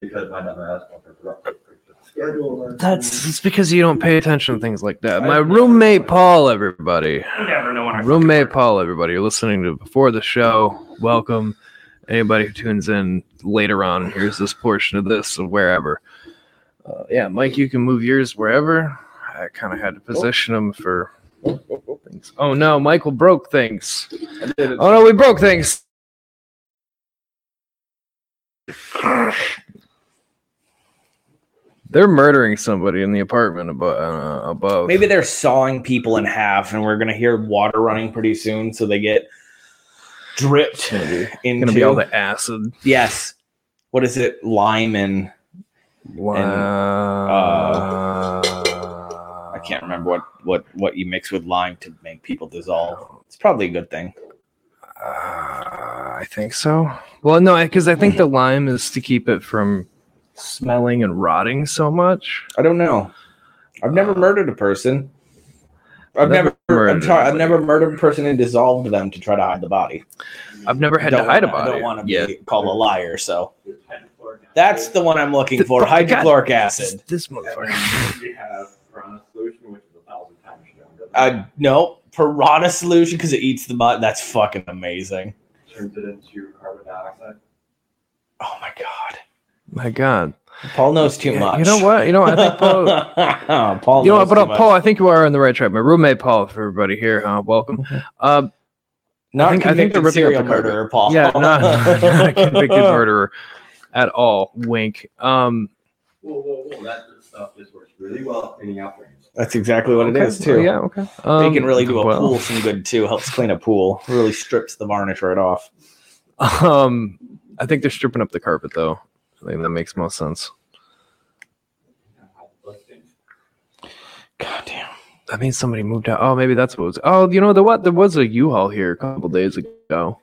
because I never asked one for productive purchase. Schedule. and- That's it's because you don't pay attention to things like that. I- My roommate Paul, everybody. You never know when I Roommate Paul, everybody. You're listening to Before the Show. Welcome. Anybody who tunes in later on and hears this portion of this or wherever. Uh, yeah, Mike, you can move yours wherever. I kind of had to position them for things. Oh no, Michael broke things. I did it. Oh no, we broke things. They're murdering somebody in the apartment above. Uh, above. Maybe they're sawing people in half, and we're gonna hear water running pretty soon, so they get dripped Maybe. into. gonna be all the acid. yes. What is it? Lime and Uh, I can't remember what what what you mix with lime to make people dissolve. It's probably a good thing. Uh, I think so. Well, no, because I think the lime is to keep it from smelling and rotting so much. I don't know. I've never Uh, murdered a person. I've never, never I'm murdered sorry, I've anybody. never murdered a person and dissolved them to try to hide the body. I've never had Don't to hide wanna- about I don't it. want to be yet. called a liar, so that's the one I'm looking for. Fuck, God, Hydrochloric This, acid. this And motherfucker. then We have Piranha Solution, which is a thousand times stronger. Uh, no, piranha solution because it eats the mud. That's fucking amazing. Turns it into carbon dioxide. Oh my god, My God. Paul knows too Yeah, much. You know what? You know, I think Paul. Paul. you know, knows what, but too uh, much. Paul, I think you are on the right track. My roommate Paul, for everybody here, uh, welcome. Uh, Not I think- I think convicted they're ripping serial up the carpet. murderer, Paul. yeah, not, not a convicted murderer at all. Wink. Um, Whoa, whoa, whoa, that stuff just works really well in the outbreaks. That's exactly what it okay, is too. Yeah. Okay. They Um, can really do a well. pool some good too. Helps clean a pool. Really strips the varnish right off. Um, I think they're stripping up the carpet though. I think that makes most sense. God damn. That means somebody moved out. Oh, maybe that's what it was. Oh, you know the what? There was a U-Haul here a couple days ago.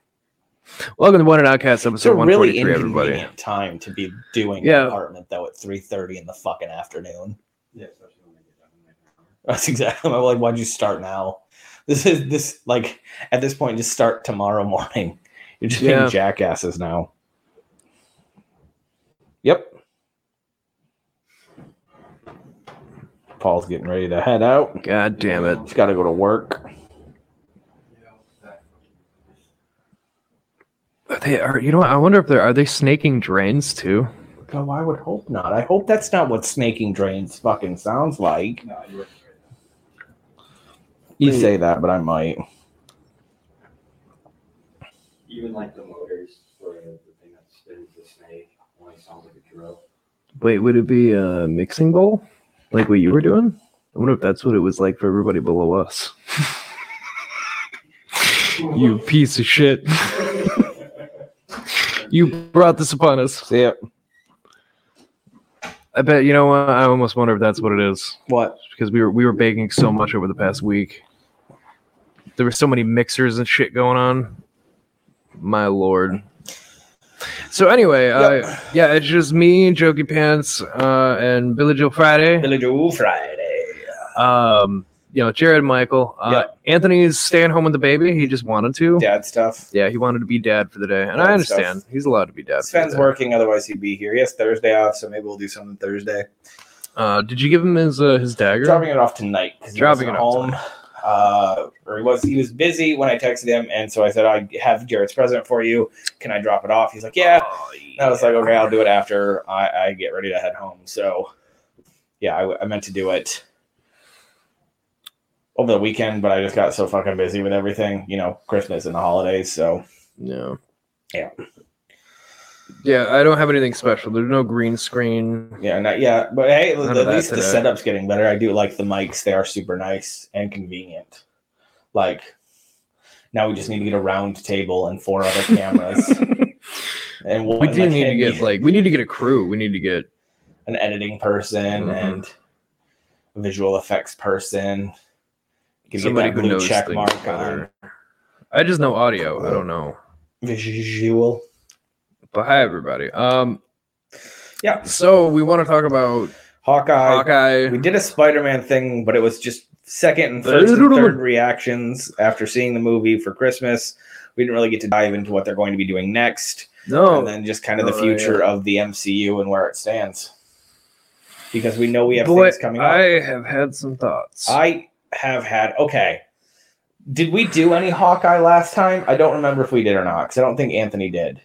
Welcome to One and Outcast It's a episode one really forty three, inconvenient everybody. time to be doing Yeah. an apartment though at three thirty in the fucking afternoon. Yeah, especially when they get done in like an hour. That's exactly. I'm like, why'd you start now? This is this like at this point, just start tomorrow morning. You're just Yeah. being jackasses now. Yep. Paul's getting ready to head out. God damn it! He's got to go to work. Are they are. You know what? I wonder if they're are they snaking drains too. Oh, I would hope not. I hope that's not what snaking drains fucking sounds like. No, you were You Wait. say that, but I might. Even like the motors for the thing that spins the snake only sounds like a drill. Wait, would it be a mixing bowl, like what you were doing? I wonder if that's what it was like for everybody below us. you piece of shit! you brought this upon us. See it? I bet you know what I almost wonder if that's what it is What? because we were we were baking so much over the past week. There were so many mixers and shit going on. My lord. So anyway, uh, yeah, it's just me, Jokey Pants, uh, and Billy Joe Friday. Village Ooh Friday. Um, you know, Jared Michael. Uh, Anthony's staying home with the baby. He just wanted to. Dad stuff. Yeah, he wanted to be dad for the day, and Dad I stuff. understand. He's allowed to be dad. for the Sven's day. working, otherwise he'd be here. Yes, Thursday off, so maybe we'll do something Thursday. Uh, did you give him his uh, his dagger? Dropping it off tonight because he Dropping wasn't it off home. Uh, or he was he was busy when I texted him, and so I said I have Garrett's present for you. Can I drop it off? He's like, yeah. Oh, And I was like, okay, I'll do it after I, I get ready to head home. So, yeah, I, w- I meant to do it over the weekend, but I just got so fucking busy with everything, you know, Christmas and the holidays. So, No. Yeah. Yeah, I don't have anything special. There's no green screen. yeah, not yeah, but hey, None of at that least the today. setup's getting better. I do like the mics; they are super nice and convenient. Like, now we just need to get a round table and four other cameras, and We one, do need to and get like we need to get a crew. We need to get an editing person Mhm. and a visual effects person. Give somebody who knows check things mark on better. I just know audio. I don't know. visual. But hi everybody. Um Yeah. So we want to talk about Hawkeye. Hawkeye. We did a Spider-Man thing, but it was just second and first and third reactions after seeing the movie for Christmas. We didn't really get to dive into what they're going to be doing next. No. and then just kind of the Oh, future of the MCU and where it stands. Because we know we have Boy, things coming up. I have had some thoughts. I have had okay. Did we do any Hawkeye last time? I don't remember if we did or not because I don't think Anthony did.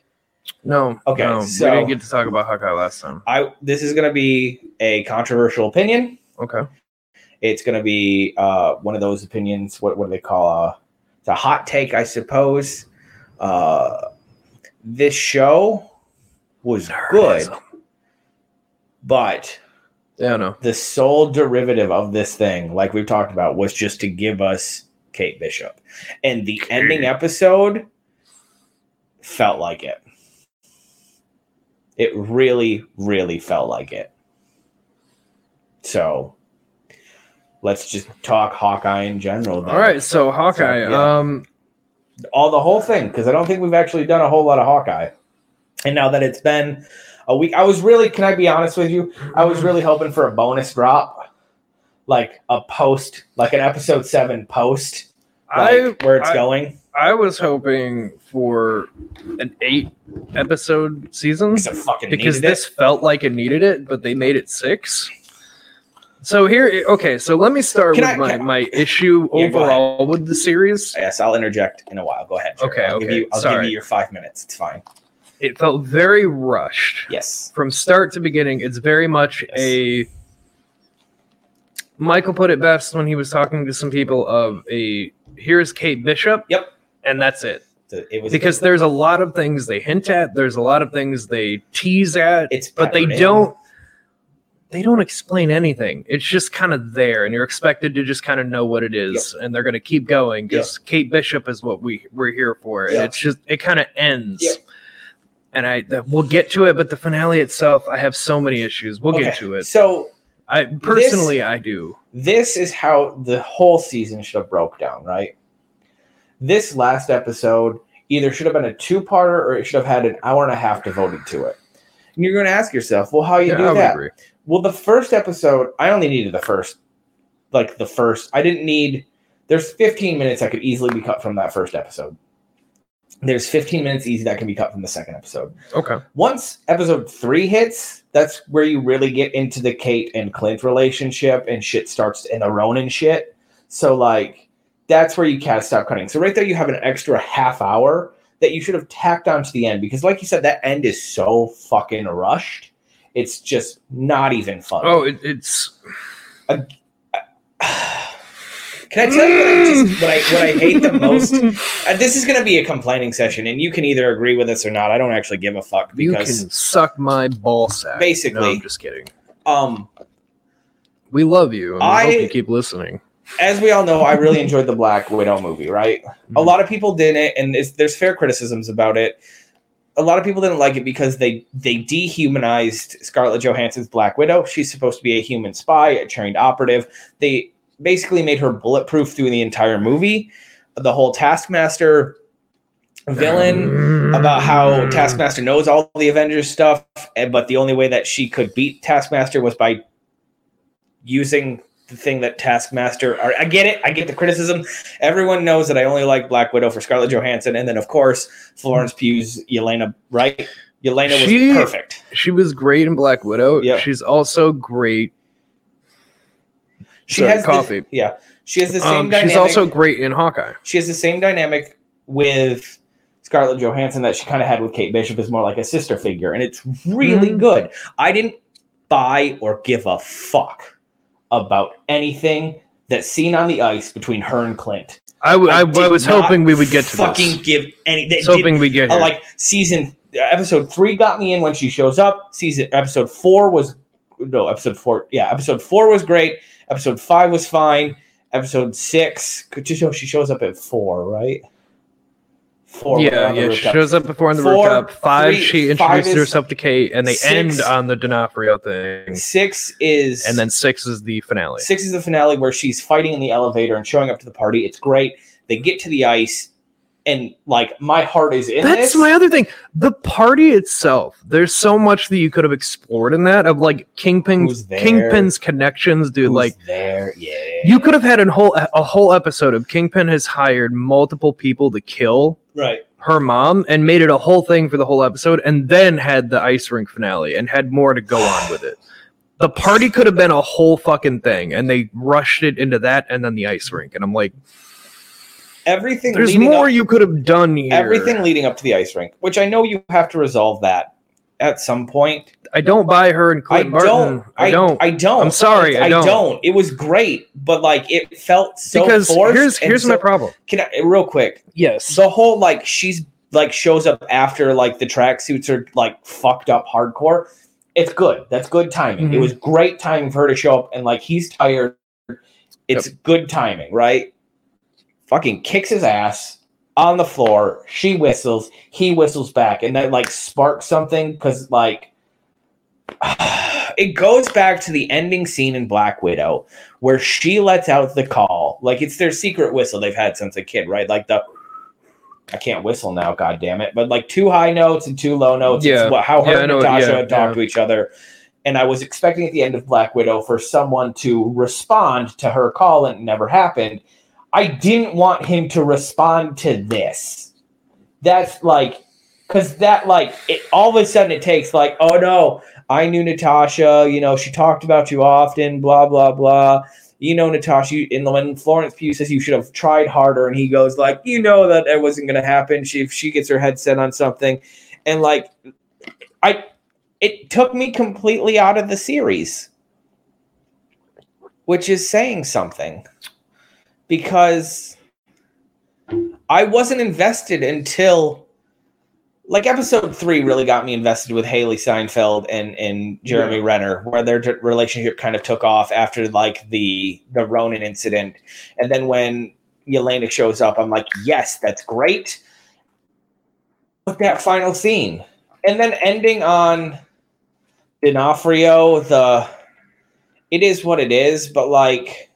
no. Okay, no, so- we didn't get to talk about Hawkeye last time. I this is going to be a controversial opinion. Okay. It's going to be uh, one of those opinions. What what do they call? Uh, it's a hot take, I suppose. Uh, this show was good, but Yeah, no. the sole derivative of this thing, like we've talked about, was just to give us Kate Bishop. And the ending episode felt like it. It really, really felt like it. So let's just talk Hawkeye in general. Then. All right, so Hawkeye. yeah. Um, All the whole thing, because I don't think we've actually done a whole lot of Hawkeye. And now that it's been a week, I was really, can I be honest with you? I was really hoping for a bonus drop, like a post, like an episode seven post, I like where it's I- going. I was hoping for an eight episode season Because I fucking because needed this felt like it needed it, but they made it six. So here, okay. So let me start Can with I- my, can- my issue Yeah, go ahead. overall with the series. it. Yes, I'll interject in a while. Go ahead. Jerry. Okay, I'll okay, Give you, I'll give sorry. you your five minutes. It's fine. It felt very rushed Yes. from start to beginning. It's very much a. Michael put it best when he was talking to some people of a here's Kate Bishop. Yep. And that's it. The- It was because there's a lot of things they hint at there's a lot of things they tease at it's, but they peppered in. don't they don't explain anything it's just kind of there and you're expected to just kind of know what it is and they're going to keep going because kate bishop is what we we're here for and Yeah. it's just it kind of ends Yeah. and i that, we'll get to it but the finale itself i have so many issues we'll get Okay, to it So i personally i do this is how the whole season should have broke down, right? This last episode either should have been a two-parter or it should have had an hour and a half devoted to it. And you're going to ask yourself, well, how you yeah, I do would that? agree. Well, the first episode, I only needed the first, like the first. I didn't need. There's 15 minutes that could easily be cut from that first episode. There's 15 minutes easy that can be cut from the second episode. okay Um, Once episode three hits, that's where you really get into the Kate and Clint relationship and shit starts in the Ronin shit. So like that's where you kind of stop cutting. So right there you have an extra half hour that you should have tacked on to the end because like you said, that end is so fucking rushed. It's just not even fun. oh it, it's Can I tell you what I, just, what I what I hate the most? Uh, this is going to be a complaining session, and you can either agree with us or not. I don't actually give a fuck you because can suck my ball sack Basically. no, i'm just kidding um, We love you. And we I- hope you keep listening. as we all know, I really enjoyed the Black Widow movie. Right, a Mhm. lot of people didn't, and it's, there's fair criticisms about it. A lot of people didn't like it because they they dehumanized Scarlett Johansson's Black Widow. She's supposed to be a human spy, a trained operative. They basically made her bulletproof through the entire movie. The whole Taskmaster villain. about Mm-hmm. Mm. how Taskmaster knows all the Avengers stuff, and- but the only way that she could beat Taskmaster was by using the thing that Taskmaster. Or, I get it. I get the criticism. Everyone knows that I only like Black Widow for Scarlett Johansson, and then of course Florence Pugh's Yelena. Right? Yelena was She- perfect. She was great in Black Widow. Yep. She's also great. She Sorry, has the- coffee. yeah, she has the same. Um, dynamic. she's also great in Hawkeye. she has the same dynamic with Scarlett Johansson that she kind of had with Kate Bishop is more like a sister figure, and it's really Mhm. good. I didn't buy or give a fuck about anything that's seen on the ice between her and Clint. I, w- I, did I was not hoping we would get to fucking this. give any. I They was hoping we get did- uh, here. like season uh, episode three got me in when she shows up. Season episode four was no episode four. Yeah, episode four was great. Episode five was fine. Episode six, could you show she shows up at four, right? Four. when they're yeah, on the yeah. She rooftop. shows up before on the Four, rooftop. Five, three- she five introduces is- herself to Kate, and they six. end on the D'Onofrio thing. Six is And then six is the finale. Six is the finale where she's fighting in the elevator and showing up to the party. It's great. They get to the ice, and like my heart is in That's this. my other thing. The party itself. There's so much that you could have explored in that of like Kingpin's Who's there? Kingpin's connections, dude. Who's like there, yeah. You could have had a whole a whole episode of Kingpin has hired multiple people to kill Right. her mom and made it a whole thing for the whole episode and then had the ice rink finale and had more to go on with it. The party could have been a whole fucking thing and they rushed it into that and then the ice rink. And I'm like, Everything there's leading more up, you could have done here. everything leading up to the ice rink, which I know you have to resolve that at some point. I don't buy her and I Clint Barton. don't. I don't. I don't. I'm sorry, I don't. It was great, but like it felt so because forced. here's and here's so- my problem. Can I, real quick? Yes. the whole like she's like shows up after like the tracksuits are like fucked up hardcore. It's good. That's good timing. It Mhm. was great timing for her to show up and like he's tired. It's good timing, right? Fucking kicks his ass on the floor. She whistles. He whistles back, and that like sparks something because like it goes back to the ending scene in Black Widow where she lets out the call. Like it's their secret whistle they've had since a kid, right? Like the I can't whistle now, god damn it. But like two high notes and two low notes. Yeah. It's what, how her Yeah, I and know it. Natasha Yeah, have talked to each other. And I was expecting at the end of Black Widow for someone to respond to her call, and it never happened. I didn't want him to respond to this. That's like, because that, like, it all of a sudden it takes, like, oh no, I knew Natasha, you know, she talked about you often, blah, blah, blah. You know, Natasha, you, and when Florence Pugh says you should have tried harder, and he goes, like, you know, that it wasn't going to happen. She, if she gets her head set on something, and like, I, it took me completely out of the series, which is saying something because I wasn't invested until like episode three really got me invested with Haley Seinfeld and and Jeremy Renner, where their d- relationship kind of took off after like the the Ronan incident, and then when Yelena shows up, I'm like, yes, that's great. But that final scene, and then ending on D'Onofrio, the it is what it is, but like.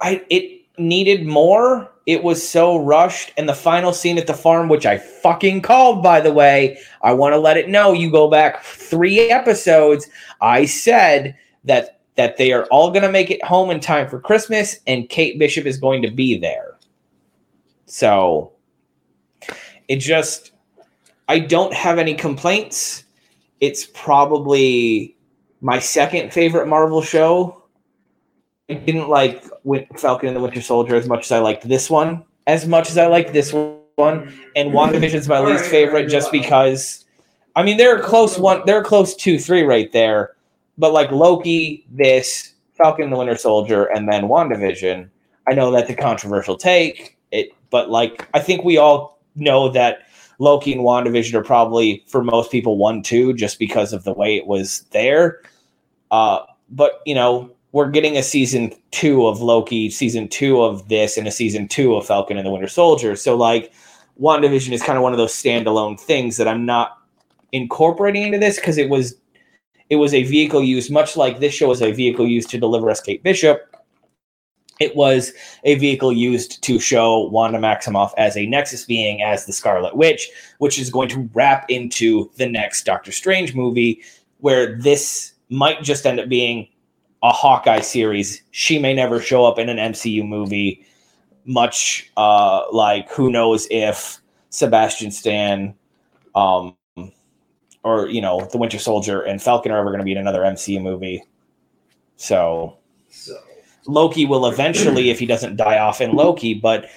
I it needed more. It was so rushed, and the final scene at the farm, which I fucking called, by the way, I want to let it know. You go back three episodes. I said that that they are all going to make it home in time for Christmas, and Kate Bishop is going to be there. So it just, I don't have any complaints. It's probably my second favorite Marvel show. I didn't like Win- Falcon and the Winter Soldier as much as I liked this one. As much as I like this one, and WandaVision's my least favorite just because, I mean, they're a close one. They're a close two, three right there. But like Loki, this Falcon and the Winter Soldier, and then WandaVision. I know that's a controversial take. It, but like I think we all know that Loki and WandaVision are probably for most people one two just because of the way it was there. Uh, but you know we're getting a season two of Loki, season two of this, and a season two of Falcon and the Winter Soldier. So like, WandaVision is kind of one of those standalone things that I'm not incorporating into this because it was it was a vehicle used much like this show is a vehicle used to deliver us Kate Bishop. It was a vehicle used to show Wanda Maximoff as a Nexus being, as the Scarlet Witch, which is going to wrap into the next Doctor Strange movie, where this might just end up being a Hawkeye series. She may never show up in an MCU movie, much uh, like who knows if Sebastian Stan um, or, you know, the Winter Soldier and Falcon are ever going to be in another MCU movie. So So, Loki will eventually, if he doesn't die off in Loki, but.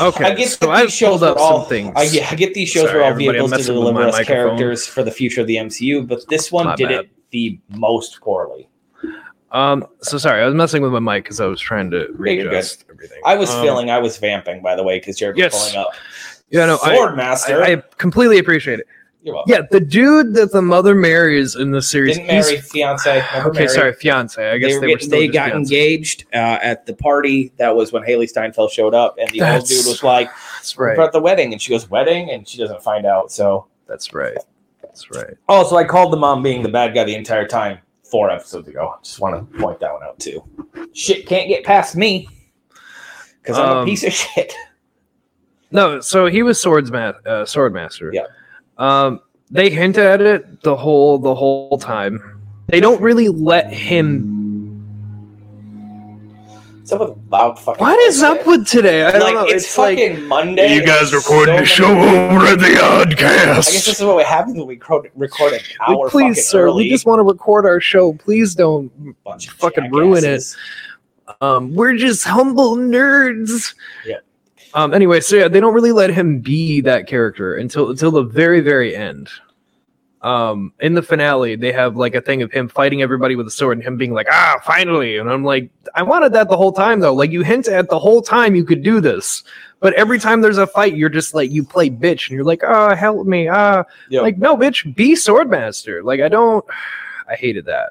Okay, so that I've these shows pulled up were all- some things. I, yeah, I get these shows Sorry, were all everybody, I'm vehicles to messing with deliver my us microphone. characters for the future of the MCU, but this one My did bad. it the most poorly. Um, so sorry, I was messing with my mic because I was trying to Yeah, you're good. readjust everything. I was Um, feeling, I was vamping, by the way, because Jared yes. was pulling up. Yeah, no, I, Sword Master. I, I completely appreciate it. You're welcome. Yeah, the dude that the mother marries in the series. Didn't he's- marry fiance. Never okay, married. sorry, fiance. I guess they, they, were were, getting- still they just got fiancés. engaged uh, at the party. That was when Haley Steinfeld showed up, and the old That's dude was like, That's "We're right. at the wedding," and she goes, "Wedding," and she doesn't find out. So, That's right. That's right. oh, so I called the mom being the bad guy the entire time four episodes ago. Just want to point that one out too. Shit can't get past me because I'm a Um, piece of shit. No, so he was swords ma- uh, sword master. Yeah. Um, they hint at it the whole the whole time. They don't really let him What's up with loud fucking? What is up with today? I don't like, know. It's, fucking Monday. you guys It's recording so the show many- over at the I guess Oddcast. this is what happens when we record, record an Like, hour. fucking please, sir, early. we just want to record our show. Please don't. Bunch of fucking ruin it. jackasses. Um, we're just humble nerds. Yeah. Um. Anyway, so yeah, they don't really let him be that character until until the very very end. Um, in the finale, they have like a thing of him fighting everybody with a sword and him being like, "Ah, finally!" And I'm like, I wanted that the whole time though. Like you hint at the whole time you could do this, but every time there's a fight, you're just like you play bitch and you're like, "Ah, help me!" Ah, Yeah. like no, bitch, be swordmaster. Like I don't. I hated that.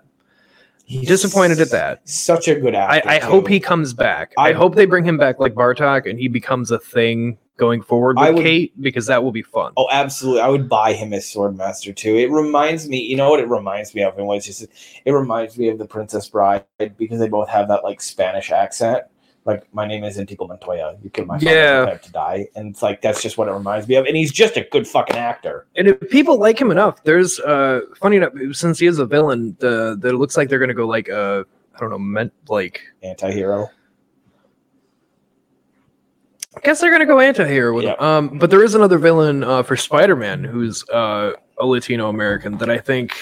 He's Disappointed at that. Such a good I, actor. I too. hope he comes back. I, I- hope they bring him back like Bartok and he becomes a thing going forward I with would- Kate because that will be fun. Oh, absolutely. I would buy him as Swordmaster too. It reminds me, you know what it reminds me of? And what it's just, it reminds me of the Princess Bride because they both have that like Spanish accent. Like, my name is Antico Montoya. You killed my father. Yeah. I have to die. And it's like, that's just what it reminds me of. And he's just a good fucking actor. And if people like him enough, there's uh funny enough, since he is a villain, the that it looks like they're gonna go like uh I don't know, meant like Anti hero. I guess they're gonna go anti-hero with him. Um but there is another villain uh for Spider-Man who's uh a Latino American that I think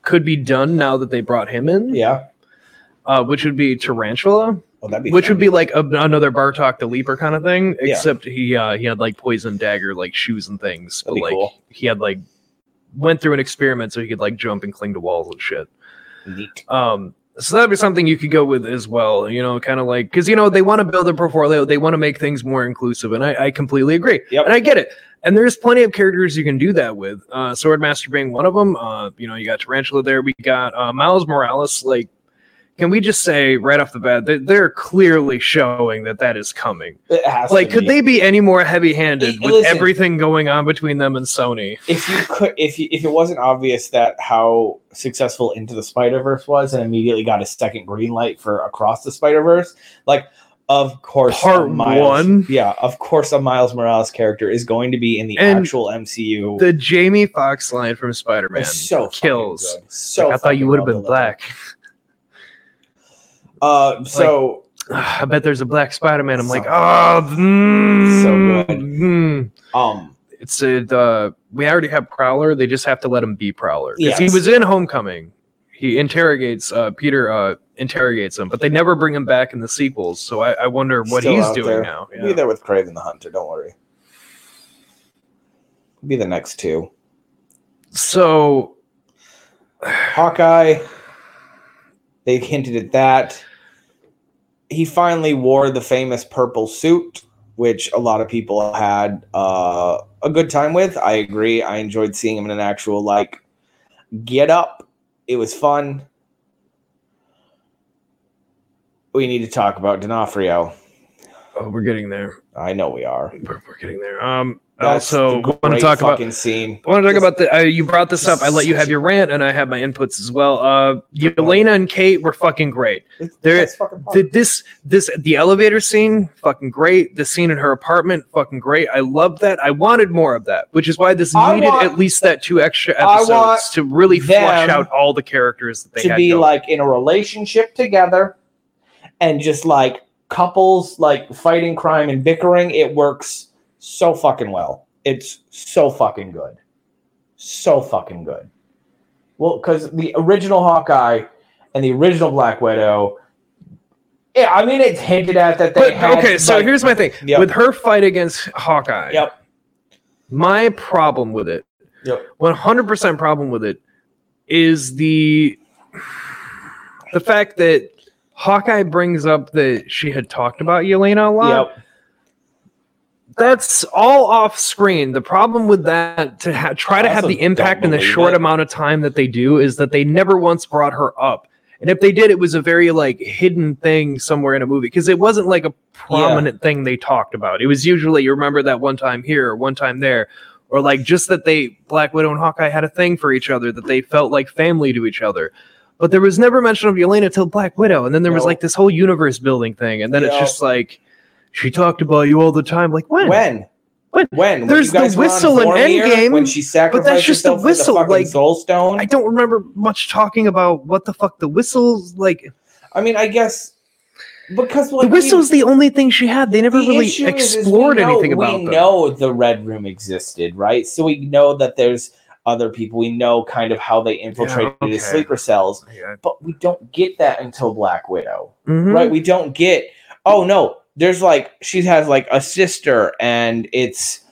could be done now that they brought him in, Yeah. uh, which would be Tarantula. Well, that'd be which fun. would be like a, another Bartok the Leaper kind of thing, Yeah. except he uh, he had like poison dagger like shoes and things, but That'd be like cool. he had like went through an experiment so he could like jump and cling to walls and shit. neat. Um, so that'd be something you could go with as well, you know, kind of like because you know they want to build a portfolio, they want to make things more inclusive, and I, I completely agree, Yep. and I get it. And there's plenty of characters you can do that with. Uh, Swordmaster being one of them. Uh, you know, you got Tarantula there. We got uh, Miles Morales. Like, can we just say right off the bat that they're clearly showing that that is coming? It has Like, to could be. they be any more heavy-handed Hey, with listen. everything going on between them and Sony? if you could if you, if it wasn't obvious that how successful into the spider-verse was and immediately got a second green light for across the spider-verse like of course a Part one. yeah of course a miles morales character is going to be in the And actual mcu The Jamie Foxx line from Spider-Man. It's so fucking kills. good. so I thought you fucking would have well been delivered. black. uh so "Ugh, I bet there's a black Spider Man. I'm like, So- oh, mm, good. mm." um It's a, uh, we already have Prowler. They just have to let him be Prowler because he Yes. was in Homecoming. He interrogates uh, Peter. Uh, interrogates him, but they never bring him back in the sequels. So I, I wonder what Still he's out doing there. now. we'll be Yeah. there with craven the hunter don't worry We'll be the next two So Hawkeye. They hinted at that. He finally wore the famous purple suit, which a lot of people had uh, a good time with. I agree. I enjoyed seeing him in an actual like get up. It was fun. We need to talk about D'Onofrio. oh, we're getting there. I know we are. We're, we're getting there. Um, I That's also the want to great talk about fucking scene. I want to talk This- about the. Uh, you brought this up. I let you have your rant, and I have my inputs as well. Uh, Yelena and Kate were fucking great. There- That's fucking fun. The, this, this, the elevator scene, fucking great. The scene in her apartment, fucking great. I love that. I wanted more of that, which is why this I needed want- at least that two extra I want episodes to really flush them out all the characters that they to had. be going. like in a relationship together and just like couples like fighting crime and bickering it works so fucking well it's so fucking good so fucking good well because the original hawkeye and the original black widow yeah i mean it's hinted at that they but had, okay, so like- here's my thing Yep. with her fight against Hawkeye. Yep. My problem with it, Yep. 100% problem with it, is the the fact that Hawkeye brings up that she had talked about Yelena a lot. yep That's all off screen. The problem with that to ha- try to I have also the impact don't in the believe short it. amount of time that they do is that they never once brought her up. And if they did, it was a very like hidden thing somewhere in a movie because it wasn't like a prominent thing they talked about. It was usually you remember that one time here or one time there, or like just that they Black Widow and Hawkeye had a thing for each other that they felt like family to each other. But there was never mention of Yelena till Black Widow, and then there was No. like this whole universe building thing, and then it's No. just like she talked about you all the time. Like when? when When? when There's you guys the were on whistle in Vormir, Endgame, when she sacrificed just the herself for the whistle, fucking like, soul stone I don't remember much talking about what the fuck the whistles like. I mean, I guess because the like, whistle we- was the only thing she had. They never the really issue is- is we explored know- anything about We them. know the red room existed, right? So we know that there's other people. We know kind of how they infiltrated okay. the sleeper cells, Yeah. but we don't get that until Black Widow, Mhm. right? We don't get. Oh no, there's like she has like a sister, and it's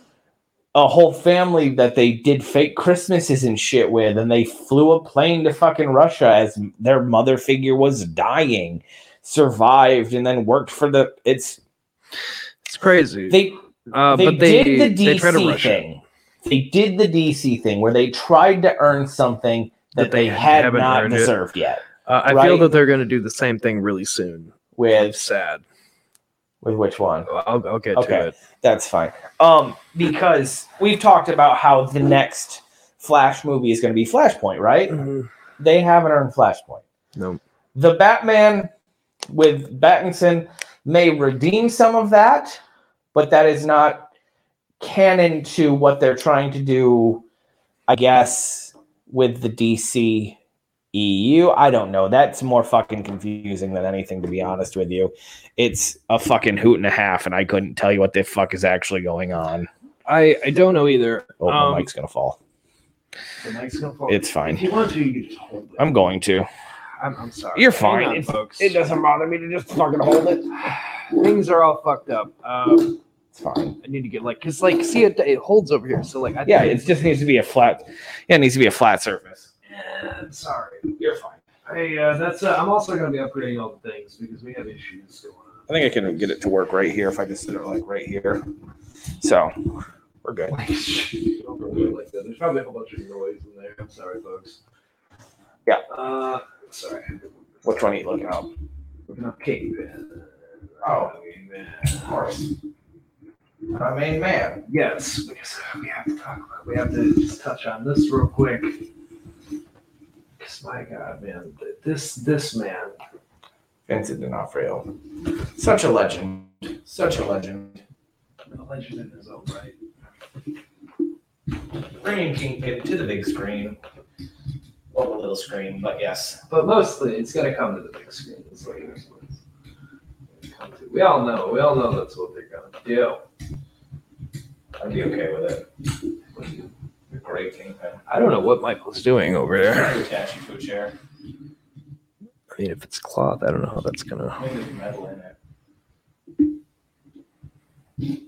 a whole family that they did fake Christmases and shit with, and they flew a plane to fucking Russia as their mother figure was dying, survived, and then worked for the. It's It's crazy. they uh, they but they did the they tried to DC rush it. thing. They did the DC thing where they tried to earn something that, That they, they had haven't not earned it. deserved yet. Uh, I feel right? that they're going to do the same thing really soon. It's With sad. with which one? I'll, I'll get Okay. to it. That's fine. Um, because we've talked about how the next Flash movie is going to be Flashpoint, right? Mm-hmm. They haven't earned Flashpoint. No. The Batman with Battinson may redeem some of that, but that is not canon to what they're trying to do, I guess, with the DC EU. I don't know. That's more fucking confusing than anything, to be honest with you. It's a fucking hoot and a half, and I couldn't tell you what the fuck is actually going on. I, I don't know either. Oh, Um, my mic's gonna fall. The mic's gonna fall. It's fine. If you want to, you can just hold it. I'm going to. I'm, I'm sorry. You're Hang fine. on, It's- folks. it doesn't bother me to just fucking hold it. Things are all fucked up. Um, It's fine. I need to get like, cause like, see it, it holds over here. So like, I Yeah, think- it just needs to be a flat. Yeah, it needs to be a flat surface. Eh, sorry. You're fine. Hey, uh, that's. Uh, I'm also going to be upgrading all the things because we have issues going on. I think I can get it to work right here if I just set it like right here. So we're good. Like, don't really like that. There's probably a whole bunch of noise in there. I'm sorry, folks. Yeah. Uh, sorry. Which one are you looking up? Looking up caveman. Oh. Caveman. Of course. My main man. Yes, because uh, we have to talk about. We have to just touch on this real quick. Because my God, man, th- this this man. Vincent D'Onofrio. Such a legend. Such a legend. A legend in his own right. Bringing Kingpin to the big screen. Well, the little screen, but yes. But mostly, it's going to come to the big screen. It's like this one's gonna come to- We all know. We all know that's what they're going to do. I'd be okay with it. The great Kingpin. I don't know what Michael's doing over there. Attach you to a chair. I mean, if it's cloth, I don't know how that's gonna. Maybe there's metal in it.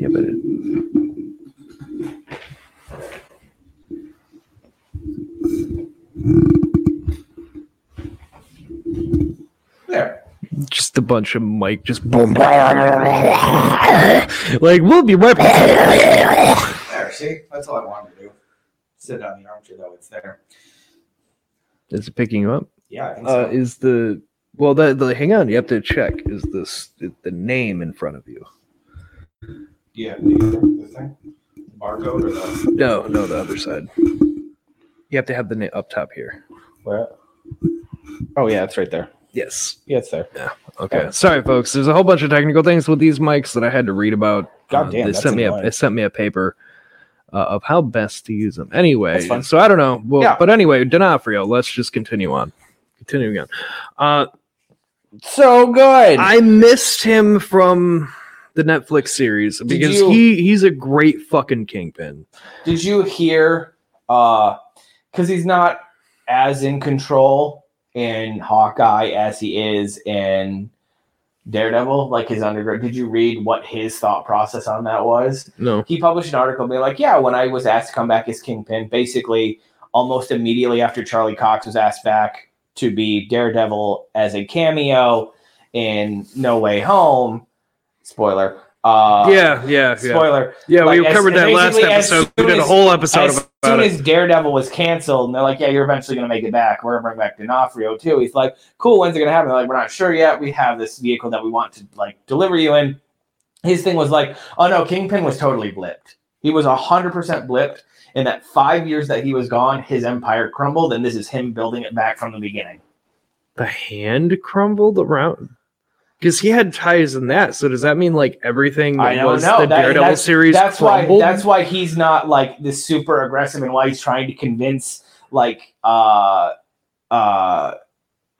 Yeah, but it... There. just a bunch of mic, just boom, like we'll be right. back. There. See? That's all I wanted to do. Sit down in the armchair, though. It's there. Is it picking you up? Yeah, I think Uh, is the well, the, the hang on, you have to check. Is this the name in front of you? Yeah, the thing, barcode or the No, no, the other side. You have to have the name up top here. where? Oh yeah, it's right there. Yes. Yeah, it's there. Okay. Sorry, folks. There's a whole bunch of technical things with these mics that I had to read about. God Uh, damn, they that's sent me a annoying. it sent me a paper uh, of how best to use them. Anyway, That's fine. so I don't know. Well, Yeah. but anyway, D'Onofrio. Let's just continue on. Continuing on. Uh, So good. I missed him from the Netflix series because you- he he's a great fucking kingpin. Did you hear? Uh, because he's not as in control in Hawkeye as he is in Daredevil. Like his undergrad. Did you read what his thought process on that was? No. he published an article being like, yeah, when I was asked to come back as Kingpin, basically almost immediately after Charlie Cox was asked back to be Daredevil as a cameo in No Way Home, spoiler. Uh, yeah, yeah, yeah. Spoiler. Yeah, we like, as- covered that last basically as episode. We soon did a as- whole episode As about soon it. as Daredevil was canceled, and they're like, "Yeah, you're eventually going to make it back. We're going to bring back D'Onofrio too." He's like, "Cool, when's it going to happen?" They're like, "We're not sure yet. We have this vehicle that we want to like deliver you in." His thing was like, "Oh no, Kingpin was totally blipped. He was hundred percent blipped. In that five years that he was gone, his empire crumbled, and this is him building it back from the beginning." the hand crumbled around because he had ties in that. So does that mean like everything I that don't was know. the That- Daredevil that's- series that's crumbled? why that's why he's not like this super aggressive and why he's trying to convince like uh uh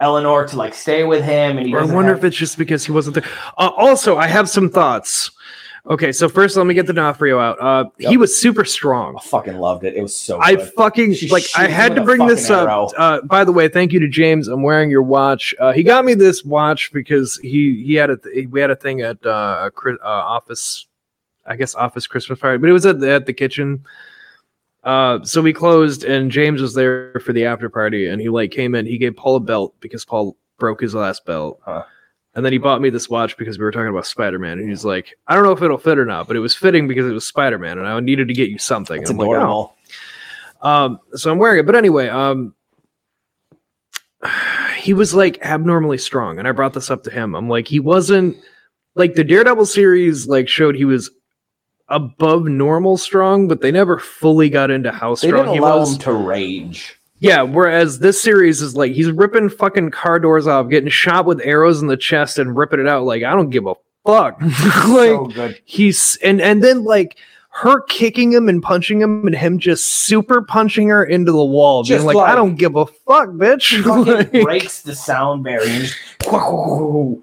Eleanor to like stay with him, and he I doesn't wonder have- if it's just because he wasn't there. Uh, also, I have some thoughts. Okay, so first, let me get the D'Onofrio out. Uh, He Yep. was super strong. I fucking loved it. It was so. I good. fucking She like. I shoots had him to with a bring this fucking up. Uh, by the way, thank you to James. I'm wearing your watch. Uh, he got me this watch because he he had a th- we had a thing at uh, a cri- uh office, I guess office Christmas party, but it was at the, at the kitchen. Uh, so we closed, and James was there for the after party, and he like came in. He gave Paul a belt because Paul broke his last belt. Huh. And then he bought me this watch because we were talking about Spider Man, and he's like, "I don't know if it'll fit or not, but it was fitting because it was Spider Man, and I needed to get you something." It's and I'm like, "Oh, adorable. um, so I'm wearing it. But anyway, um, he was like abnormally strong, and I brought this up to him. I'm like, he wasn't like the Daredevil series like showed he was above normal strong, but they never fully got into how they strong didn't he allow was. him to rage. Yeah, whereas this series is like he's ripping fucking car doors off, getting shot with arrows in the chest and ripping it out like I don't give a fuck. like so good. he's and and then like her kicking him and punching him and him just super punching her into the wall being Just like, i like- don't give a fuck bitch like, Fucking breaks the sound barrier. and just-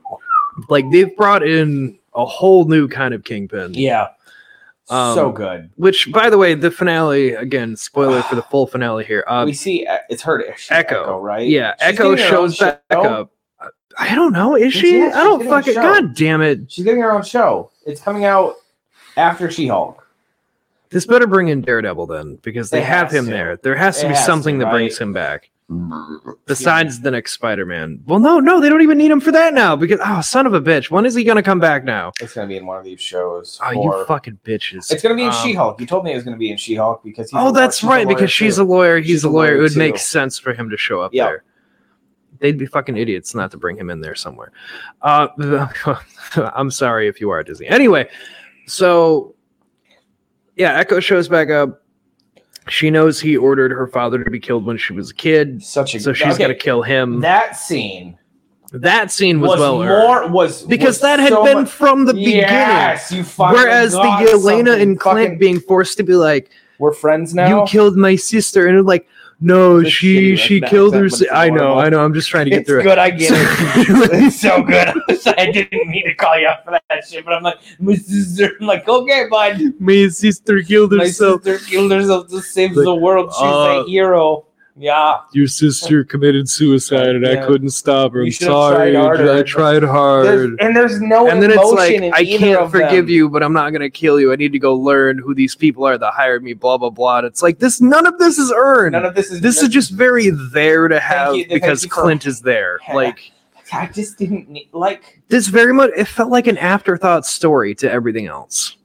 like, they've brought in a whole new kind of kingpin Yeah. Um, so good. which by the way the finale again spoiler for the full finale here um, we see uh, it's her she's Echo, Echo, right? yeah She's echo getting her own shows back show. up i don't know is she Yeah, i she's don't getting a fucking show. god damn it She's getting her own show. It's coming out after She Hulk. this better bring in daredevil then because they It have has him to. there there has to It be has to, something that brings right? him back Mm. besides the next Spider-Man. Well, no, no, they don't even need him for that now because oh, son of a bitch, when is he gonna come back now? It's gonna be in one of these shows. Oh, or- you fucking bitches! it's gonna be in Um, She Hulk. You told me it was gonna be in She Hulk because he's a Oh, lawyer- that's she's a right, lawyer, because she's too. a lawyer. He's, She's a a lawyer. It lawyer, would make too. sense for him to show up Yeah. there. They'd be fucking idiots not to bring him in there somewhere. Uh, I'm sorry if you are Disney. Anyway, so yeah, Echo shows back up. She knows he ordered her father to be killed when she was a kid, such a so she's okay, gonna kill him. That, that scene scene was, was well earned. more was because was that had so been much- from the beginning. Yes, you fucking Whereas the got Elena something and Clint fucking- being forced to be like, we're friends now. "You killed my sister," and they're like, "No, That's she shitty, she that's killed bad, her." but si- it's I know, adorable. I know. I'm just trying to get it's through good. I get it. it. it's so good. I didn't mean to call you out for that shit, but I'm like, my sister. I'm like, okay, bud. my sister killed My herself. sister killed herself to save Like, the world. She's uh, a hero. Yeah. Your sister committed suicide, and I Yeah. couldn't stop her. You I'm should have tried sorry. harder. I tried There's, hard. and there's no And then it's emotion like, in I either can't of them. forgive you, but I'm not gonna kill you. I need to go learn who these people are that hired me. Blah blah blah. And it's like this. None of this is earned. None of this is. this is just very there to have you- thank because you for- Clint is there. Yeah. Like I just didn't need, like. this very much it felt like an afterthought story to everything else.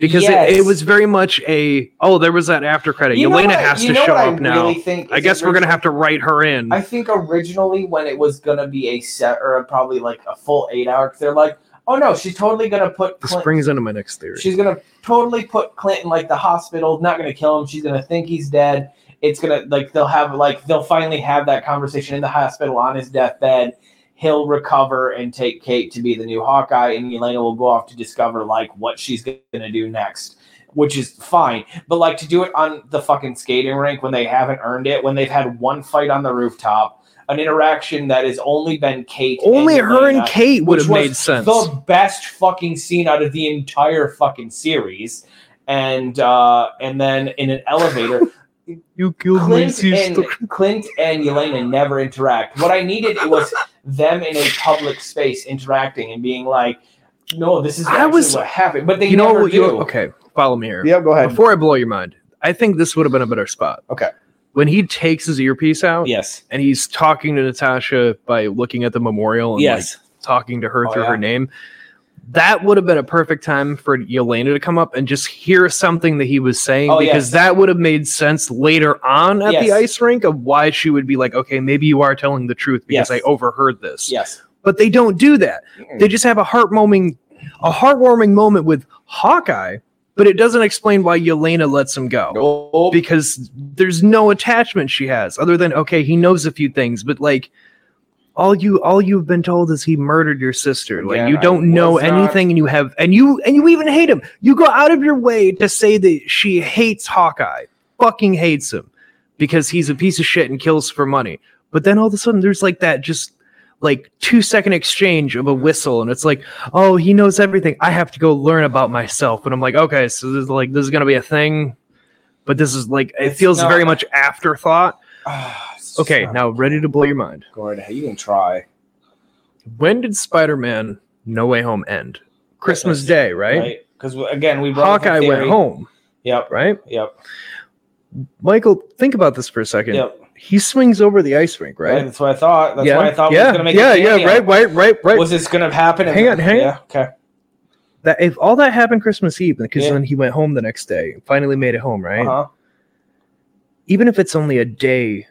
Because Yes. it, it was very much a oh, there was that after credit. You know Elena what I- has you to know show what up I now. really think I is guess we're gonna original- have to write her in. I think originally when it was gonna be a set or probably like a full eight hour, 'cause they're like, oh no, she's totally gonna put this Clint- brings into my next theory. She's gonna totally put Clint in like the hospital. Not gonna kill him. She's gonna think he's dead. It's gonna like they'll have like they'll finally have that conversation in the hospital on his deathbed. He'll recover and take Kate to be the new Hawkeye, and Elena will go off to discover like what she's gonna do next, which is fine. But like to do it on the fucking skating rink when they haven't earned it, when they've had one fight on the rooftop, an interaction that has only been Kate. Only her Elena and Kate would which have was made sense. the best fucking scene out of the entire fucking series. And uh, and then in an elevator, you killed my Clint sister. and Clint and Elena never interact. What I needed was them in a public space interacting and being like, "No, this is I actually was- what happened." But they You know never what do. you okay, follow me here. Yeah, go Before I blow your mind, I think this would have been a better spot. Okay. When he takes his earpiece out, Yes. and he's talking to Natasha by looking at the memorial and Yes. like talking to her Oh, through yeah. her name. That would have been a perfect time for Yelena to come up and just hear something that he was saying Oh, because yes. that would have made sense later on at the Yes. ice rink of why she would be like, okay, maybe you are telling the truth because Yes. I overheard this. Yes. But they don't do that. They just have a heartwarming, a heartwarming moment with Hawkeye, but it doesn't explain why Yelena lets him go Nope. because there's no attachment she has other than okay he knows a few things but like all you all you've been told is he murdered your sister like Again, you I don't know was not- anything and you have and you and you even hate him you go out of your way to say that she hates hawkeye fucking hates him because he's a piece of shit and kills for money but then all of a sudden there's like that just like two second exchange of a whistle, and it's like, oh, he knows everything. I have to go learn about myself. And I'm like, okay, so this is like this is gonna be a thing, but this is like it It's feels not- very much afterthought. Ah, it's just Okay, not now ready to blow your mind. good. Hey, You can try. When did Spider-Man No Way Home end? Christmas Christmas, Day, right? Right? Because again, we brought up the Hawkeye went theory. home, Yep. right? Yep. Michael, think about this for a second. Yep. He swings over the ice rink, Right. right? That's what I thought. That's yeah, what I thought yeah, was going to make yeah, a yeah, cameo. right, right, right, right. Was this going to happen? And- Hang on, hang on. yeah, Okay. that if all that happened Christmas Eve, because Yeah. then he went home the next day, finally made it home, right? Uh huh. Even if it's only a day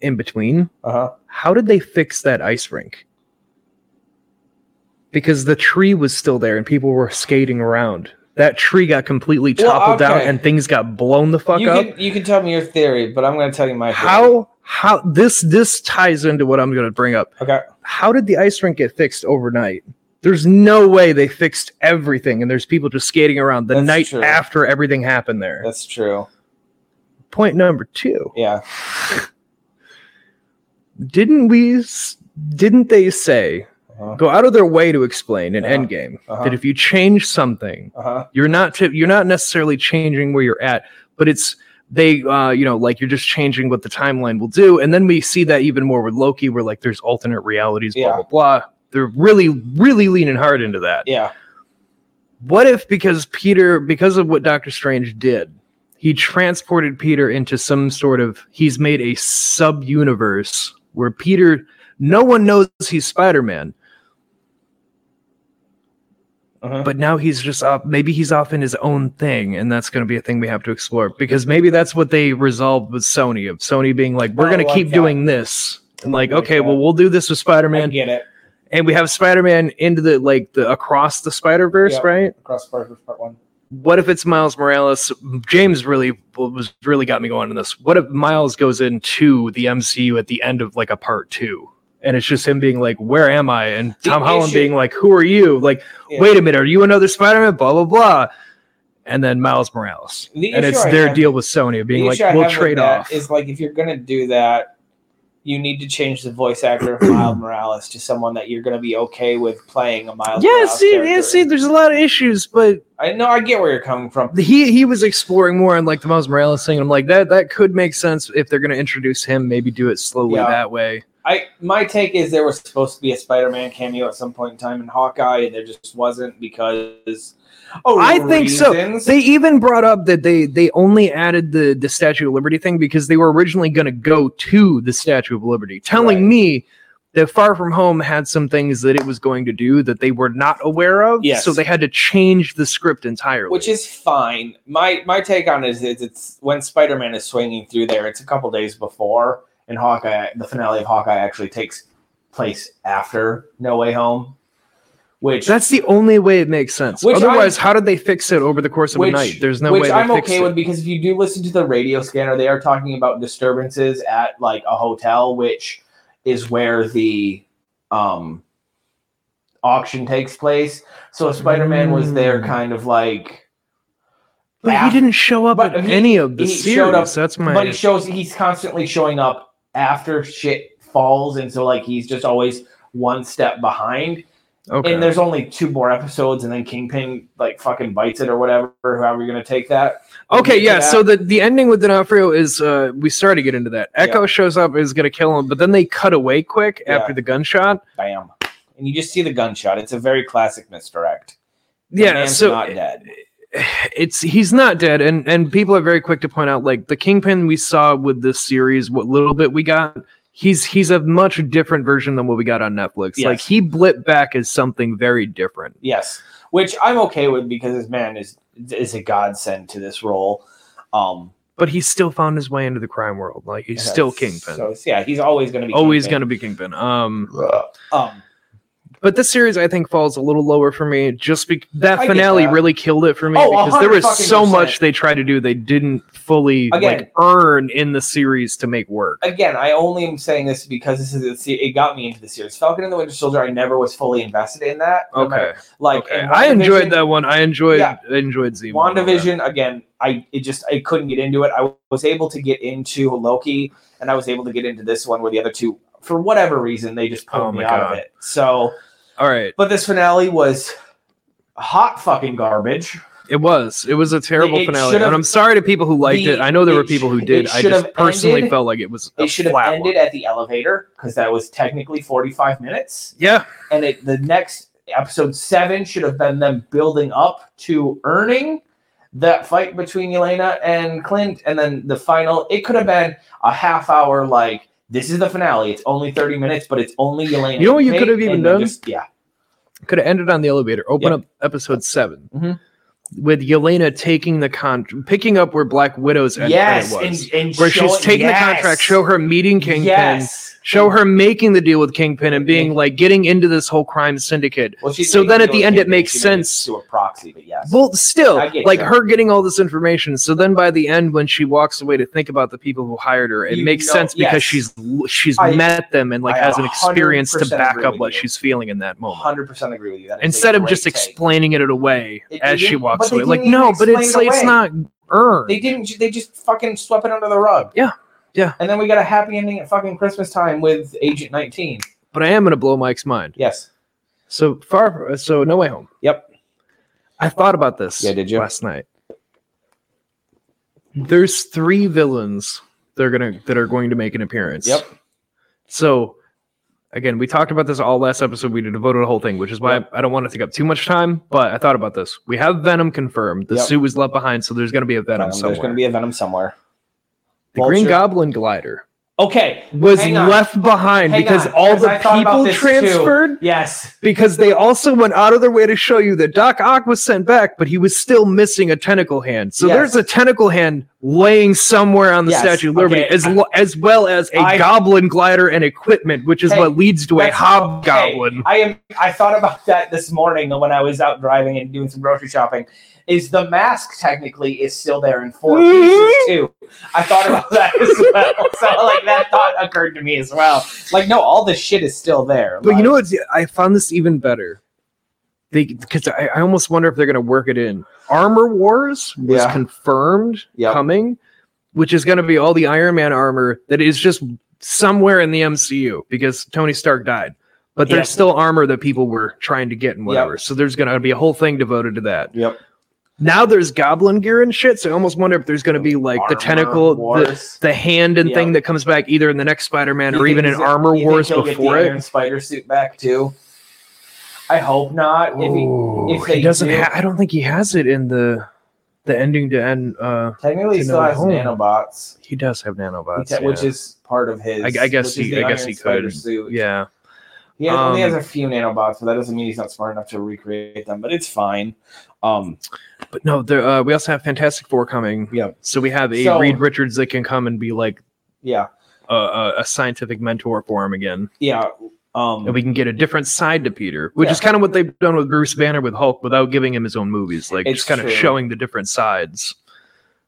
in between, Uh huh. how did they fix that ice rink? Because the tree was still there and people were skating around. That tree got completely Well, toppled down okay. and things got blown the fuck you up. Can, you can tell me your theory, but I'm going to tell you my theory. how how this this ties into what I'm going to bring up. Okay. How did the ice rink get fixed overnight? There's no way they fixed everything, and there's people just skating around the That's night true. after everything happened there. That's true. Point number two: Yeah. Didn't we? s- Didn't they say Uh go out of their way to explain in Uh-huh. Endgame huh. that if you change something, Uh huh. you're not to, you're not necessarily changing where you're at but it's they uh you know like you're just changing what the timeline will do and then we see that even more with loki where like there's alternate realities blah Yeah. blah blah they're really really leaning hard into that Yeah. what if because peter because of what doctor strange did he transported peter into some sort of he's made a sub universe where peter no one knows he's spider-man Uh-huh. but now he's just off maybe he's off in his own thing and that's going to be a thing we have to explore because maybe that's what they resolved with sony of sony being like we're Oh, I going to like keep that. doing this and like like okay that. well we'll do this with I spider-man get it. and we have spider-man into the like the across the spider-verse Yeah. right Across part part one. what if it's miles morales james really was really got me going on this what if miles goes into the mcu at the end of like a part two and it's just him being like where am i and The tom holland issue- being like who are you like Yeah. wait a minute, are you another Spider-Man? Blah blah blah. And then Miles Morales. The and issue it's I their have- deal with Sony of being the like, issue I we'll have with trade that off. Is like if you're gonna do that, you need to change the voice actor of Miles Morales to someone that you're gonna be okay with playing a Miles. yeah, Morales see, yeah, character. see, there's a lot of issues, but I know I get where you're coming from. he he was exploring more on like the Miles Morales thing. I'm like, that that could make sense if they're gonna introduce him, maybe do it slowly Yeah. that way. I my take is there was supposed to be a Spider-Man cameo at some point in time in Hawkeye, and there just wasn't because. Oh, I think so. reasons. They even brought up that they they only added the the Statue of Liberty thing because they were originally gonna go to the Statue of Liberty, telling Right. me that Far From Home had some things that it was going to do that they were not aware of. Yes. So they had to change the script entirely. which is fine. My my take on it is it's, it's when Spider Man is swinging through there. It's a couple days before, and Hawkeye, the finale of Hawkeye, actually takes place after No Way Home, which That's the only way it makes sense. Which Otherwise, how did they fix it over the course of which a night? There's no which way. They I'm fixed okay it. with because if you do listen to the radio scanner, they are talking about disturbances at like a hotel, which is where the um auction takes place. So Spider Man was there, Mm. kind of like. But he Af- didn't show up but at he- any of the he series. showed up- That's my. But he shows he's constantly showing up after shit falls, and so like he's just always one step behind. okay. And there's only two more episodes, and then Kingpin like fucking bites it or whatever. However, you're gonna take that. Okay, We'll get yeah. to that. So the, the ending with D'Onofrio is uh we started to get into that. Echo shows up is gonna kill him, but then they cut away quick Yeah. after the gunshot. bam, and you just see the gunshot. It's a very classic misdirect. The Yeah, man's so not dead. it's he's not dead, and and people are very quick to point out like the kingpin we saw with this series, what little bit we got. He's he's a much different version than what we got on Netflix. Like Yes. he blipped back as something very different. Yes, which I'm okay with because this man is is a godsend to this role. Um, But he still found his way into the crime world. Like he's still Kingpin. So yeah, he's always gonna be Always Kingpin. gonna be Kingpin. Um Uh, Um, but this series I think falls a little lower for me. Just be- I that get finale that. really killed it for me Oh, because there 100 was fucking so percent. much they tried to do they didn't fully Again. like earn in the series to make work. again, I only am saying this because this is it's- it got me into the series. Falcon and the Winter Soldier, I never was fully invested in that. No matter- Okay, like okay. in I enjoyed WandaVision- that one. I enjoyed Yeah. I enjoyed Z. WandaVision again, I it just I couldn't get into it. I was able to get into Loki, and I was able to get into this one where the other two for whatever reason, they just pulled Oh my me out of God. it. So, All right. but this finale was hot fucking garbage. It was. It was a terrible It- it finale. should've- and I'm sorry to people who liked the- it. I know there it were people who sh- did. it I should've just personally ended- felt like it was a It should have flat ended one. at the elevator because that was technically 45 minutes. Yeah. And it, the next episode seven should have been them building up to earning that fight between Elena and Clint. And then the final, it could have been a half hour, like, this is the finale. It's only 30 minutes, but it's only Elena. You know what you and could have Kate, even and then done? Just, yeah. Could have ended on the elevator. Open Yeah. up episode 7 Mhm. with Yelena taking the con, picking up where Black Widow's end yes. credit was, And, and where show- she's taking yes. the contract, show her meeting Kingpin, Yes. Mm-hmm. show her making the deal with Kingpin, and being like getting into this whole crime syndicate. Well, she's So making then a at the deal end with it Kate, makes she made it sense. To a proxy, but yes. Well, still, I get like you. her getting all this information. So then, by the end, when she walks away to think about the people who hired her, it You makes know- sense because yes. she's she's I- met them and like I has an experience to 100% back agree up with what you. she's feeling in that moment. 100% agree with you. That is a Instead of great just take. explaining it away It- they as she didn't- walks but they away, like didn't even no, but it's explain it like, it's away. not earned. They didn't. ju- They just fucking swept it under the rug. Yeah, yeah. And then we got a happy ending at fucking Christmas time with Agent 19. but I am gonna blow Mike's mind. Yes. So far, so no way home. Yep. I thought about this. Yeah, did you? last night? There's three villains they're gonna that are going to make an appearance. Yep. So again, we talked about this all last episode. We devoted a whole thing, which is why I don't want to take up too much time. But I thought about this. We have Venom confirmed. The Yep. suit was left behind, so there's going to be a Venom Venom. somewhere. There's going to be a Venom somewhere. the Green Vulture. Goblin glider Okay. was Hang on. left behind Hang because on, all 'cause the I thought about people this too. transferred. Yes. Because they also went out of their way to show you that Doc Ock was sent back, but he was still missing a tentacle hand. So Yes. there's a tentacle hand laying somewhere on the Yes, Statue of Liberty, okay. as lo- as well as a I- goblin glider and equipment, which is Hey, what leads to a that's- hobgoblin. Hey, I am. I thought about that this morning when I was out driving and doing some grocery shopping. Is the mask technically is still there in four Mm-hmm. pieces too? I thought about that as well. So like that thought occurred to me as well. Like no, all this shit is still there. But you Like, know what's I found this even better. They because I, I almost wonder if they're gonna work it in. Armor Wars was Yeah. confirmed Yep. coming, which is gonna be all the Iron Man armor that is just somewhere in the MCU because Tony Stark died. But there's Yep. still armor that people were trying to get and whatever. So there's gonna be a whole thing devoted to that. Yep. Now there's goblin gear and shit. So I almost wonder if there's gonna be like the Armor tentacle the, Wars. the hand and Yep. thing that comes back either in the next Spider-Man You or think even in he's- Armor you think Wars he'll get before the it. Iron Spider suit back too. I hope not. If he, Ooh, if they he doesn't do- ha- I don't think he has it in the the ending to end. Uh, technically, he To still another has home. nanobots, he does have nanobots, he te- which yeah. is part of his. I, I guess which is he. the I guess Iron he Spider could. Suit. Yeah, He has, he Um, has a few nanobots, but that doesn't mean he's not smart enough to recreate them. But it's fine. Um, but no. There, uh, we also have Fantastic Four coming. Yep. So we have a So- Reed Richards that can come and be like yeah, a, a, a scientific mentor for him again, yeah. Um, and we can get a different side to Peter, which Yeah. is kind of what they've done with Bruce Banner with Hulk, without giving him his own movies, like It's just kind true. of showing the different sides.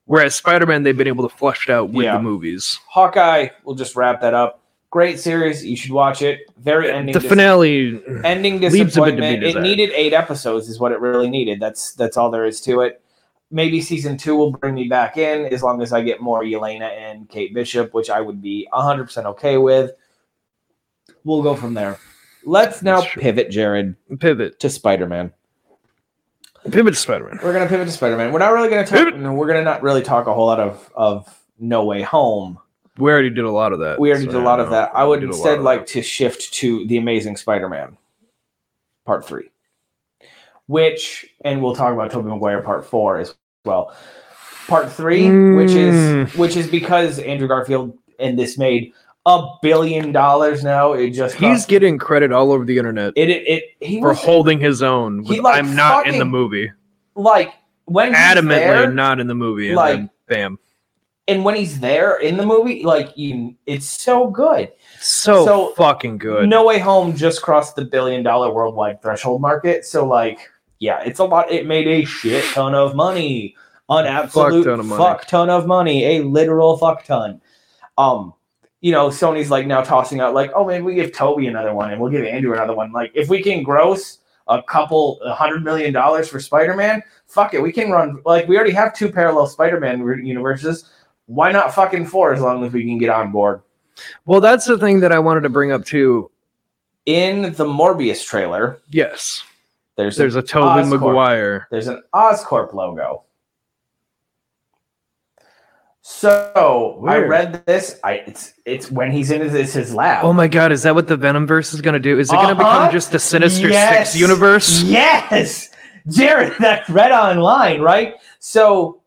Whereas Spider Man, they've been able to flush it out with Yeah. the movies. Hawkeye. We'll just wrap that up. Great series. You should watch it. Very ending. The dis- finale. ending Leaves a bit to be disappointment. It desired. needed eight episodes, is what it really needed. That's that's all there is to it. Maybe season two will bring me back in as long as I get more Elena and Kate Bishop, which I would be 100% okay with. We'll go from there. Let's now That's true. pivot, Jared, Pivot. to Spider Man. Pivot to Spider Man. We're gonna pivot to Spider Man. We're not really gonna talk. Pivot. No, we're gonna not really talk a whole lot of of No Way Home. We already did a lot of that. We already so did a lot of don't know. that. I We would did a lot instead of like to shift to The Amazing Spider Man, Part 3, which, and we'll talk about Tobey Maguire Part 4 as well. Part 3, which Mm. is which is because Andrew Garfield and this made a billion dollars now. It just that. he's getting credit all over the internet it, it, it he for was holding his own. With, he, like, I'm not in the fucking movie. like when he's Adamantly, there- I'm not in the movie. And like- then, bam. and when he's there in the movie, like you, it's so good. So, So, fucking good. No Way Home just crossed the billion dollar worldwide threshold market. So like, yeah, it's a lot. It made a shit ton of money, an absolute fuck ton ton of of money. money, a literal fuck ton. Um, you know, Sony's like now tossing out like, oh, maybe we give Toby another one and we'll give Andrew another one. Like, if we can gross a couple a hundred million dollars for Spider-Man, fuck it, we can run like we already have two parallel Spider-Man re- universes. Why not fucking four as long as we can get on board? Well, that's the thing that I wanted to bring up too. In the Morbius trailer, Yes, there's there's a Toby Oscorp. Maguire. There's an Oscorp logo. So I Weird. read this. I it's it's when he's in his, it's his lab. Oh my God, is that what the Venom verse is going to do? Is it going to Uh-huh. become just a Sinister Yes. Six universe? Yes, Jared, that read online, right? So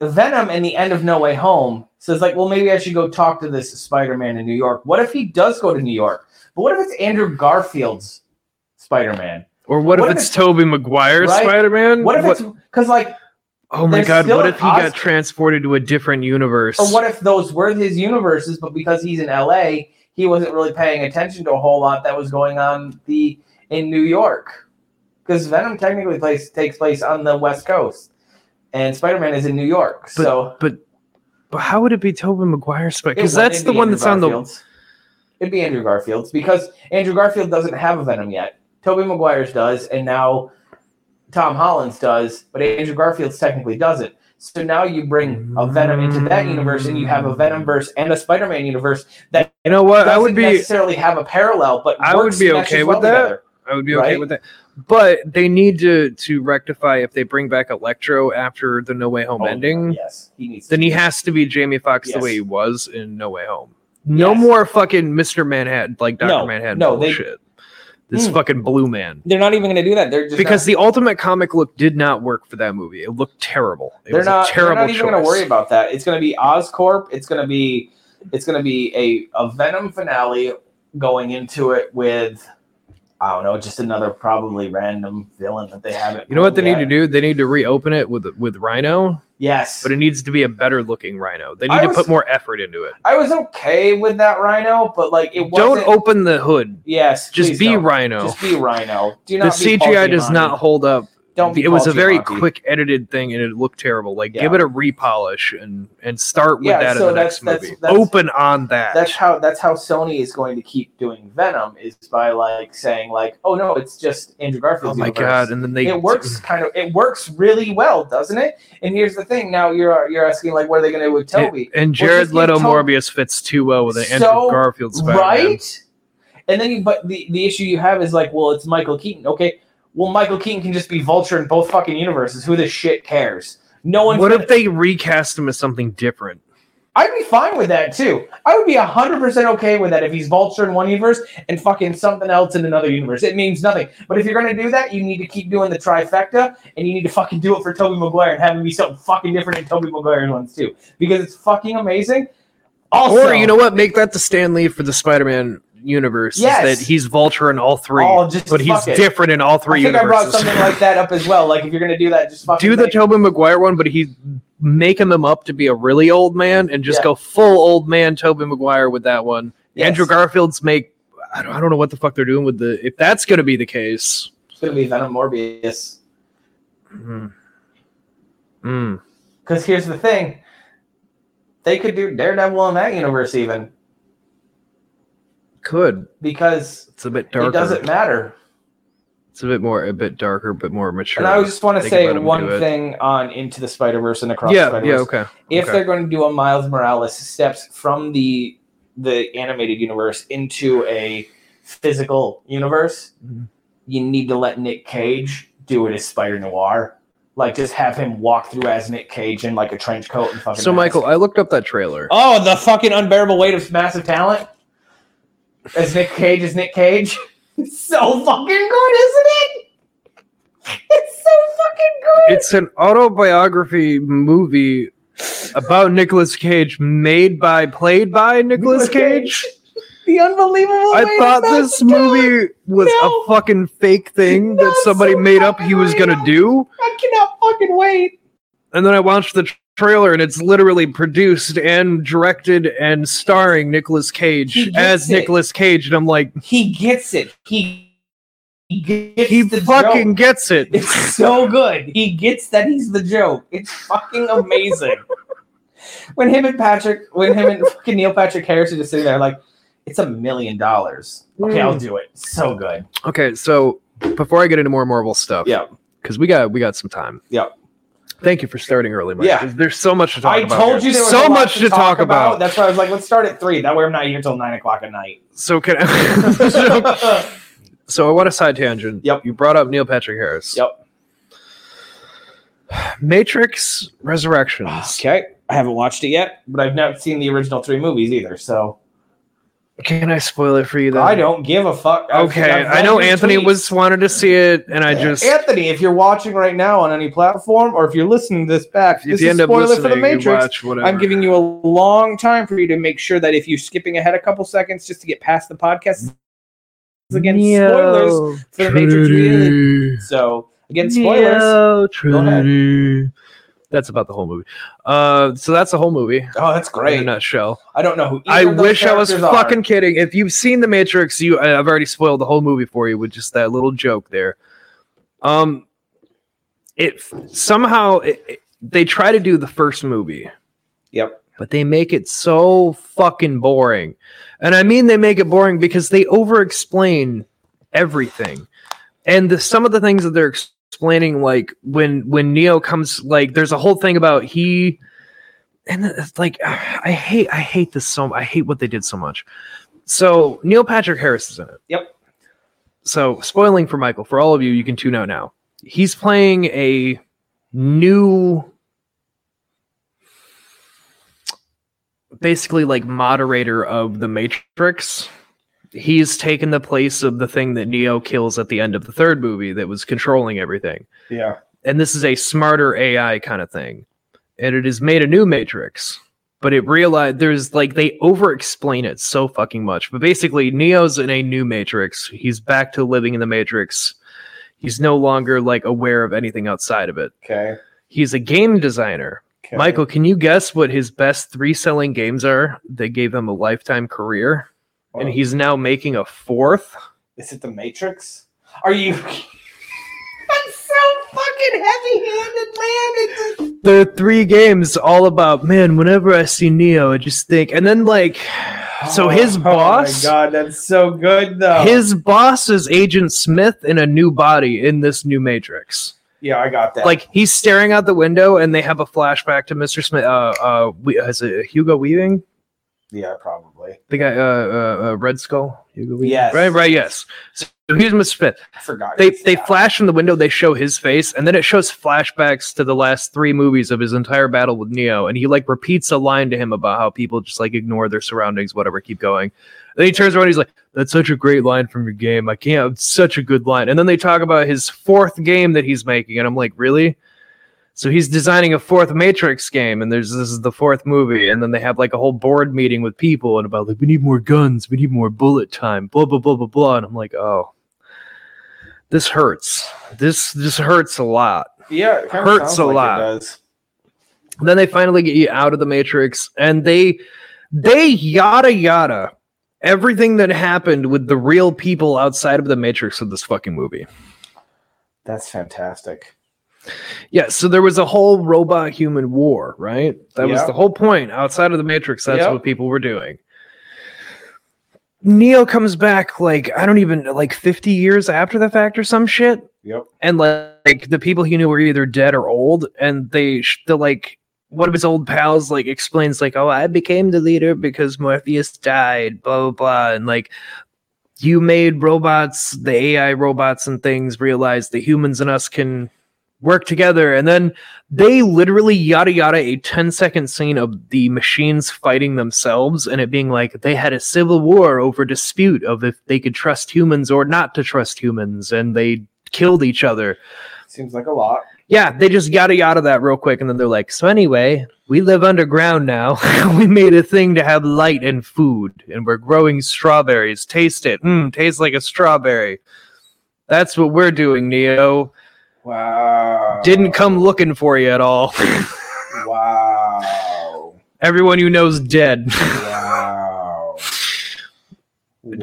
Venom in the end of No Way Home says like, well, maybe I should go talk to this Spider-Man in New York. What if he does go to New York? But what if it's Andrew Garfield's Spider-Man? Or what, What if if it's, Toby Maguire's Right? Spider Man? What if it's because like oh my there's God, still what an if he got Oscorp? transported to a different universe? Or what if those were his universes, but because he's in LA, he wasn't really paying attention to a whole lot that was going on the in New York? Because Venom technically plays, takes place on the West Coast, and Spider Man is in New York. so but how would it be Toby Maguire's Spider? Because it wouldn't that's be the one Andrew that's on the. Garfield's. It'd be Andrew Garfield's because Andrew Garfield doesn't have a Venom yet. Toby Maguire's does, and now Tom Holland's does, but Andrew Garfield's technically doesn't. So now you bring a Venom into that universe, and you have a Venomverse and a Spider-Man universe that You know what? doesn't I would be. necessarily have a parallel, but I would works- be meshes okay well with that. together. I would be okay right? with that. But they need to to rectify if they bring back Electro after the No Way Home Oh, ending. Yes, he needs. Then to. he has to be Jamie Foxx the Yes. way he was in No Way Home. No Yes. more fucking Mr. Manhattan like Dr. No, Manhattan no, they- bullshit. this Mm. fucking blue man. They're not even going to do that. They're just Because not- the ultimate comic look did not work for that movie. It looked terrible. It they're was not. a terrible they're not even going choice. to worry about that. It's going to be Oscorp. It's going to be. It's going to be a a Venom finale going into it with. I don't know, just another probably random villain that they haven't. you know what they pulled need to yet. do? They need to reopen it with with Rhino, Yes, but it needs to be a better looking Rhino. They need I to was- put more effort into it. I was okay with that Rhino, but like it Don't wasn't. open the hood. yes, Just please be don't. Rhino. Just be Rhino. Do the not. be Paul CGI does Giamatti. not hold up. Don't. Be it was Paul a very Giamatti. quick edited thing, and it looked terrible. Like, Yeah. give it a repolish and and start with Yeah, that so in the that's- next that's- movie. that's- Open on that. that's how that's how Sony is going to keep doing Venom is by like saying like, oh no, it's just Andrew oh Garfield's. my universe. god! And then they It works kind of. It works really well, doesn't it? And here's the thing. Now you're you're asking like, what are they going to do with Toby? And Well, Jared just give Leto Tom- Morbius fits too well with an So, Andrew Garfield Spider-Man. right? And then you, but the the issue you have is like, well, it's Michael Keaton. Okay, well, Michael Keaton can just be Vulture in both fucking universes. Who the shit cares? No one. What if they recast him as something different? I'd be fine with that too. I would be hundred percent okay with that if he's Vulture in one universe and fucking something else in another universe. It means nothing. But if you're gonna do that, you need to keep doing the trifecta, and you need to fucking do it for Toby Maguire and have him be something fucking different in Toby Maguire's ones too, because it's fucking amazing. Also, or you know what? Make that the Stan Lee for the Spider-Man universe. is Yes. that he's Vulture in all three, Oh, just but he's fuck it. different in all three I think I brought universes. something like that up as well. Like if you're gonna do that, just fucking Do the make- Tobey Maguire one, but he making him up to be a really old man and just Yeah. go full old man Tobey Maguire with that one. Yes. Andrew Garfield's make I don't, I don't know what the fuck they're doing with the if that's gonna be the case. It's gonna be Venom Morbius. Hmm. Hmm. Because here's the thing, they could do Daredevil in that universe even Could because it's a bit darker. it doesn't matter. It's a bit more, a bit darker, but more mature. And I just want to Think say about 'em do one it. thing on Into the Spider Verse and Across the yeah, Spider yeah, Verse. okay. If okay. they're going to do a Miles Morales steps from the the animated universe into a physical universe, Mhm. you need to let Nick Cage do it as Spider Noir. Like just have him walk through as Nick Cage in like a trench coat and fucking. so, mask. Michael, I looked up that trailer. oh, the fucking unbearable weight of massive talent. As Nick Cage is Nick Cage. It's so fucking good, isn't it? It's so fucking good. It's an autobiography movie about Nicolas Cage, made by, played by Nicolas Nicolas Oh, Cage. The unbelievable. I way thought it's this about to go. movie was No. a fucking fake thing No, that somebody so made up he fucking was gonna real. do, I cannot fucking wait. and then I watched the tr- trailer, and it's literally produced and directed and starring Nicolas Cage He as gets it. Nicolas Cage, and I'm like, He gets it. He, he gets he the fucking joke. gets it. It's so good. He gets that he's the joke. It's fucking amazing. when him and Patrick, when him and fucking Neil Patrick Harris are just sitting there like, it's a million dollars. Okay, I'll do it. So good. Okay, so before I get into more Marvel stuff, Yeah. because we got we got some time. Yeah. Thank you for starting early, Mike. Yeah. 'cause There's so much to talk I about. told here. you there was so a lot much to talk about. That's why I was like, let's start at three. That way I'm not here till nine o'clock at night. So can I, so, so I want a side tangent. Yep. You brought up Neil Patrick Harris. Yep. Matrix Resurrections. okay, I haven't watched it yet, but I've not seen the original three movies either. So Can I spoil it for you? Then? I don't give a fuck. I've- Okay, I've read I know your Anthony tweets. was wanted to see it, and I just Anthony, if you're watching right now on any platform, or if you're listening to this back, if this you is end up spoiler for listening, the you Matrix. watch whatever. I'm giving you a long time for you to make sure that if you're skipping ahead a couple seconds just to get past the podcast, again, spoilers for the Matrix. Reloaded. So again, spoilers. Neo Go ahead. Trinity. That's about the whole movie. Uh, so that's the whole movie Oh, that's in a great. nutshell. I don't know who. I either of those wish I was characters are. fucking kidding. If you've seen the Matrix, you I- I've already spoiled the whole movie for you with just that little joke there. Um, it somehow it, it- they try to do the first movie. Yep. but they make it so fucking boring. And I mean they make it boring because they over-explain everything. And the, some of the things that they're ex- explaining, like when when Neo comes, like there's a whole thing about he and it's like I hate I hate this so I hate what they did so much. So Neil Patrick Harris is in it. Yep. So spoiling for Michael, for all of you, you can tune out now. He's playing a new basically like moderator of the Matrix. He's taken the place of the thing that Neo kills at the end of the third movie that was controlling everything. Yeah. And this is a smarter AI kind of thing. And it has made a new Matrix. But it realized there's like they over explain it so fucking much. But basically, Neo's in a new Matrix. He's back to living in the Matrix. He's no longer like aware of anything outside of it. Okay. He's a game designer. okay. Michael, can you guess what his best three selling games are that gave him a lifetime career? And Wow. he's now making a fourth. Is it the Matrix? Are you? I'm so fucking heavy-handed, man. It's just- There are three games all about, man, whenever I see Neo, I just think. And then, like, So his boss- Oh my god, that's so good though. his boss is Agent Smith in a new body in this new Matrix. Yeah, I got that. Like, he's staring out the window and they have a flashback to Mr. Smith. Uh, uh, we, is it Hugo Weaving? yeah, probably. The guy, uh, uh, uh Red Skull? Hugo Weaving? Yes. Right, right, yes. So here's Mr. Smith. I forgot. they his they dad. flash in the window they show his face and then it shows flashbacks to the last three movies of his entire battle with neo and he like repeats a line to him about how people just like ignore their surroundings whatever keep going then he turns around he's like that's such a great line from your game i can't it's such a good line and then they talk about his fourth game that he's making and i'm like really so he's designing a fourth Matrix game, and there's this is the fourth movie, and then they have like a whole board meeting with people and about like we need more guns, we need more bullet time, blah blah blah blah blah, and I'm like, oh, this hurts. This this hurts a lot. Yeah, it kinda hurts sounds a like it lot. does. Then they finally get you out of the Matrix, and they they yada yada everything that happened with the real people outside of the Matrix of this fucking movie. That's fantastic. Yeah, so there was a whole robot human war, right? That was Yeah. the whole point. Outside of the Matrix, that's Yeah. what people were doing. Neo comes back like I don't even like 50 years after the fact or some shit Yep. and like the people he knew were either dead or old and they sh- the like one of his old pals like explains like oh i became the leader because morpheus died blah blah blah and like you made robots the ai robots and things realize the humans and us can work together and then they literally yada yada a 10 second scene of the machines fighting themselves and it being like they had a civil war over dispute of if they could trust humans or not to trust humans and they killed each other Seems like a lot. yeah, they just yada yada that real quick, and then they're like, "So anyway, we live underground now. we made a thing to have light and food, and we're growing strawberries. Taste it. Mmm, tastes like a strawberry. That's what we're doing, Neo. Wow. Didn't come looking for you at all. Wow. Everyone you know's dead. Wow.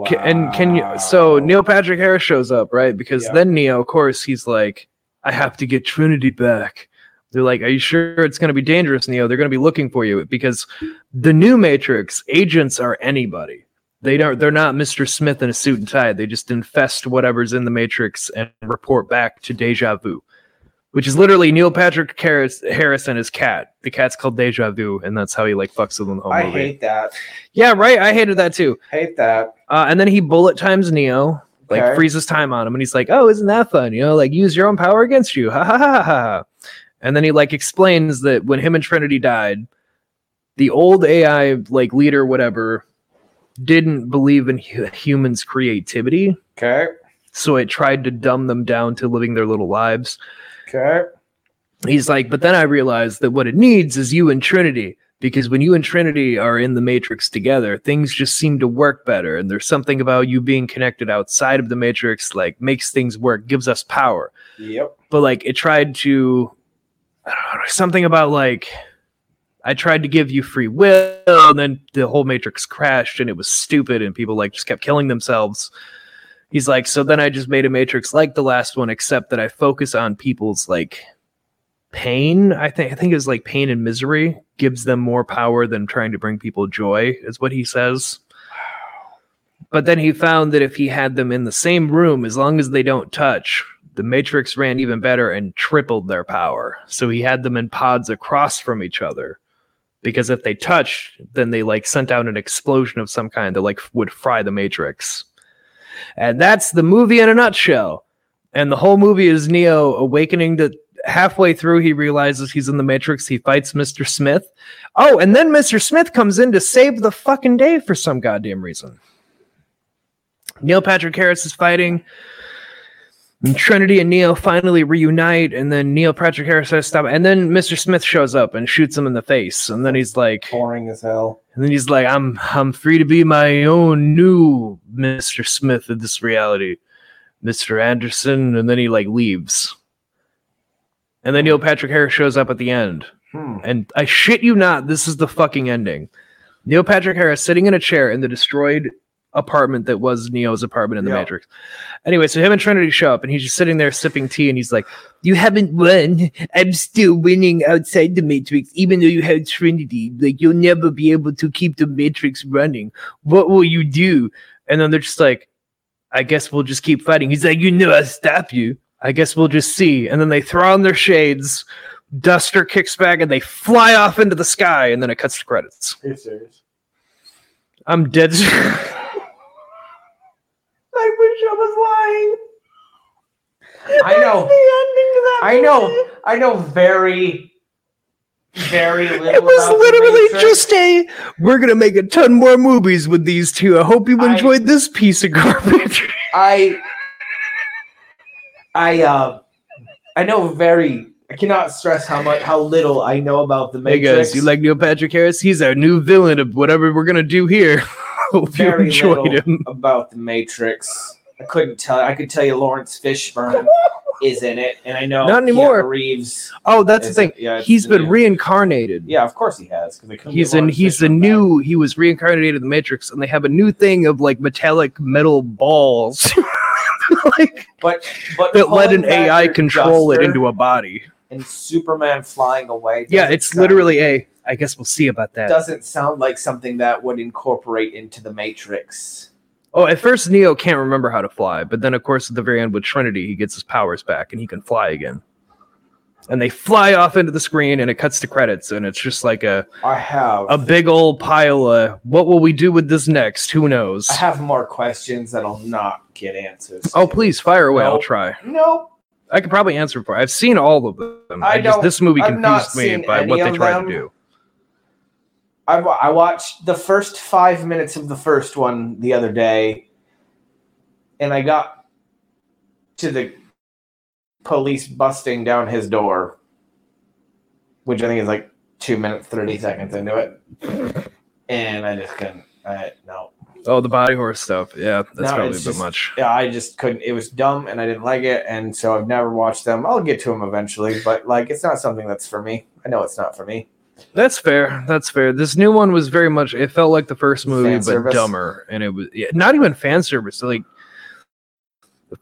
Ca- And can you? So Neil Patrick Harris shows up, right? Because Yeah. then Neo, of course, he's like, "I have to get Trinity back." They're like, "Are you sure it's going to be dangerous, Neo? They're going to be looking for you because the new Matrix agents are anybody. They don't. They're not Mister Smith in a suit and tie. They just infest whatever's in the Matrix and report back to Deja Vu. which is literally Neil Patrick Harris, Harris and his cat. The cat's called Deja Vu, and that's how he like fucks with him the whole I movie. hate that. yeah, right. I hated that too. Hate that. Uh, and then he bullet times Neo, like Okay. freezes time on him, and he's like, "Oh, isn't that fun? You know, like use your own power against you." Ha ha ha ha, ha. And then he like explains that when him and Trinity died, the old AI like leader, whatever, didn't believe in hu- humans' creativity, Okay. so it tried to dumb them down to living their little lives. Okay. He's like, but then I realized that what it needs is you and Trinity. Because when you and Trinity are in the Matrix together, things just seem to work better. And there's something about you being connected outside of the Matrix, like makes things work, gives us power. Yep. But like it tried to, I don't know, something about like, I tried to give you free will, and then the whole Matrix crashed and it was stupid, and people like just kept killing themselves. He's like, so then I just made a Matrix like the last one, except that I focus on people's like pain i think i think it was like pain and misery gives them more power than trying to bring people joy is what he says but then he found that if he had them in the same room as long as they don't touch the matrix ran even better and tripled their power so he had them in pods across from each other because if they touched then they like sent out an explosion of some kind that like would fry the matrix and that's the movie in a nutshell and the whole movie is neo awakening to halfway through he realizes he's in the matrix he fights mr smith oh and then mr smith comes in to save the fucking day for some goddamn reason neil patrick harris is fighting and trinity and neo finally reunite and then neil patrick harris has to stop and then mr smith shows up and shoots him in the face and then he's like Boring as hell. and then he's like, "I'm I'm free to be my own new Mr. Smith of this reality, Mr. Anderson." And then he like leaves. And then Neil Patrick Harris shows up at the end, Hmm. and I shit you not, this is the fucking ending. Neil Patrick Harris sitting in a chair in the destroyed apartment that was Neo's apartment in the Yeah. Matrix. Anyway, so him and Trinity show up, and he's just sitting there sipping tea, and he's like, "You haven't won. I'm still winning outside the Matrix, even though you had Trinity. Like you'll never be able to keep the Matrix running. What will you do?" And then they're just like, "I guess we'll just keep fighting." He's like, "You know, I'll stop you. I guess we'll just see." And then they throw on their shades. Duster kicks back and they fly off into the sky, and then it cuts to credits. Are you serious? I'm dead. ser- I wish I was lying. I know. I I know. I know very, very little. It was about the literally Matrix. just a. We're gonna make a ton more movies with these two. I hope you I- enjoyed this piece of garbage. I. I uh, I know very. I cannot stress how much how little I know about the Hey Matrix. guys, you like Neil Patrick Harris? He's our new villain of whatever we're gonna do here. hope you Very enjoyed little. him. about the Matrix. I couldn't tell. I could tell you Lawrence Fishburne is in it, and I know Not Keanu anymore. Reeves. Oh, that's the is in- thing. Yeah, it's- He's been yeah. reincarnated. Yeah, of course he has. Because He's in. He's a new. He was reincarnated in the Matrix, and they have a new thing of like metallic metal balls, like but but that let pulling an back AI your control it Oh, duster into a body. and Superman flying away. Yeah, doesn't it's sound- literally a. I guess we'll see about that. doesn't sound like something that would incorporate into the Matrix. Oh, at first Neo can't remember how to fly, but then of course at the very end with Trinity, he gets his powers back and he can fly again. And they fly off into the screen and it cuts to credits and it's just like a I have a big old pile of what will we do with this next? Who knows? I have more questions that'll not get answers. Oh please fire away, I'll Nope. try. no, I could probably answer for. I've seen all of them. I I, just don't- this movie I've not confused me seen by any what they of tried them. to do. I wa- I watched the first five minutes of the first one the other day, and I got to the police busting down his door, which I think is like two minutes thirty seconds into it, and I just couldn't. I, no, Oh, the body horse stuff. Yeah, that's No, probably it's a bit just- much. yeah, I just couldn't. It was dumb, and I didn't like it, and so I've never watched them. I'll get to them eventually, but like, it's not something that's for me. I know it's not for me. That's fair. That's fair. This new one was very much. It felt like the first movie, Fan but service. dumber, and it was yeah, not even fan service. Like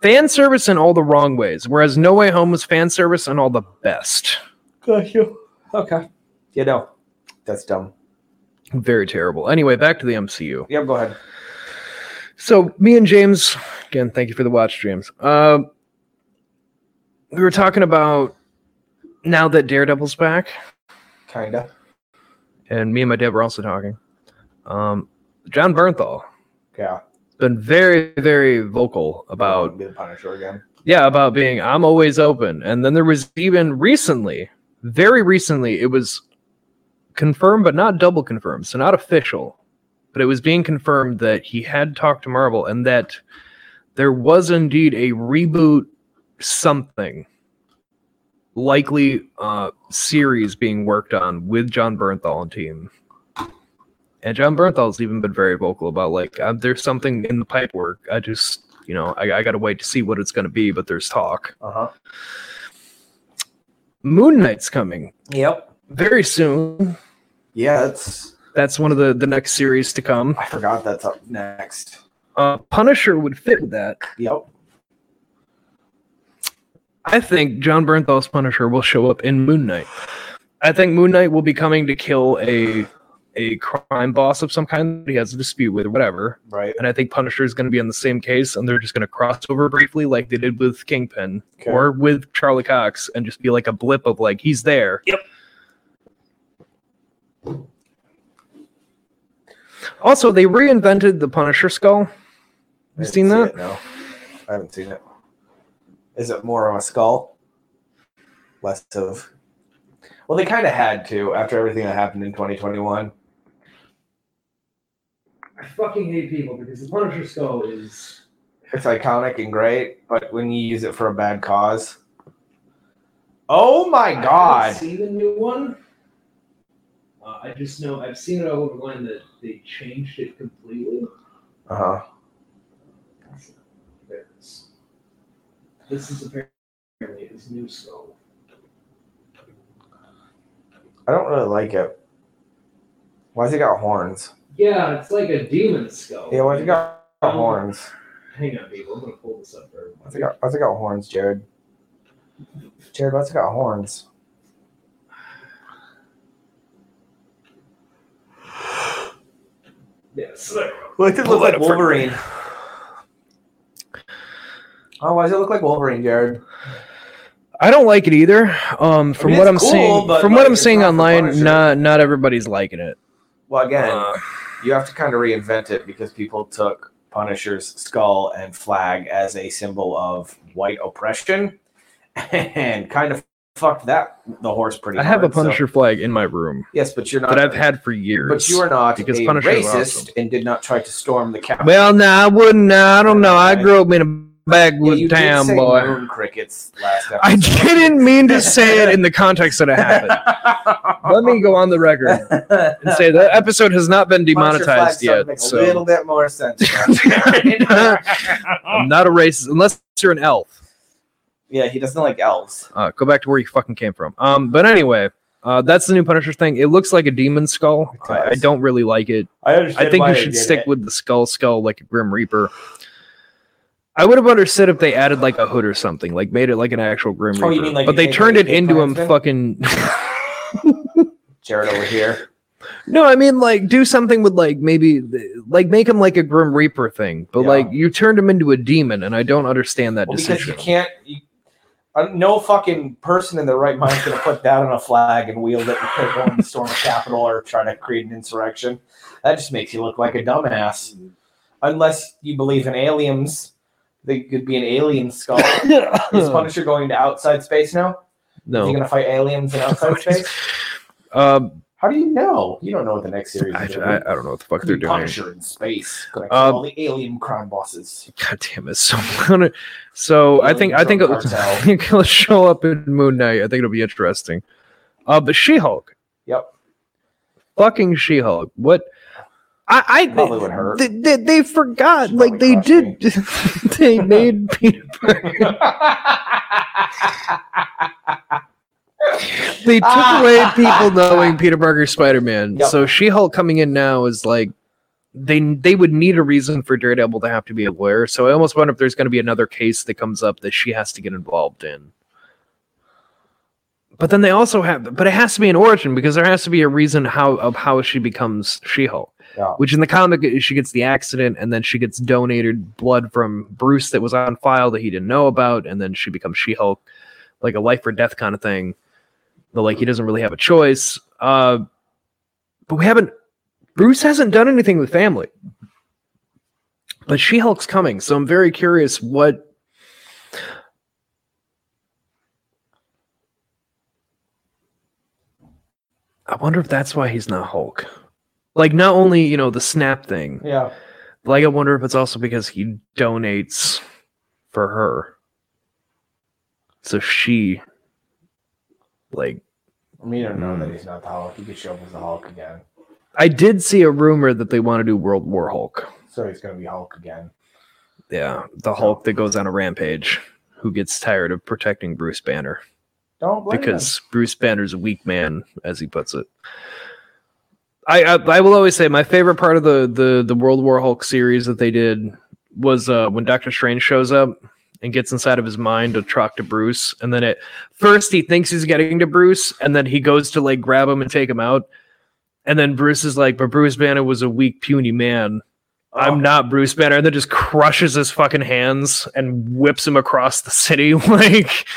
fan service in all the wrong ways. Whereas No Way Home was fan service in all the best. Got you. Okay. You know, that's dumb. Very terrible. Anyway, back to the MCU. Yeah, go ahead. So me and James, again, thank you for the watch, James. Um, we were Uh, talking about now that Daredevil's back, Kinda. and me and my dad were also talking, um, John Bernthal Yeah. been very, very vocal about be the Punisher again. yeah about being i'm always open and then there was even recently very recently it was confirmed but not double confirmed so not official but it was being confirmed that he had talked to marvel and that there was indeed a reboot something likely uh series being worked on with john bernthal and team and john bernthal's even been very vocal about like uh, there's something in the pipe work i just you know, I, I got to wait to see what it's going to be, but there's talk. Uh huh. Moon Knight's coming Yep. very soon. Yeah, that's. That's one of the, the next series to come. I forgot that's up next. Uh, Punisher would fit with that. Yep. I think John Bernthal's Punisher will show up in Moon Knight. I think Moon Knight will be coming to kill a a crime boss of some kind that he has a dispute with, or whatever. Right. And I think Punisher is going to be on the same case, and they're just going to cross over briefly, like they did with Kingpin Okay. or with Charlie Cox, and just be like a blip of like he's there. Yep. Also, they reinvented the Punisher skull. I You seen didn't that? see it, no, I haven't seen it. Is it more of a skull? Less of. Well, they kind of had to after everything that happened in 2021. I fucking hate people because the Punisher skull is It's iconic and great, but when you use it for a bad cause. Oh my god! See the new one. Uh, I just know I've seen it all over online that they changed it completely. Uh huh. There it is. This is apparently his new skull. I don't really like it. Why's it got horns? Yeah, it's like a demon skull. Yeah, why's it got horns? Hang on, people. I'm gonna pull this up for Why's it got, why's it got horns, Jared? Jared, why's it got horns? Yes. there we go. Why does it Pull look that like up for- Wolverine? Oh, why does it look like Wolverine, Jared? I don't like it either. Um, from mean, what it's I'm cool, seeing, but, from like, what I'm it's seeing not the online, Punisher. not not everybody's liking it. Well, again, Uh, you have to kind of reinvent it because people took Punisher's skull and flag as a symbol of white oppression and kind of fucked that the horse pretty I have a hard, so- Punisher flag in my room yes, but you're not. that I've had for years. But you are not because a Punisher was racist awesome. and did not try to storm the Capitol. well, no, I wouldn't. Nah, I don't know. I grew up in a Yeah, backwoods you did town, say boy. moon crickets last episode. I didn't mean to say it in the context that it happened. Let me go on the record and say that episode has not been demonetized yet. A So little bit more sense. I'm not a racist unless you're an elf. yeah, he doesn't like elves. Uh, go back to where you fucking came from. Um, but anyway, uh, that's the new Punisher thing. It looks like a demon skull. It I, I does. don't really like it. I understand. I think you should stick with the skull skull like a Grim Reaper. I would have understood if they added like a hood or something, like made it like an actual Grim Oh, Reaper. you mean like but you they think turned like it a into him Klansman? fucking. Jared over here. no, I mean like do something with like maybe the- like make him like a Grim Reaper thing, but Yeah. like you turned him into a demon, and I don't understand that Well, because you decision. can't. You, uh, no fucking person in their right mind is going to put that on a flag and wield it and go and storm a capital or try to create an insurrection. That just makes you look like a dumbass. Unless you believe in aliens, they could be an alien skull. is Punisher going to outside space now? Is he no, going to fight aliens in outside space? um, How do you know? You don't know what the next series I, is. I, I don't know what the fuck Could they're be doing. Punisher in space. Gonna kill Um, all the alien crime bosses. God damn it! So, I'm gonna- so I think I think Alien it'll, drug I cartel. think it'll show up in Moon Knight. I think it'll be interesting. Uh, but She Hulk, Yep. fucking She Hulk, what? I, I Probably would hurt. They, they, they forgot, She like probably they crushed did. they made Peter. Parker- They took away people knowing Peter Parker's Spider Man. Ah. Yep. So She Hulk coming in now is like. They, they would need a reason for Daredevil to have to be a lawyer, so I almost wonder if there's going to be another case that comes up that she has to get involved in. But then they also have, but it has to be an origin because there has to be a reason how of how she becomes She-Hulk. Yeah. Which in the comic she gets the accident and then she gets donated blood from Bruce that was on file that he didn't know about, and then she becomes She-Hulk, like a life or death kind of thing. but like he doesn't really have a choice. Uh, but we haven't. Bruce hasn't done anything with family, but She Hulk's coming, so I'm very curious what. I wonder if that's why he's not Hulk. Like, not only you know the snap thing, Yeah. like I wonder if it's also because he donates for her. So she like I mean, I don't know Hmm. that he's not the Hulk. He could show up as the Hulk again. I did see a rumor that they want to do World War Hulk. So he's going to be Hulk again. Yeah, the Hulk that goes on a rampage who gets tired of protecting Bruce Banner Don't blame him. because Bruce Banner's a weak man as he puts it. I, I I will always say my favorite part of the the the World War Hulk series that they did was uh, when Doctor Strange shows up and gets inside of his mind to talk to Bruce, and then it first he thinks he's getting to Bruce, and then he goes to like grab him and take him out, and then Bruce is like, "But Bruce Banner was a weak, puny man. Oh. I'm not Bruce Banner." And then just crushes his fucking hands and whips him across the city like.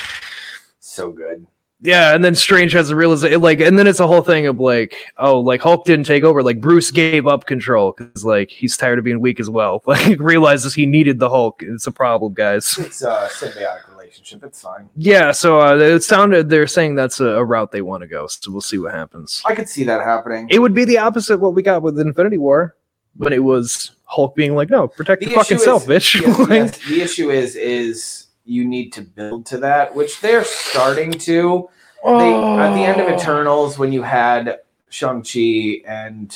So good. Yeah, and then Strange has a realization, like, and then it's a whole thing of like, oh, like Hulk didn't take over, like Bruce gave up control because like he's tired of being weak as well. Like realizes he needed the Hulk. It's a problem, guys. It's a symbiotic relationship. It's fine. Yeah, so uh, it sounded they're saying that's a, a route they want to go. So we'll see what happens. I could see that happening. It would be the opposite of what we got with Infinity War, when it was Hulk being like, no, protect The your fucking issue self, is- bitch. Yes, Like, yes. The issue is, is you need to build to that, which they're starting to. They, at the end of oh. Eternals, when you had Shang Chi and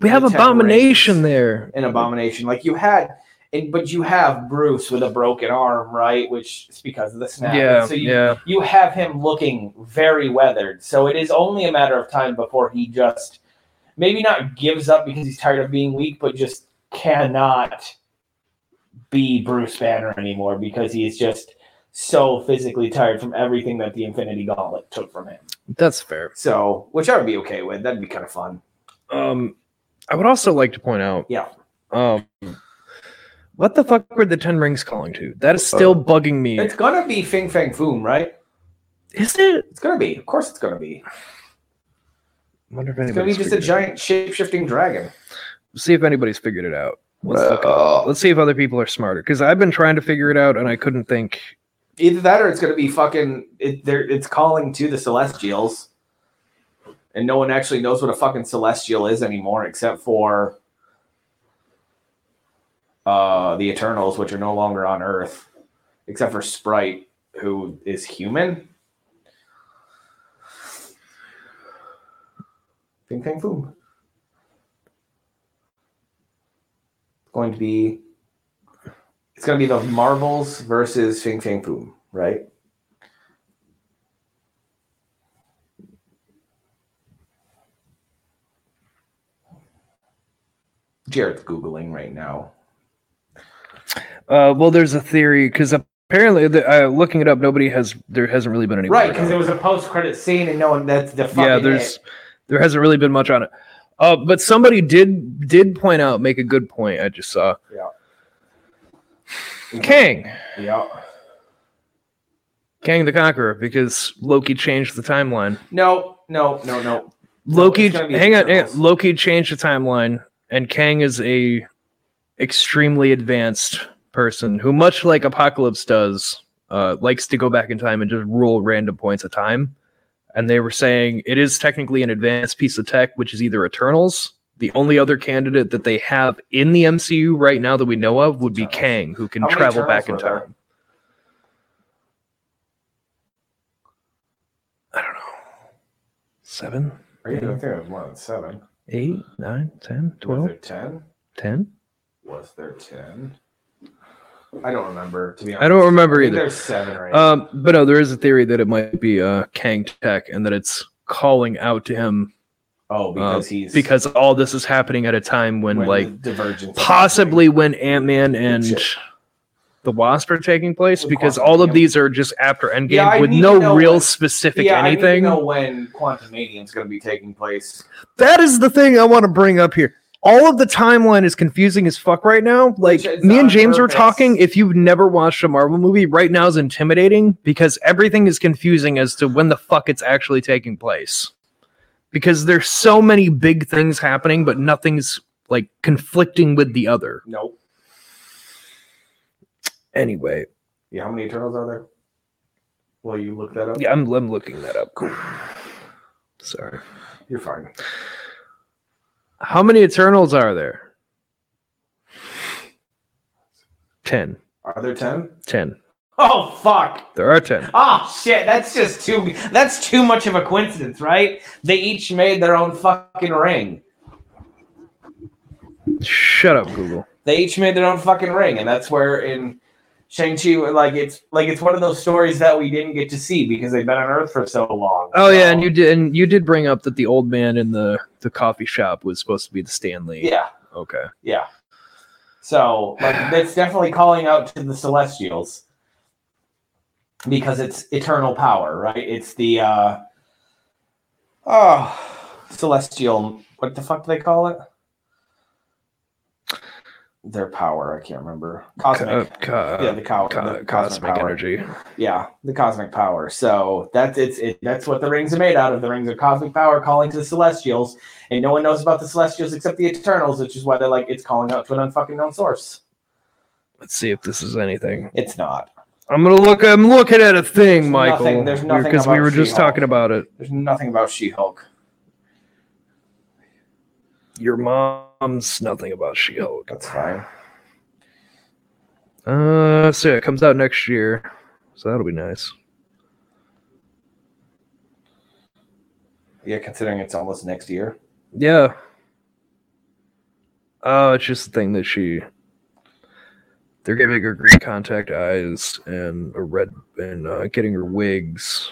we have the Ten Abomination Rings. there. an Abomination, like you had, and but you have Bruce with a broken arm, right? Which is because of the snap. Yeah, so you, yeah. you have him looking very weathered. So it is only a matter of time before he just maybe not gives up because he's tired of being weak, but just cannot be Bruce Banner anymore because he is just so physically tired from everything that the Infinity Gauntlet took from him. That's fair. So, which I would be okay with. That'd be kind of fun. Um, I would also like to point out. Yeah. Um, what the fuck were the Ten Rings calling to? That is still bugging me. Uh, It's gonna be Fing Fang Foom, right? Is it? It's gonna be. Of course, it's gonna be. I wonder if It's gonna be anybody's just a figured it out. giant shape shifting dragon. See if anybody's figured it out. Let's look it up. Let's see if other people are smarter because I've been trying to figure it out and I couldn't think. Either that or it's going to be fucking. It, they're, it's calling to the Celestials. And no one actually knows what a fucking Celestial is anymore except for uh, the Eternals, which are no longer on Earth, except for Sprite, who is human. Bing, bang, boom. Going to be it's gonna be the marbles versus Fing Fang Foom, right? Jared's googling right now. Uh, well, there's a theory because apparently, the, uh, looking it up, nobody has. There hasn't really been any. Right, because there was a post-credit scene, and no one that's the fucking yeah there's there hasn't really been much on it uh but somebody did did point out make a good point i just saw it. kang Yeah. kang the conqueror because loki changed the timeline No, no, no, no. loki it's gonna be hang on, hang on Eternals. loki changed the timeline and kang is a extremely advanced person who much like apocalypse does uh likes to go back in time and just rule random points of time and they were saying it is technically an advanced piece of tech, which is either Eternals. The only other candidate that they have in the MCU right now that we know of would be Eternals. Kang, who can How many travel back in Eternals were time. I don't know. Seven, Are you doing there was more than seven? eight, nine, ten, twelve, ten? ten. Was there ten? I don't remember. To be honest, I don't remember think either. There's seven right Um, but no, there is a theory that it might be uh, Kang Tech and that it's calling out to him Oh, because he's uh, because all this is happening at a time when like divergence possibly when Ant-Man and Shit. the Wasp are taking place With because Quantum all of Mania. these are just after Endgame Yeah, I with need no to know real when- specific yeah, I need to anything. know when Quantum is going to be taking place. That is the thing I want to bring up here. all of the timeline is confusing as fuck right now. Like It's me on and James were purpose. talking. If you've never watched a Marvel movie, right now is intimidating because everything is confusing as to when the fuck it's actually taking place. Because there's so many big things happening, but nothing's like conflicting with the other. Nope. Anyway, Yeah, how many Eternals are there? Well, you look that up. yeah, I'm I'm looking that up. Sorry. You're fine. How many Eternals are there? Ten. Are there ten? Ten. Oh fuck. There are ten. Oh shit, that's just too that's too much of a coincidence, right? They each made their own fucking ring. Shut up, Google. They each made their own fucking ring, and that's where in Shang-Chi like it's like it's one of those stories that we didn't get to see because they've been on Earth for so long. Oh yeah, and So, you did and you did bring up that the old man in the the coffee shop was supposed to be the Stanley. Yeah, Okay. yeah. So like that's definitely calling out to the Celestials. Because it's eternal power, right? It's the uh oh celestial what the fuck do they call it? Their power, I can't remember. Cosmic. Co- co- yeah, the, cow- uh, co- the cosmic, cosmic, power. energy. Yeah, the cosmic power. So that's it's it, that's what the rings are made out of. The rings are cosmic power calling to the Celestials, and no one knows about the Celestials except the Eternals, which is why they're like it's calling out to an unfucking known source. Let's see if this is anything. It's not. I'm gonna look. I'm looking at a thing, There's Michael. nothing- there's nothing because we about were just She-Hulk. talking about it. There's nothing about She-Hulk. Your mom's nothing about She-Hulk. That's fine. Uh, so yeah, it comes out next year, so that'll be nice. Yeah, considering it's almost next year. Yeah. Oh, it's just the thing that she. They're giving her green contact eyes and a red and uh, getting her wigs.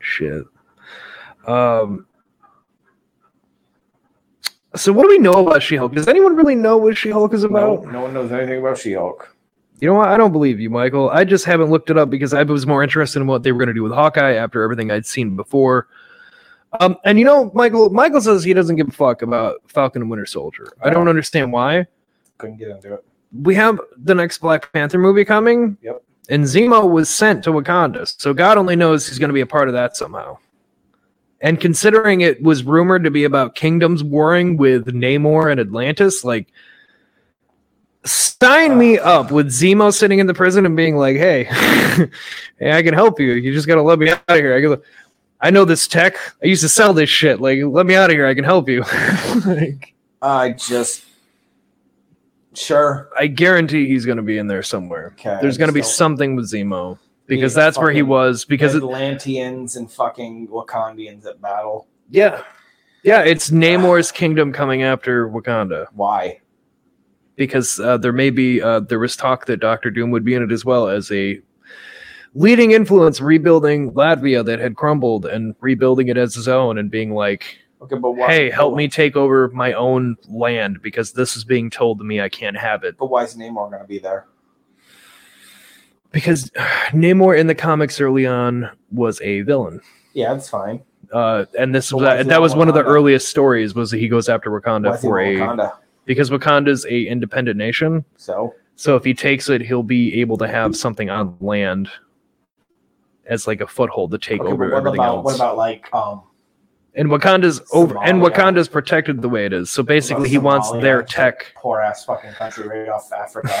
Shit. Um. So what do we know about She-Hulk? Does anyone really know what She-Hulk is No, about? no one knows anything about She-Hulk. You know what? I don't believe you, Michael. I just haven't looked it up because I was more interested in what they were going to do with Hawkeye after everything I'd seen before. Um, and you know, Michael. Michael says he doesn't give a fuck about Falcon and Winter Soldier. I don't understand why. Couldn't get into it. We have the next Black Panther movie coming. Yep. And Zemo was sent to Wakanda, so God only knows he's going to be a part of that somehow. And considering it was rumored to be about kingdoms warring with Namor and Atlantis, like sign me up with Zemo sitting in the prison and being like, "Hey, hey, I can help you. You just got to let me out of here." I go, "I know this tech. I used to sell this shit. Like, let me out of here. I can help you." like, I just sure. I guarantee he's going to be in there somewhere. Okay. There's going to be so- something with Zemo because Being a that's where he fucking was. Because it, Atlanteans and fucking Wakandians at battle. yeah, yeah, it's Namor's kingdom coming after Wakanda Why? because uh, there may be uh, there was talk that Doctor Doom would be in it as well as a leading influence rebuilding Latvia that had crumbled and rebuilding it as his own and being like, Okay, but why? "Hey, help but- me take over my own land because this is being told to me I can't have it." But why is Namor going to be there? Because Namor in the comics early on was a villain. Yeah, that's fine. uh, and this So was why is that, he that on was one of the Wakanda? earliest stories was that he goes after Why Wakanda is he for in a Wakanda? because Wakanda's a independent nation. So So if he takes it, he'll be able to have something on land as like a foothold to take okay, but over what everything about else. what about like um? and Wakanda's over and Somalia? Wakanda's protected the way it is. So basically, he wants Somalia? their It's like tech. Poor ass fucking country right off Africa.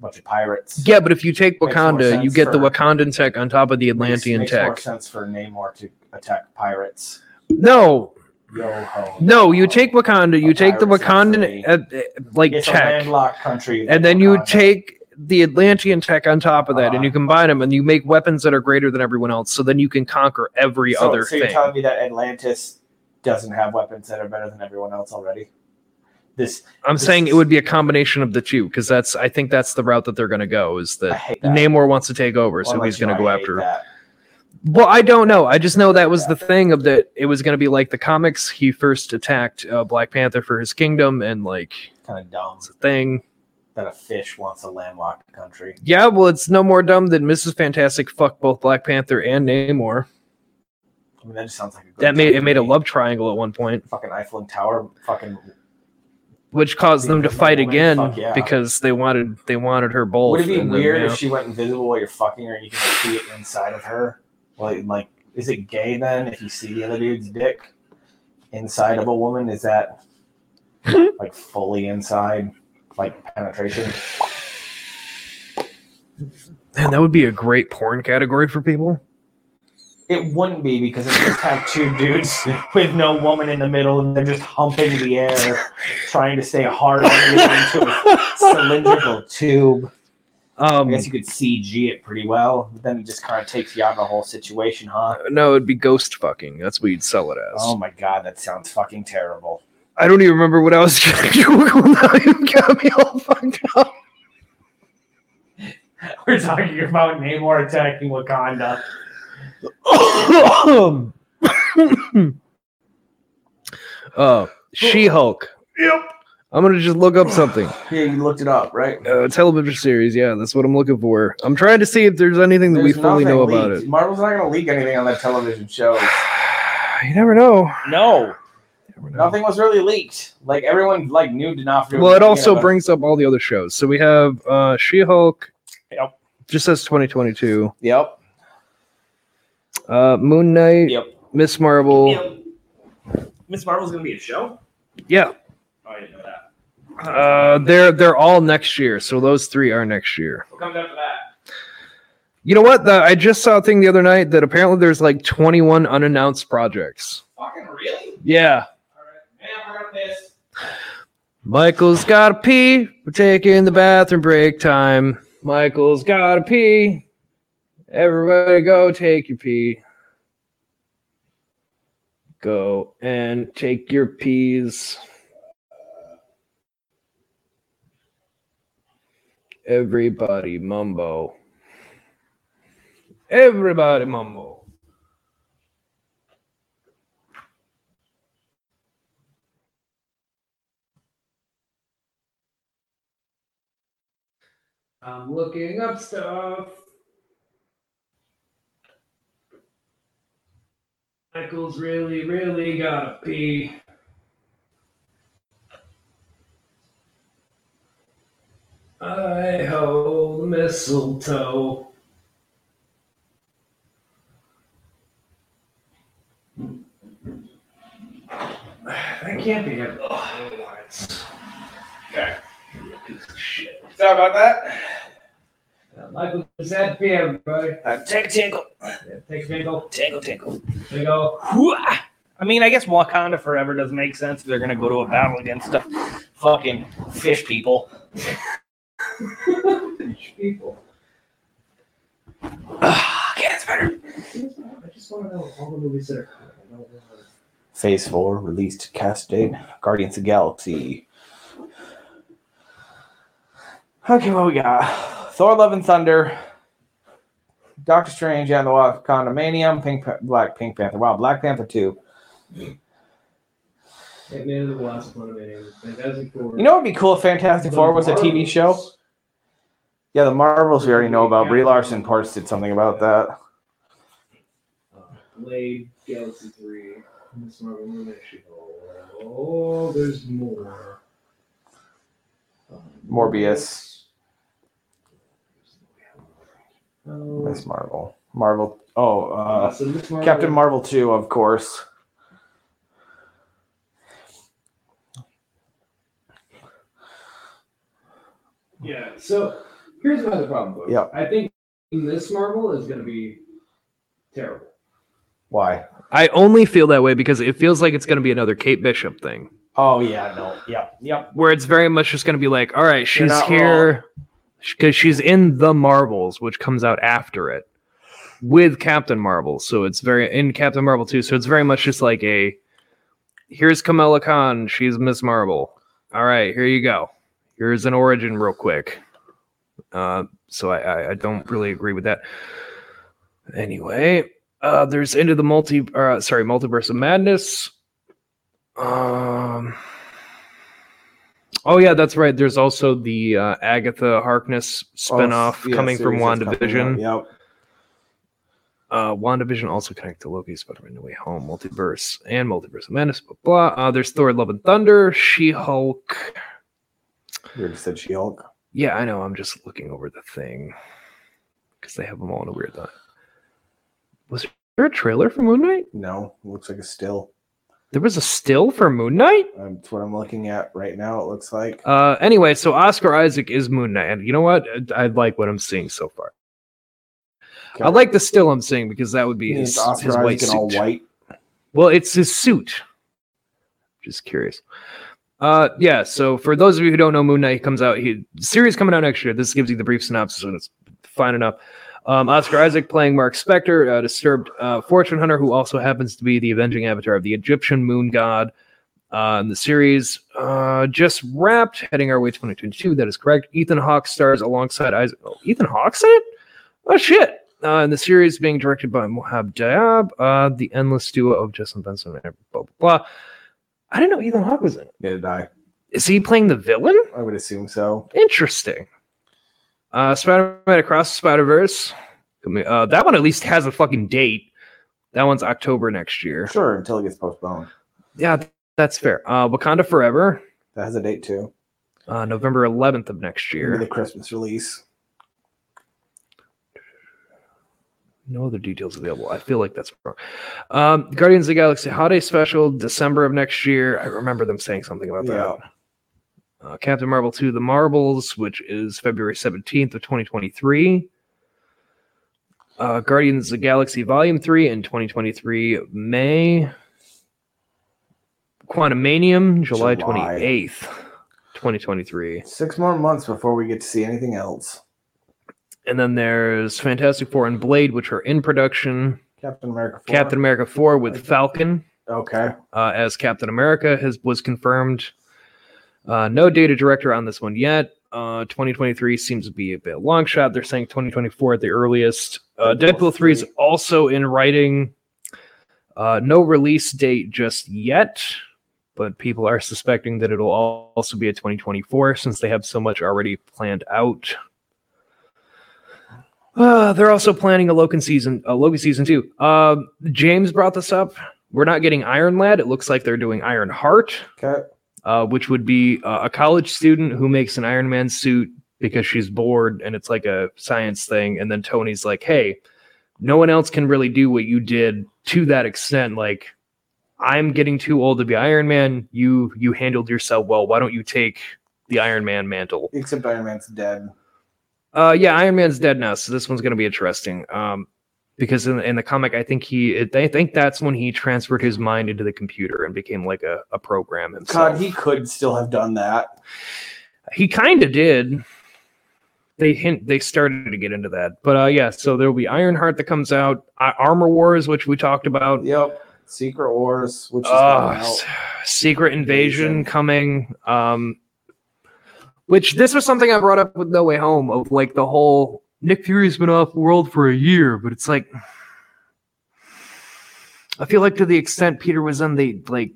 Bunch of pirates. Yeah, but if you take Makes more Wakanda, you sense get the for- Wakandan tech on top of the Makes- Atlantean makes, more tech. sense for Namor to attack pirates. No, Yo ho. no, you yo. take Wakanda, you A take the pirate's not for Wakandan me. uh, uh, like It's a tech. landlocked country. and then you Wakanda. take the Atlantean tech on top of that, and you Uh-huh. combine them, and you make weapons that are greater than everyone else. So then you can conquer every so, other so you're thing. telling me that Atlantis doesn't have weapons that are better than everyone else already? This I'm this saying is- it would be a combination of the two because that's I think that's the route that they're going to go. Is I that hate that. Namor wants to take over, so Wanna he's let going to you know go I hate after. that. Well, I don't know. I just know that was the thing of that it was going to be like the comics. He first attacked uh, Black Panther for his kingdom, and like Kind of dumb it's a thing. that a fish wants a landlocked country. Yeah, well, it's no more dumb than Mrs. Fantastic fucked both Black Panther and Namor. I mean, that just sounds like a good That made time it to made a me. love triangle at one point. Fucking Eiffel Tower, fucking which caused them to Because fight the woman- again fuck yeah. because they wanted they wanted her both. Would it be and then, weird you know, if she went invisible while you're fucking her and you can like, see it inside of her? Like, like, is it gay then if you see the other dude's dick inside of a woman? Is that like fully inside, like penetration? Man, that would be a great porn category for people. It wouldn't be because it's just have two dudes with no woman in the middle and they're just humping the air, trying to stay hard on you into a cylindrical tube. I Um, guess you could CG it pretty well, but then it just kind of takes you out of the whole situation, huh? no, it'd be ghost fucking. That's what you'd sell it as. Oh my god, that sounds fucking terrible. I don't even remember what I was trying to Google now. You got me all fucked up. We're talking about Namor attacking Wakanda. Um, uh, she Hulk. Yep. I'm gonna just look up something. Yeah, you looked it up, right? Uh, television series, yeah, that's what I'm looking for. I'm trying to see if there's anything that we fully know about it. Marvel's not going to leak anything on that television show. You never know. No, Never know. nothing was really leaked. Like everyone, like knew D'Onofrio. Well, it also Yeah, brings up all the other shows. So we have uh, She Hulk. Yep. Just says 2022. but- Yep. Uh, Moon Knight. Yep. Miss Marvel. Miss Marvel's going to be a show. Yeah. Oh, I didn't know that. Uh, they're they're all next year. So those three are next year. What comes after that? You know what? The, I just saw a thing the other night that apparently there's like 21 unannounced projects. Fucking really? Yeah. All right. Hey, I forgot this. Michael's got to pee. We're taking the bathroom break time. Michael's got to pee. Everybody go take your pee. Go and take your peas. Everybody mumbo. Everybody mumbo. I'm looking up stuff. Michael's really, really gotta pee. I ho the mistletoe. That can't be it. Oh, it's- Okay. Piece of shit. Sorry about that. Uh, Michael, is that beer, everybody? Uh, tickle, tickle, Yeah, thanks, Michael. tickle, tickle. There you go. I mean, I guess Wakanda Forever doesn't make sense if they're gonna go to a battle against the fucking fish people. People. Ah, okay, that's better. I just want to know all the movies that are coming. Phase four released cast date. Guardians of Galaxy. Okay, what we got? Thor: Love and Thunder. Doctor Strange and the Wakandomanium. Pink Pa- Black Pink Panther. Wow, Black Panther two. Ant-Man and the Wasp, one of it. Fantastic Four. You know what would be cool if Fantastic Four was a TV show? Yeah, the Marvels we already know about. Brie Larson parts did something about that. Uh, Blade, Galaxy 3, Miss Marvel, Moon Knight, She-Hulk. Oh, there's more. Um, Morbius. Oh, Miss Marvel. Marvel. Oh, uh, uh, so Miss Marvel- Captain Marvel 2, of course. Yeah. So here's my other problem. Though. Yeah. I think this Marvel is going to be terrible. Why? I only feel that way because it feels like it's going to be another Kate Bishop thing, Oh, yeah, no. Yep, yep. where it's very much just going to be like, all right, You're she's not here because she's in the Marvels, which comes out after it with Captain Marvel. So it's very in Captain Marvel too. So it's very much just like a here's Kamala Khan, she's Miss Marvel. All right, here you go. Here's an origin real quick. Uh, so I, I, I don't really agree with that. Anyway, uh, there's into the multi, uh, sorry, multiverse of madness. Um, oh yeah, that's right. There's also the uh, Agatha Harkness spinoff Oh, yeah, coming from series that's coming WandaVision. up, Yep. Uh, WandaVision also connect to Loki, Spider-Man: No Way Home, Multiverse, and Multiverse of Madness. Blah blah. Uh, there's Thor: Love and Thunder, She-Hulk. You already said She Hulk. Yeah, I know. I'm just looking over the thing because they have them all in a weird line. Was there a trailer for Moon Knight? No, it looks like a still. There was a still for Moon Knight. Um, it's what I'm looking at right now. It looks like Uh, anyway, so Oscar Isaac is Moon Knight, and you know what? I, I like what I'm seeing so far. I like the still I'm seeing because that would be You mean his, it's Oscar his white Isaac and all suit. white. Well, it's his suit. Just curious. Uh, yeah. So for those of you who don't know, Moon Knight comes out. He series coming out next year. This gives you the brief synopsis, and it's fine enough. Um, Oscar Isaac playing Mark Spector, a disturbed uh, fortune hunter who also happens to be the avenging avatar of the Egyptian moon god. Uh, and the series uh, just wrapped, heading our way 2022. That is correct. Ethan Hawke stars alongside Isaac. Oh, Ethan Hawke's in it? Oh shit! Uh, and the series being directed by Mohab Diab, uh, the endless duo of Justin Benson and blah blah blah. I didn't know Ethan Hawke was in it. Did I? Is he playing the villain? I would assume so. Interesting. Uh, Spider-Man Across the Spider-Verse. Uh, that one at least has a fucking date. That one's October next year. Sure, until it gets postponed. Yeah, th- that's fair. Uh, Wakanda Forever, That has a date too. uh, November 11th of next Maybe the year. Christmas release. No other details available. I feel like that's wrong. Um, Guardians of the Galaxy Holiday Special, December of next year. I remember them saying something about that. Yeah. uh, Captain Marvel 2 The Marvels, which is February 17th of 2023. Uh, Guardians of the Galaxy Volume 3 in 2023 May. Quantumanium July, July. 28th, 2023. Six more months before we get to see anything else. And then there's Fantastic Four and Blade, which are in production. Captain America. 4. Captain America 4 with Falcon Okay. uh, as Captain America has was confirmed. Uh, no data director on this one yet. Uh, 2023 seems to be a bit long shot. They're saying 2024 at the earliest. Uh, Deadpool Deadpool 3 is three. also in writing. Uh, no release date just yet, but people are suspecting that it'll al- also be a 2024 since they have so much already planned out. Uh, they're also planning a Logan season, a Logan season two. Um, James brought this up. We're not getting Iron Lad. It looks like they're doing Iron Heart, Okay. uh, which would be uh, a college student who makes an Iron Man suit because she's bored and it's like a science thing. And then Tony's like, hey, no one else can really do what you did to that extent. Like, I'm getting too old to be Iron Man. You you handled yourself well. Why don't you take the Iron Man mantle? Except Iron Man's dead. Uh, yeah, Iron Man's dead now, so this one's gonna be interesting. Um, because in, in the comic, I think he, I think that's when he transferred his mind into the computer and became like a, a program himself. God, he could still have done that. he kind of did. They hint they started to get into that, but uh, yeah. So there will be Ironheart that comes out, uh, Armor Wars, which we talked about, Yep. Secret Wars, which is coming uh, out. s- Secret Invasion Invasion. coming. Um, which this was something I brought up with No Way Home of like the whole Nick Fury's been off world for a year, but it's like I feel like to the extent Peter was in the like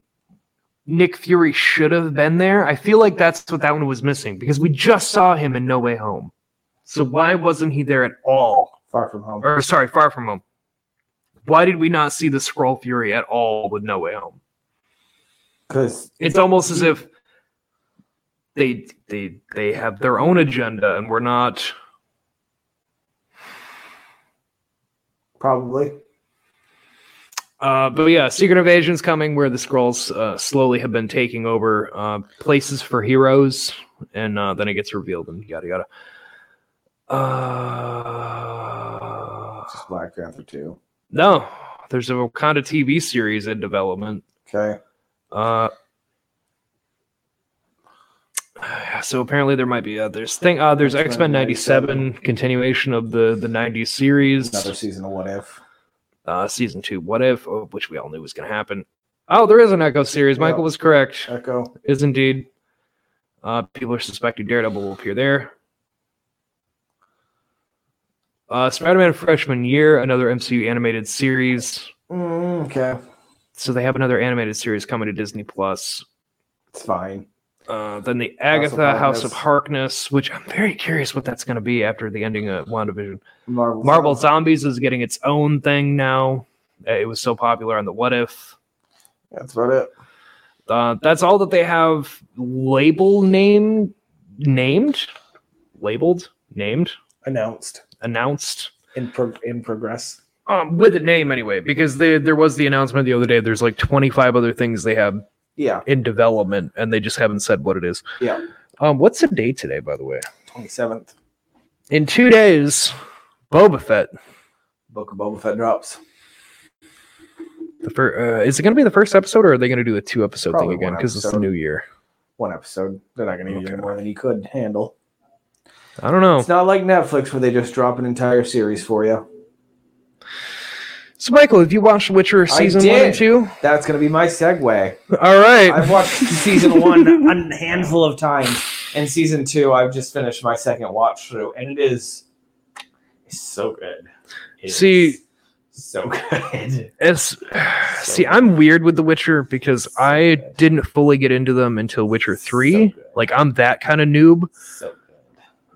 Nick Fury should have been there. I feel like that's what that one was missing because we just saw him in No Way Home. So why wasn't he there at all? Far from home. or sorry, Far From Home. Why did we not see the Scroll Fury at all with No Way Home? Because It's almost as if they they they have their own agenda and we're not. probably. Uh, but yeah, Secret Invasion's coming, where the scrolls uh, slowly have been taking over uh, places for heroes, and uh, then it gets revealed and yada yada. Uh, Just Black Panther 2. no, there's a Wakanda TV series in development. Okay. Uh, so apparently there might be others. Thing uh, there's X Men X-Men '97 continuation of the the '90s series, Another season of What If. uh, season two. What if, oh, which we all knew was going to happen. Oh, there is an Echo series. Yeah. Michael was correct. Echo. Is indeed. Uh, people are suspecting Daredevil will appear there. Uh, Spider-Man freshman year, another MCU animated series. Mm, okay. So they have another animated series coming to Disney Plus. It's fine. Uh, then the House of Agatha House Harkness. of Harkness, which I'm very curious what that's going to be after the ending of WandaVision. Marvel. Marvel Zombies is getting its own thing now. Uh, It was so popular on the What If. That's about it. Uh, that's all that they have label name named, labeled, named, announced announced. in pro- in progress. Um, with a name anyway, because they, there was the announcement the other day. There's like 25 other things they have Yeah. in development, and they just haven't said what it is. Yeah. Um, what's the date today, by the way? Twenty seventh. In two days, Boba Fett. Book of Boba Fett drops. The fir- uh, is it going to be the first episode, or are they going to do a two episode Probably thing again? one Because it's the episode. new year. One episode. They're not gonna give you Okay. Oh. more than you could handle. I don't know. It's not like Netflix where they just drop an entire series for you. So, Michael, have you watched Witcher season one did. and two? That's gonna be my segue. All right. I've watched season one a handful of times, and season two I've just finished my second watch through, and it is it's so good. It is See- so good. It's, see, I'm weird with The Witcher because So I good. didn't fully get into them until Witcher So three. good. like I'm that kind of noob. So good.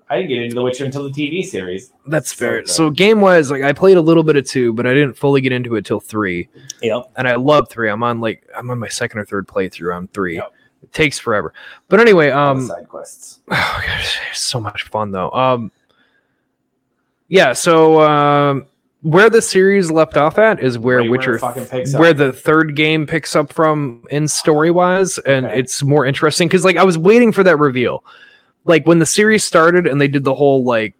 I didn't get into The Witcher until the TV series. That's So fair. good. So game wise, like I played a little bit of two, but I didn't fully get into it till three. Yep. And I love three. I'm on like I'm on my second or third playthrough on three. Yep. It takes forever. But anyway, Um, um side quests. oh gosh, it's so much fun though. Um yeah, so um where the series left off at is where Right, Witcher it fucking picks where up. the third game picks up from in story wise, and Okay. it's more interesting because like I was waiting for that reveal, like when the series started and they did the whole like,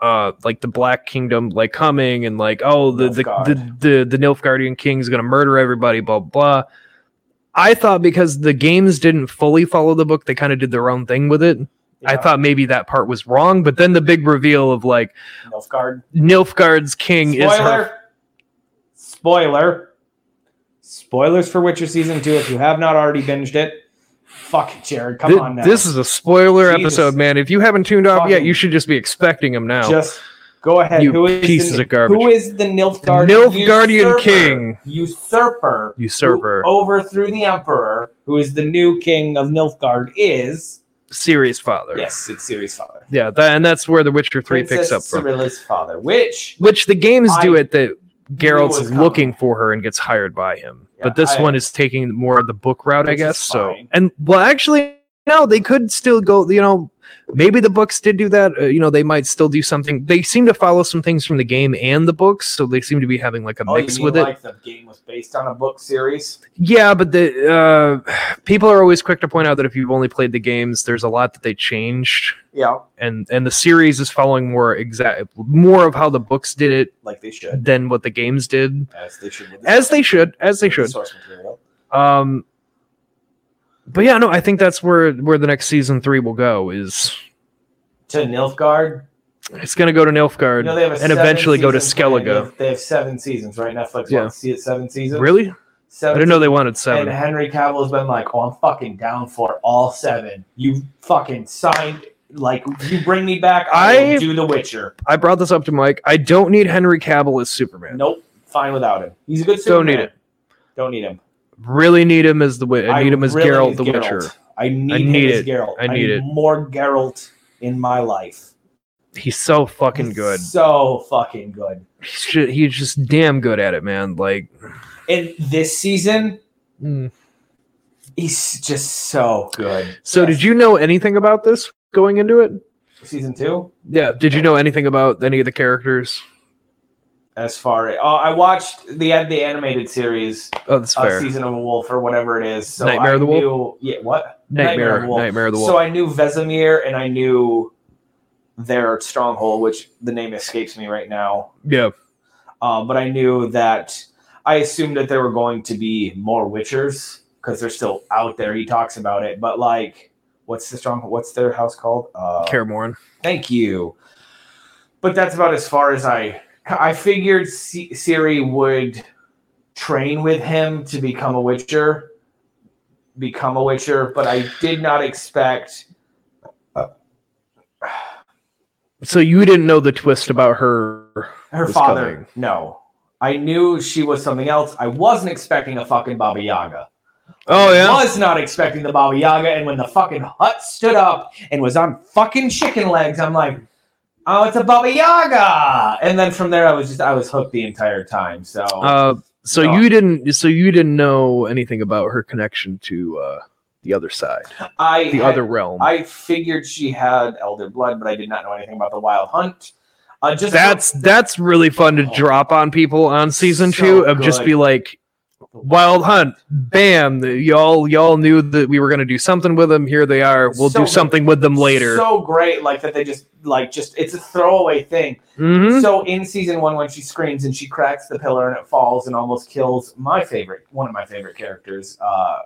uh, like the Black Kingdom like coming and like oh the the, Nilfgaard. the the the Nilfgaardian King's gonna murder everybody blah blah. blah. I thought because the games didn't fully follow the book, they kind of did their own thing with it. I Yeah. thought maybe that part was wrong, but then the big reveal of like Nilfgaard. Nilfgaard's king is her Spoiler. Spoiler. Spoilers for Witcher season two. If you have not already binged it, fuck it, Jared. Come Thi- on now. This is a spoiler Jesus. episode, man. If you haven't tuned off yet, Fucking- you should just be expecting him now. just go ahead. You who is pieces the, of garbage. Who is the Nilfgaard? Nilfgaardian usurper? King. Usurper. Usurper. who overthrew the emperor, who is the new king of Nilfgaard, is Sirius father. yes, it's Ciri's father. Yeah, that, and that's where the Witcher 3 Princess picks up from. Cirilla's father, which Which the games do I it that Geralt's was coming. looking for her and gets hired by him. Yeah, but this I- one is taking more of the book route, I Which is guess. So, fine. and well, actually, no, they could still go, you know, maybe the books did do that. Uh, you know, they might still do something. They seem to follow some things from the game and the books. So they seem to be having like a oh, mix you mean with it. like the game was based on a book series. Yeah, but the uh, people are always quick to point out that if you've only played the games, there's a lot that they changed, Yeah, and and the series is following more exact more of how the books did it like they should, than what the games did, as they should, with the- as they should, as they with the should. Source material. Um, but yeah, no, I think that's where where the next season three will go. Is To Nilfgaard, it's going to go to you Nilfgaard know, they have a and eventually go to seven-season plan. They Skellige. have, they have seven seasons, right? Netflix Yeah. wants to see it seven seasons. Really? I Seven didn't know they wanted And seven. Henry Cavill has been like, "Oh, I'm fucking down for all seven. You fucking signed, like, you bring me back. I, I- will do The Witcher. I brought this up to Mike. I don't need Henry Cavill as Superman. Nope, fine without him. He's a good Don't Superman. need Don't need him. Really need him as the Witcher. I need him as really Geralt need the Geralt. Witcher. I need, I him need as it. Geralt. I need it. More Geralt in my life. He's so fucking He's good. So fucking good. He's just, he's just damn good at it, man. Like, And this season, mm. he's just so good. so Yes. did you know anything about this going into it? Season two, Yeah. Did you know anything about any of the characters? as far as oh, I watched the the animated series Oh, that's uh, fair. season of a wolf or whatever it is. So Nightmare I of the Wolf? Knew, yeah, what? Nightmare of Nightmare, the Wolf. Nightmare of the Wolf. So I knew Vesemir and I knew their stronghold, which the name escapes me right now. yeah. Uh, but I knew that I assumed that there were going to be more Witchers because they're still out there. He talks about it, but like, what's the stronghold? What's their house called? Uh, Kaer Morhen. Thank you. But that's about as far as I I figured C- Siri would train with him to become a witcher, become a witcher, but I did not expect So you didn't know the twist about her. her Was father. coming. No. I knew she was something else. I wasn't expecting a fucking Baba Yaga. Oh yeah. Was not expecting the Baba Yaga, and when the fucking hut stood up and was on fucking chicken legs, I'm like, oh, it's a Baba Yaga. And then from there, I was just I was hooked the entire time. So Uh, so No. you didn't. So you didn't know anything about her connection to uh, the other side, I the had- other realm. I figured she had elder blood, but I did not know anything about the Wild Hunt. Uh, just Oh. that's that's really fun to drop on people on season So two of just good. be like wild hunt bam the- y'all y'all knew that we were going to do something with them here they are we'll So do good. something with them later So great, like that they just like just it's a throwaway thing. Mhm. So in season one, when she screams and she cracks the pillar and it falls and almost kills my favorite, one of my favorite characters. Uh,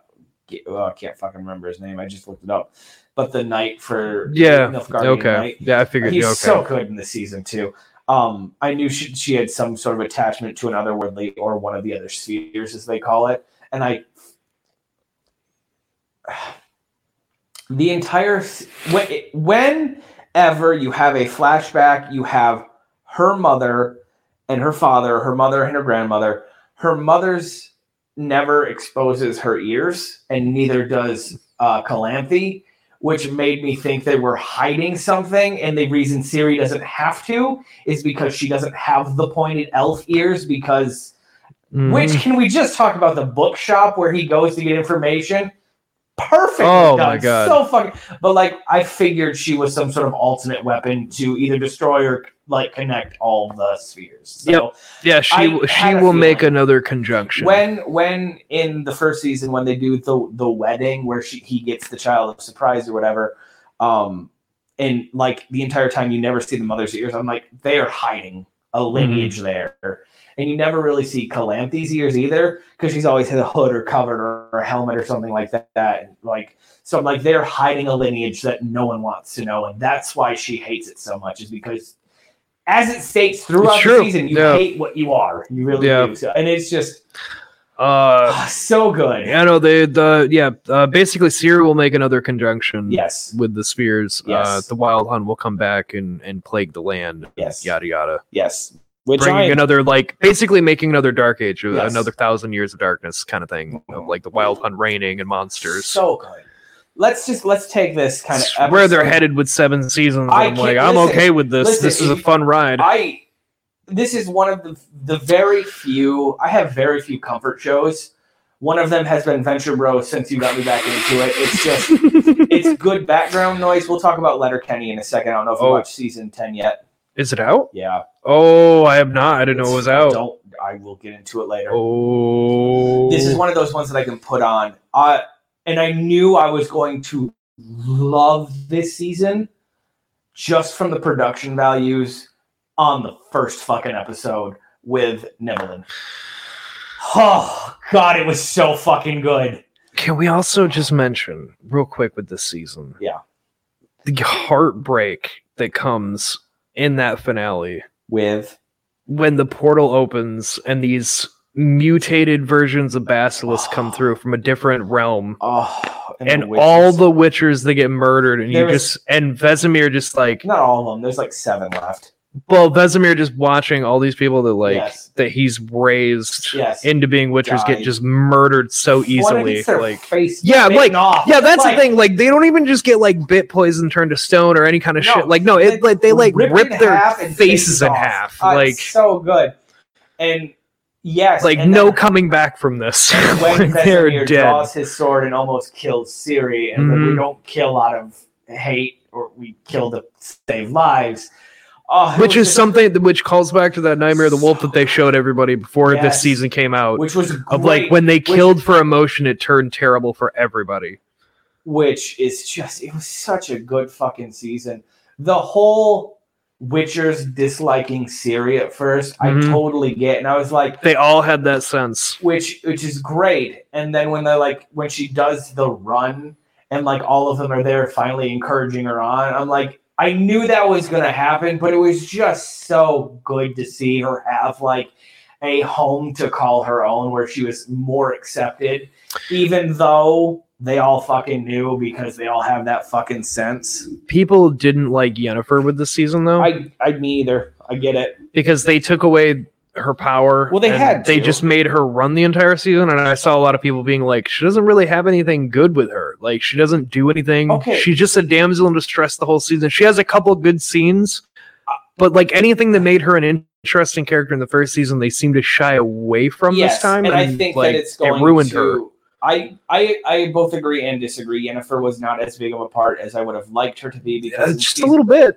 ge- oh, I can't fucking remember his name. I just looked it up. But the knight for yeah Nilfgaardian okay Knight, yeah i figured He's okay so good in this season too. Um, I knew she, she had some sort of attachment to an otherworldly or one of the other spheres, as they call it. And I, the entire s- when whenever you have a flashback, you have her mother and her father, her mother and her grandmother. Her mother's never exposes her ears, and neither does uh, Calanthe which made me think they were hiding something. And the reason Siri doesn't have to is because she doesn't have the pointed elf ears. Because Mhm. which can we just talk about the bookshop where he goes to get information? Perfect. Oh my God. So fucking. But like, I figured she was some sort of alternate weapon to either destroy or like connect all the spheres. So Yep. yeah I she will she had a will make feeling. another conjunction when when in the first season when they do the the wedding where she he gets the child of surprise or whatever um and like the entire time you never see the mother's ears i'm like they are hiding a Mhm. lineage there and you never really see Calanthe's ears either because she's always had a hood or covered or, or a helmet or something like that and like so i'm like they're hiding a lineage that no one wants to know and that's why she hates it so much is because as it states throughout the true. season, you Yeah. hate what you are. You really Yeah. do. So, and it's just uh Ah, so good. I know they the yeah uh, basically Seer will make another conjunction Yes. with the spheres. Uh, Yes. the Wild Hunt will come back and and plague the land. Yes. Yada yada. Yes. Which Bringing I am- another like basically making another Dark Age, uh, Yes. Mm-hmm. another thousand years of darkness kind of thing of like the Wild Hunt reigning and monsters. so good. Let's just let's take this kind It's of where they're episode- headed with seven seasons. I I'm like can't- I'm listen, okay with this. this listen, is a you- fun ride. I this is one of the the very few I have very few comfort shows. One of them has been Venture Bros since you got me back into it. It's just it's good background noise. We'll talk about Letterkenny in a second. I don't know if you Oh. watched season ten yet. is it out? Yeah. Oh, I have not. I didn't know it was out. Don't I will get into it later. Oh, this is one of those ones that I can put on. I and I knew I was going to love this season just from the production values on the first fucking episode with Nevelin. Oh god, it was so fucking good. Can we also just mention real quick with this season? Yeah. The heartbreak that comes in that finale With when the portal opens and these mutated versions of Basilisk come through from a different realm. oh And witches. all the witchers that get murdered, and There you was- just and Vesemir just like not all of them. There's like seven left. well, Vesemir just watching all these people that like Yes. that he's raised Yes. into being witchers get Died. just murdered so easily. Like face Yeah, bitten like- off. Yeah, that's Like, the thing. Like they don't even just get like bit poison turned to stone or any kind of No, shit. Like no, it like they like ripped rip in their half and faces in off. half. Uh, like it's so good. And yes, like and no then coming back from this. when Like, they're Vesemir dead. draws his sword and almost kills Siri, and Mhm. we don't kill out of hate or we kill to save lives. Oh, it Which is was just- something that- which calls back to that nightmare of the wolf that they showed everybody before this Yes. season came out. which was great, of like when they killed for emotion, it turned terrible for everybody. which is just it was such a good fucking season. The whole Witcher's disliking Siri at 1st Mhm. I totally get, and I was like, They all had that sense. which which is great. And then when they like when she does the run and like all of them are there finally encouraging her on, I'm like, I knew that was gonna happen, but it was just so good to see her have like a home to call her own where she was more accepted, even though they all fucking knew because they all have that fucking sense. People didn't like Yennefer with this season though. I I me either. I get it. because they took away her power. Well, they and had They to. just made her run the entire season, and I saw a lot of people being like, "She doesn't really have anything good with her. Like, she doesn't do anything. Okay. She's just a damsel in distress the whole season. She has a couple good scenes, but like anything that made her an interesting character in the first season, they seem to shy away from this time. And, I think like, that it's going it ruined to, her. I, I I both agree and disagree. Yennefer was not as big of a part as I would have liked her to be Yeah, because it's in just a season- little bit.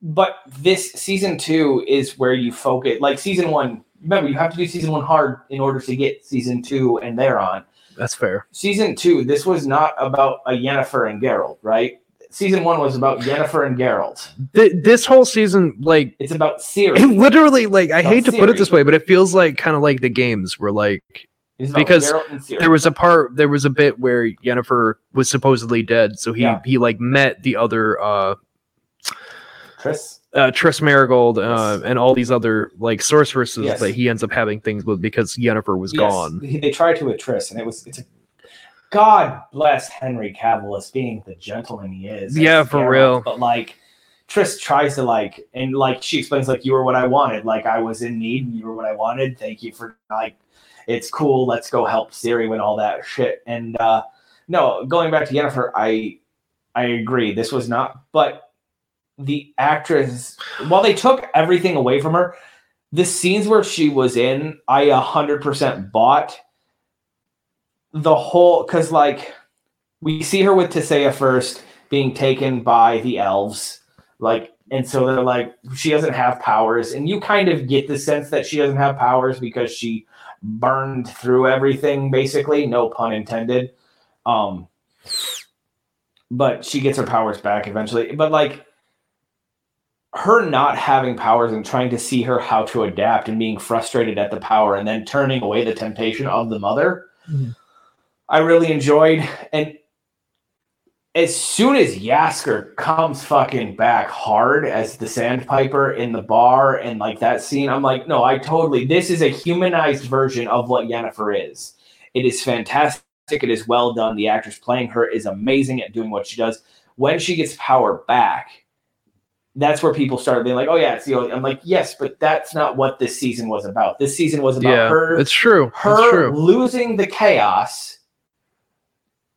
but this season two is where you focus like season one remember you have to do season one hard in order to get season two and thereon That's fair. season two this was not about a Yennefer and Geralt right season one was about Yennefer and Geralt Th- this whole season, like, it's about Ciri it literally, like, I It's hate to not put it this way, serious. but it feels like kind of like the games were like It's about because Geralt and Ciri there was a part there was a bit where Yennefer was supposedly dead, so he Yeah. he like met the other uh, Chris uh Triss Marigold uh, Yes. and all these other like sorceresses Yes. that he ends up having things with because Yennefer was Yes, gone. he- they tried to with Triss and it was it's a God bless Henry Cavill as being the gentleman he is. as Yeah, for Geralt, real. But like, Triss tries to like, and like she explains like, you were what I wanted. Like I was in need, and you were what I wanted. Thank you for like, it's cool. Let's go help Siri and all that shit. And uh no, going back to Yennefer, I I agree. This was not, but the actress, while they took everything away from her, the scenes where she was in, I 100% bought the whole because like we see her with Tisea first being taken by the elves, like, and so they're like she doesn't have powers, and you kind of get the sense that she doesn't have powers because she burned through everything, basically, no pun intended. Um, but she gets her powers back eventually. But like her not having powers and trying to see her how to adapt and being frustrated at the power and then turning away the temptation of the mother. Mhm. I really enjoyed and as soon as Yasker comes fucking back hard as the sandpiper in the bar and like that scene, I'm like, no, I totally this is a humanized version of what Yennefer is. It is fantastic. It is well done. The actress playing her is amazing at doing what she does. When she gets power back, that's where people started being like, "Oh yeah, it's the." Only. I'm like, "Yes, but that's not what this season was about. This season was about Yeah, her it's true. it's her true. losing the chaos,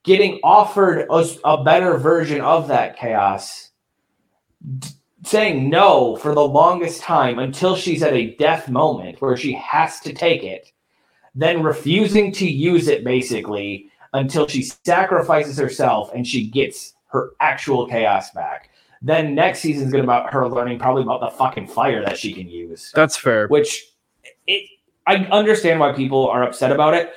getting offered a, s- a better version of that chaos, d- saying no for the longest time until she's at a death moment where she has to take it, then refusing to use it basically until she sacrifices herself and she gets her actual chaos back. Then next season's gonna about her learning probably about the fucking fire that she can use That's fair. which it I understand why people are upset about it.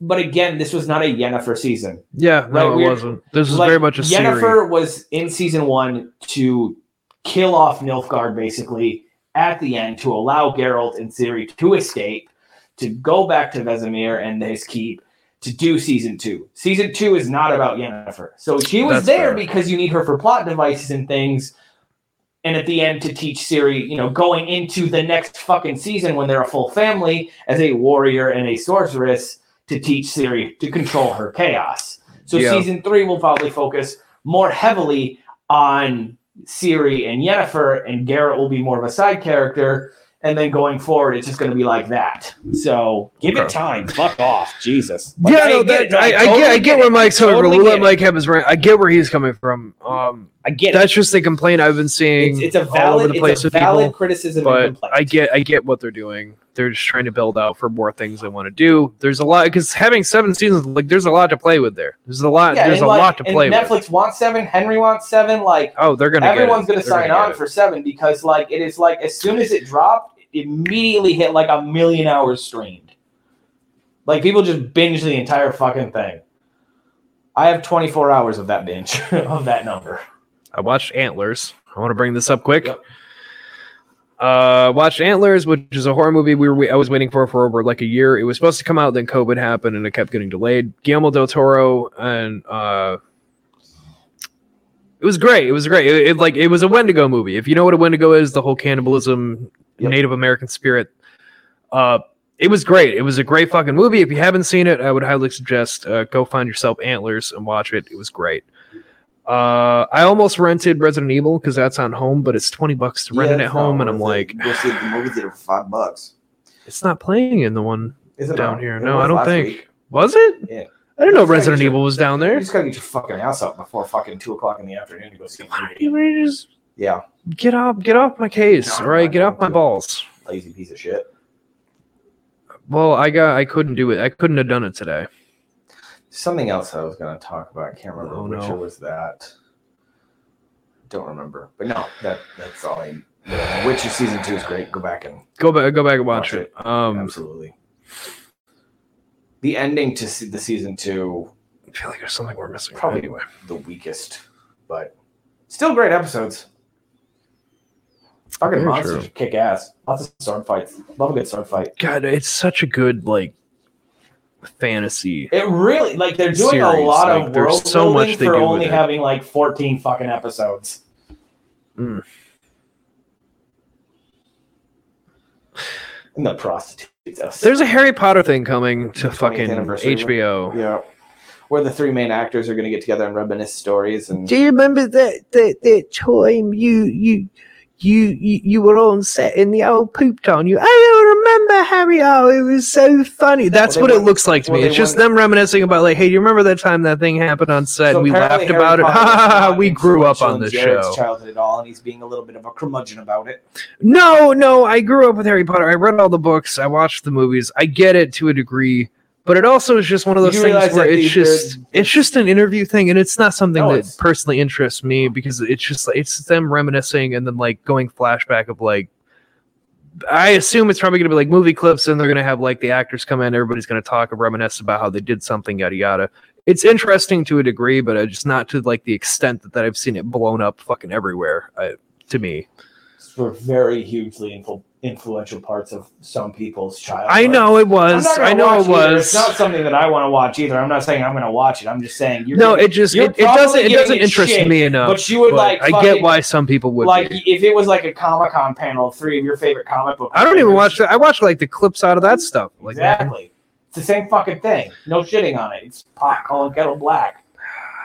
But again, this was not a Yennefer season. Yeah, no, Like, it we're- wasn't. This is Like, very much a Yennefer series. was in season one to kill off Nilfgaard basically at the end to allow Geralt and Ciri to escape, to go back to Vesemir and his keep to do season two. Season two is not about Yennefer. So she was That's there fair. because you need her for plot devices and things. And at the end, to teach Ciri, you know, going into the next fucking season when they're a full family as a warrior and a sorceress to teach Ciri to control her chaos. So Yeah. season three will probably focus more heavily on Ciri and Yennefer, and Garrett will be more of a side character. And then going forward, it's just going to be like that. So give it Okay. time. Fuck off, Jesus. Like, yeah, no, get that, it. No, I, I, totally get, I get where it. Mike's coming Totally from. We'll get let it. Mike have his rant. I get where he's coming from. Um, I get it. that's just the complaint I've been seeing It's, it's a all over valid, the place it's a with valid people. criticism. and but complaint. I get I get what they're doing. They're just trying to build out for more things they want to do. There's a lot because having seven seasons, like there's a lot to play with there. There's a lot. Yeah, there's a and like- lot to and play Netflix with. wants seven. Henry wants seven. Like Oh, they're gonna. everyone's get going it. to sign on for seven because like it is like as soon as it dropped, it immediately hit like a million hours streamed. Like people just binge the entire fucking thing. I have 24 hours of that binge of that number. I watched Antlers. I want to bring this up quick. Yep. Uh, watched Antlers, which is a horror movie we were I was waiting for for over like a year. It was supposed to come out, then COVID happened, and it kept getting delayed. Guillermo del Toro and uh, it was great. It was great. It, it, like it was a Wendigo movie. If you know what a Wendigo is, the whole cannibalism, Yep. Native American spirit. Uh, it was great. It was a great fucking movie. If you haven't seen it, I would highly suggest uh, go find yourself Antlers and watch it. It was great. Uh, I almost rented Resident Evil because that's on home, but it's twenty bucks to rent Yeah, it at it's not home, and worth I'm it. like, Go see it at the movie theater for five bucks. it's not playing in the one Is it down not? here. It No, was I don't last think. week. Was it? Yeah. I didn't know It's like Resident you- Evil was down You there. just gotta get your fucking ass up before fucking two o'clock in the afternoon to go see a Why movie. do you just Yeah, get off, get off my case, No, all right? I Get don't off my do it. balls. lazy piece of shit. Well, I got, I couldn't do it. I couldn't have done it today. Something else I was gonna talk about. I can't remember Oh, which no. was that. Don't remember. But no, that that's all I Witcher season two is great. Go back and Go back, go back and watch, Watch it. Um, absolutely. The ending to se- the season two, I feel like there's something we're missing. Probably- anyway. the weakest, but still great episodes. Fucking Very monsters true. kick ass. Lots of sword fights. Love a good sword fight. God, it's such a good like fantasy. It really like they're doing a Series, lot like, of there's world so so much they for do with only it. having like fourteen fucking episodes. Mm. And the prostitutes. are There's a Harry Potter thing coming to 20th fucking anniversary. HBO. Yeah. Where the three main actors are going to get together and reminisce stories and you remember that that that time you you you you, you were on set and the old pooped on you? I remember Harry. Oh, it was so funny. That's Well, what they it went- looks like to well, me. they It's just went- them reminiscing about like, hey, you remember that time that thing happened on set? So and we laughed apparently Harry about it. Potter Ha was ha ha! not We grew up influential on in this Jared's show. childhood at all, and he's being a little bit of a curmudgeon about it. No, no, I grew up with Harry Potter. I read all the books. I watched the movies. I get it to a degree, but it also is just one of You those do things realize where that it's these just are- it's just an interview thing, and it's not something No, that it's- personally interests me because it's just like it's them reminiscing and then like going flashback of like. I assume it's probably going to be like movie clips, and they're going to have like the actors come in. Everybody's going to talk and reminisce about how they did something, yada yada. It's interesting to a degree, but uh, just not to like the extent that, that I've seen it blown up fucking everywhere. I, to me, For very hugely influ- influential parts of some people's childhood. I know it I'm was. not gonna I know watch it either. was. It's not something that I want to watch either. I'm not saying I'm going to watch it. I'm just saying you're No, gonna- it just you're it, it doesn't probably it doesn't giving it interest shit, me enough. but you would but like. I fucking- get why some people would Like be. if it was like a Comic Con panel of three of your favorite comic book. I don't even writers. watch that. I watch like the clips out of that stuff. Like exactly. It's the same fucking thing. No shitting on it. It's pot calling kettle black.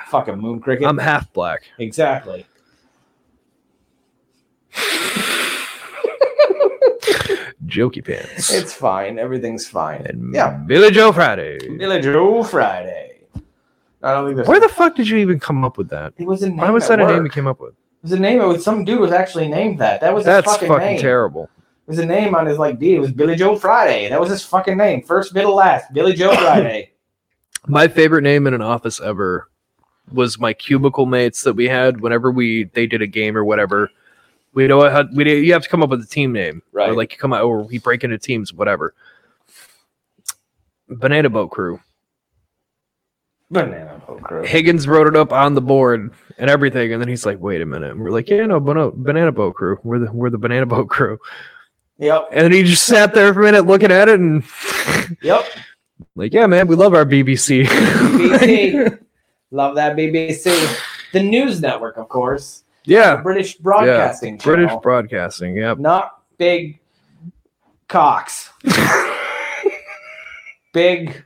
Fucking moon cricket. I'm half black. exactly. Jokey pants. It's fine. Everything's fine. and yeah. Billy Joe Friday. Billy Joe Friday. I don't think there's. Where the fuck did you even come up with that? It was a name. Why was at that a work. name you came up with? It was a name. It was some dude was actually named that. That was his That's fucking, fucking, name. terrible. It was a name on his like deed. It was Billy Joe Friday. That was his fucking name. First, middle, last. Billy Joe Friday. My favorite name in an office ever was my cubicle mates that we had whenever we they did a game or whatever. We know how we you have to come up with a team name. Or like you come out or we break into teams, whatever. Banana boat crew. Banana boat crew. Higgins wrote it up on the board and everything, and then he's like, "Wait a minute." And we're like, "Yeah, no, banana, banana boat crew. We're the we're the banana boat crew." Yep. And then he just sat there for a minute looking at it and Yep. like, "Yeah, man, we love our BBC." BBC. Love that BBC. The news network, of course. yeah, British Broadcasting British Channel. broadcasting. Yeah, Not big cocks. big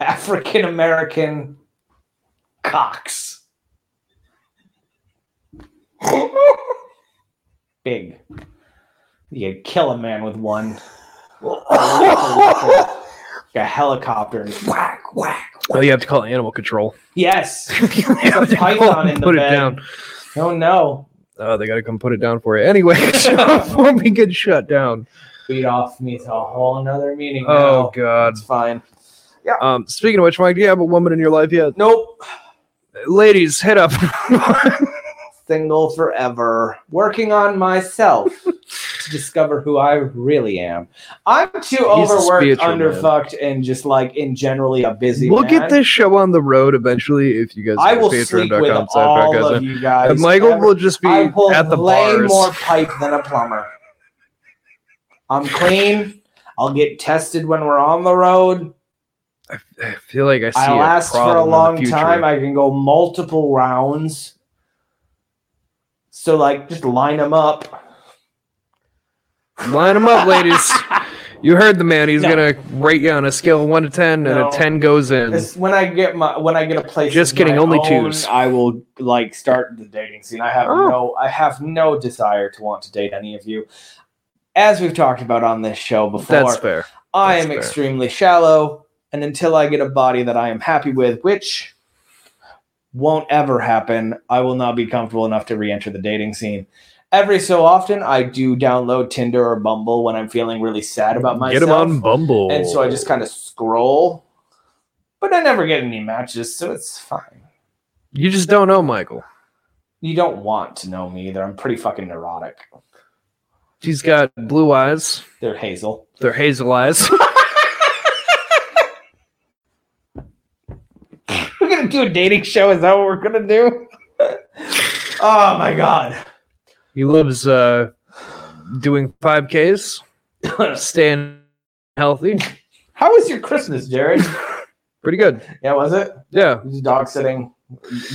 African American cocks. big. You'd kill a man with one. like a helicopter. and Whack, whack. Oh, you have to call animal control. Yes. You have to python call and in the put it bed. down. Oh no. Oh, they got to come put it down for you anyway. so before we get shut down. Beat off needs a whole nother meeting. Oh Oh, God. it's fine. Um, speaking of which, Mike, do you have a woman in your life yet? Nope. Ladies, hit up. Single forever. Working on myself to discover who I really am. I'm too overworked, spiritual man. underfucked, and just like in generally a busy. we'll man. get this show on the road eventually if you guys. I go to will sleep with patreon.com slash all backgammon. of you guys. And Michael ever. will just be I will at the lay bars. more pipe than a plumber. I'm clean. I'll get tested when we're on the road. I feel like I see I a last for a problem in the long future. time. I can go multiple rounds. So like just line them up. Line them up, ladies. You heard the man. He's No. gonna rate you on a scale of one to ten, No. and a ten goes in. This, when I get my when I get a place, Just of kidding, my only own, twos. I will like start the dating scene. I have Oh. no I have no desire to want to date any of you. As we've talked about on this show before, That's fair. I am fair. extremely shallow, and until I get a body that I am happy with, which won't ever happen, I will not be comfortable enough to re-enter the dating scene. Every so often, I do download Tinder or Bumble when I'm feeling really sad about myself Get him on Bumble. and so I just kind of scroll, but I never get any matches, so it's fine. You just don't know, Michael. You don't want to know me either. I'm pretty fucking neurotic. He's got blue eyes. They're Hazel. They're hazel eyes. We're gonna do a dating show. Is that what we're gonna do? oh my god. he loves uh, doing five Ks, staying healthy. How was your Christmas, Jared? Pretty good. yeah, was it? Yeah. Was you dog sitting?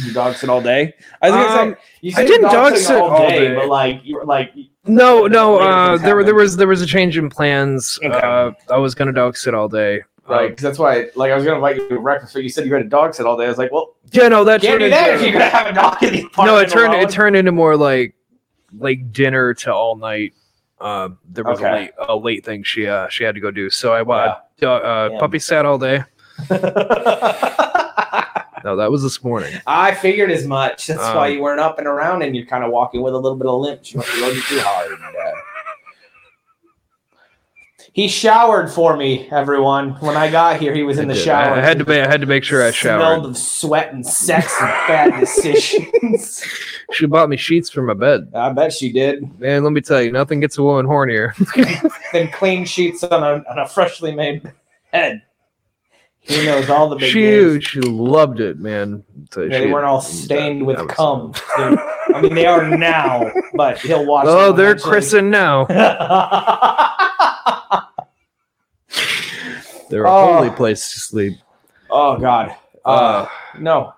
You dog sit all day? I was gonna Um, say You I said you didn't dog sit all day. but like, you were like, No, no. Later Uh, things there were there happen. was there was a change in plans. Okay. Uh, I was gonna dog sit all day. right? Uh, 'cause that's why, like, I was gonna invite you to breakfast, but you said you had a dog sit all day. I was like, well, yeah, no, that can't turned do that if into- you're gonna have a dog in the apartment. no, it turned alone. it turned into more like like dinner to all night. Uh, there was Okay. a late a late thing she uh, she had to go do. So I Wow. wa- uh, uh, Damn. puppy sat all day. I No, that was this morning. figured as much. That's Um, why you weren't up and around, and you're kind of walking with a little bit of limp. You must have loaded too hard. He showered for me, everyone. When I got here, he was in I the did. shower. I, I had to ma- I had to make sure I Smelled showered. of sweat and sex and bad decisions. She bought me sheets for my bed. I bet she did. Man, let me tell you, nothing gets a woman hornier. Then clean sheets on a on a freshly made bed. He knows all the big she names. she loved it, man. So Yeah, they she- weren't all stained with that was- cum. They're- I mean, they are now, but he'll watch. Oh, them they're eventually. christened now. oh They're a Oh. holy place to sleep. God. Uh, Uh, no.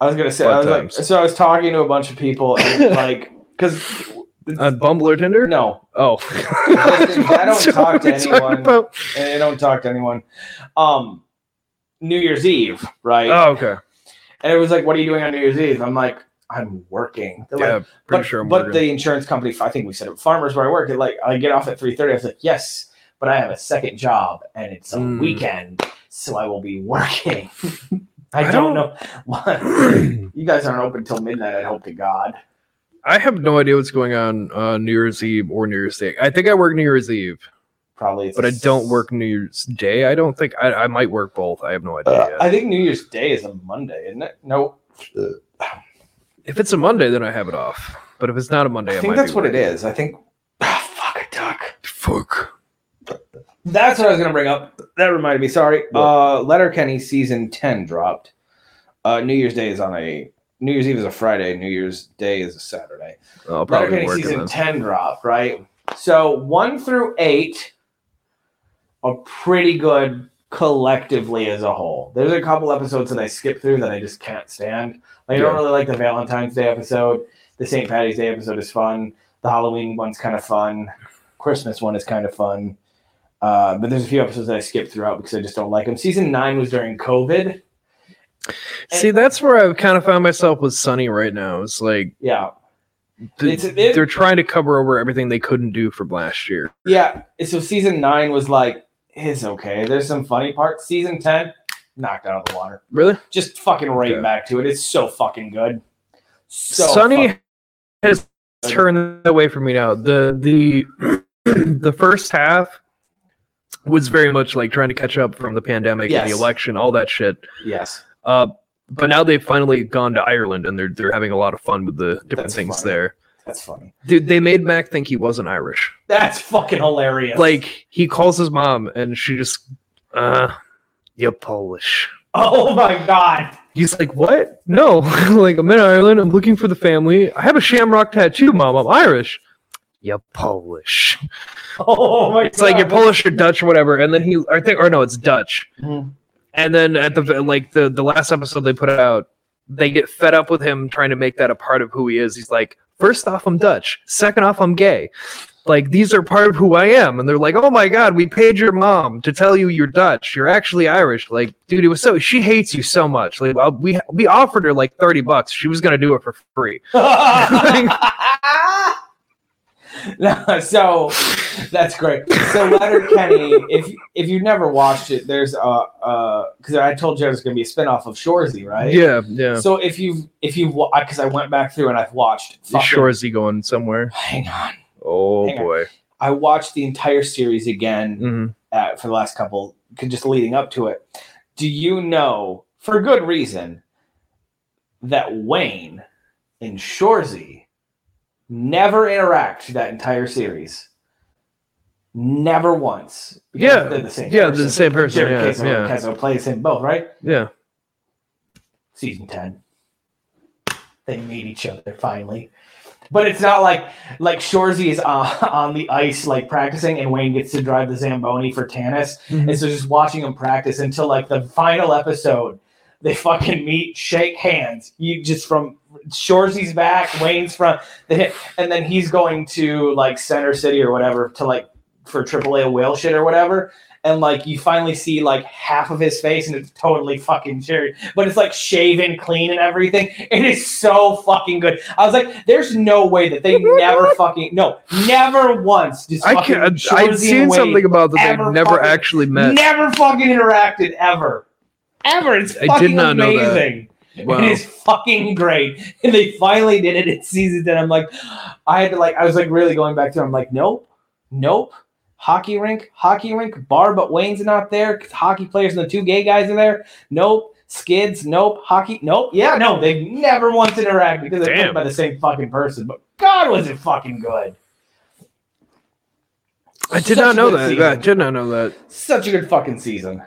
I was gonna say. Fun I was like, times. so I was talking to a bunch of people, and like, because on Bumble or Uh, Tinder? no, Oh, I don't So talk to we're talking anyone. about- I don't talk to anyone. Um, New Year's Eve, right? Oh, okay. and it was like, what are you doing on New Year's Eve? I'm like, I'm working. They're like, Yeah, pretty but, sure. I'm but working. the insurance company, I think we said it, farmers where I work, it like I get off at three thirty. I was like, yes, but I have a second job and it's a Mm. weekend, so I will be working. I, I don't- don't, know. What? you guys aren't open till midnight. I hope to God. I have no idea what's going on uh, New Year's Eve or New Year's Day. I think I work New Year's Eve, Probably, it's but a I don't s- work New Year's Day. I don't think I, I might work both. I have no idea. Uh, yet. I think New Year's Day is a Monday, isn't it? No, if it's a Monday, then I have it off. But if it's not a Monday, I, I think might that's be what it working. is. I think. Ah, fuck a duck. Fuck. That's what I was gonna bring up. That reminded me. Sorry. Uh, Letterkenny season ten dropped. Uh, New Year's Day is on a New Year's Eve is a Friday. New Year's Day is a Saturday. I'll probably be Letterkenny working season then. ten dropped. Right. So one through eight are pretty good collectively as a whole. There's a couple episodes that I skip through that I just can't stand. Like, I don't Yeah. really like the Valentine's Day episode. The St. Patty's Day episode is fun. The Halloween one's kind of fun. Christmas one is kind of fun. Uh, but there's a few episodes that I skipped throughout because I just don't like them. Season nine was during COVID. See, that's where I've kind of found myself with Sunny right now. It's like Yeah, th- It's- it- they're trying to cover over everything they couldn't do from last year. yeah. So season nine was like, it's okay. There's some funny parts. Season ten knocked out of the water. Really? Just fucking right Okay. back to it. It's so fucking good. So Sunny fuck- has turned away from me now. The the the first half was very much like trying to catch up from the pandemic and Yes. the election, all that shit. yes. Uh, but now they've finally gone to Ireland and they're they're having a lot of fun with the different That's things funny. there. That's funny. Dude, they made Mac think he wasn't Irish. That's fucking hilarious. Like he calls his mom and she just uh you're Polish. oh my god. He's like, what? No, like I'm in Ireland. I'm looking for the family. I have a shamrock tattoo, mom. I'm Irish. You're Polish. Oh my It's like god. you're Polish or Dutch or whatever. And then he, I think, or no, it's Dutch. Mhm. And then at the like the the last episode they put out, they get fed up with him trying to make that a part of who he is. He's like, first off, I'm Dutch. Second off, I'm gay. Like these are part of who I am, and they're like, "Oh my god, we paid your mom to tell you you're Dutch. You're actually Irish." Like, dude, it was so she hates you so much. Like, well, we we offered her like thirty bucks. She was gonna do it for free. No, so that's great. So Leonard Kenny, if if you've never watched it, there's a because I told you there was going to be a spinoff of Shorzy, right? Yeah, yeah. So if you've if you've because I went back through and I've watched. Is fucking- Shorzy going somewhere? Hang on. Oh Hang on. boy. I watched the entire series again hmm uh, for the last couple, just leading up to it. Do you know, for good reason, that Wayne and Shorzy never interact that entire series? Never once. Because Yeah, they're the same. yeah, person. they're the same person, Derek yeah, Casey yeah. Casey plays in both, right? Yeah. Season ten. They meet each other finally. But it's not like like Shorzy is uh, on the ice like practicing, and Wayne gets to drive the Zamboni for Tanis, Mm-hmm. and so just watching them practice until like the final episode, they fucking meet, shake hands. You just from Shorzy's back, Wayne's front, they hit, and then he's going to like Center City or whatever to like for AAA whale shit or whatever. And like you finally see like half of his face, and it's totally fucking cherry, but it's like shaven clean and everything. It is so fucking good. I was like, there's no way that they never fucking no, never once. Just I fucking can't. Shorzy I'd and seen Wayne something about that ever they never fucking- actually met. Never fucking interacted ever. Ever. It's I did fucking not know that. amazing. Wow. It is fucking great. And they finally did it in season 10. I'm like, I had to like, I was like really going back to I'm like, nope, nope. Hockey rink, hockey rink, bar, but Wayne's not there. 'cause Hockey players and the two gay guys are there. Nope. Skids, nope. Hockey, nope. Yeah, no, they never once interacted because they're Damn. played by the same fucking person. But God, was it fucking good. I did Such not a know good that. season. I did not know that. Such a good fucking season.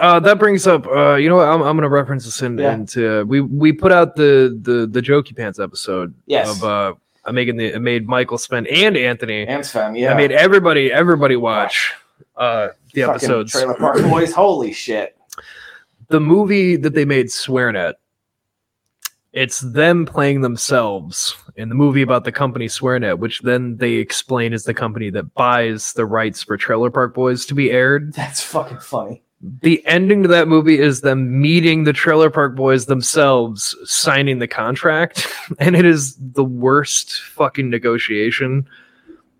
Uh, that brings up. Uh, you know what? I'm, I'm gonna reference this in, Yeah. into uh, we we put out the the the jokey pants episode Yes. of uh, I making the I made Michael spend and Anthony. Ants fam, yeah. I made everybody everybody watch uh, the Fucking episodes. Trailer Park Boys, holy shit! the movie that they made swearing at it's them playing themselves in the movie about the company swearing at which then they explain is the company that buys the rights for trailer park boys to be aired That's fucking funny. the ending to that movie is them meeting the trailer park boys themselves signing the contract and it is the worst fucking negotiation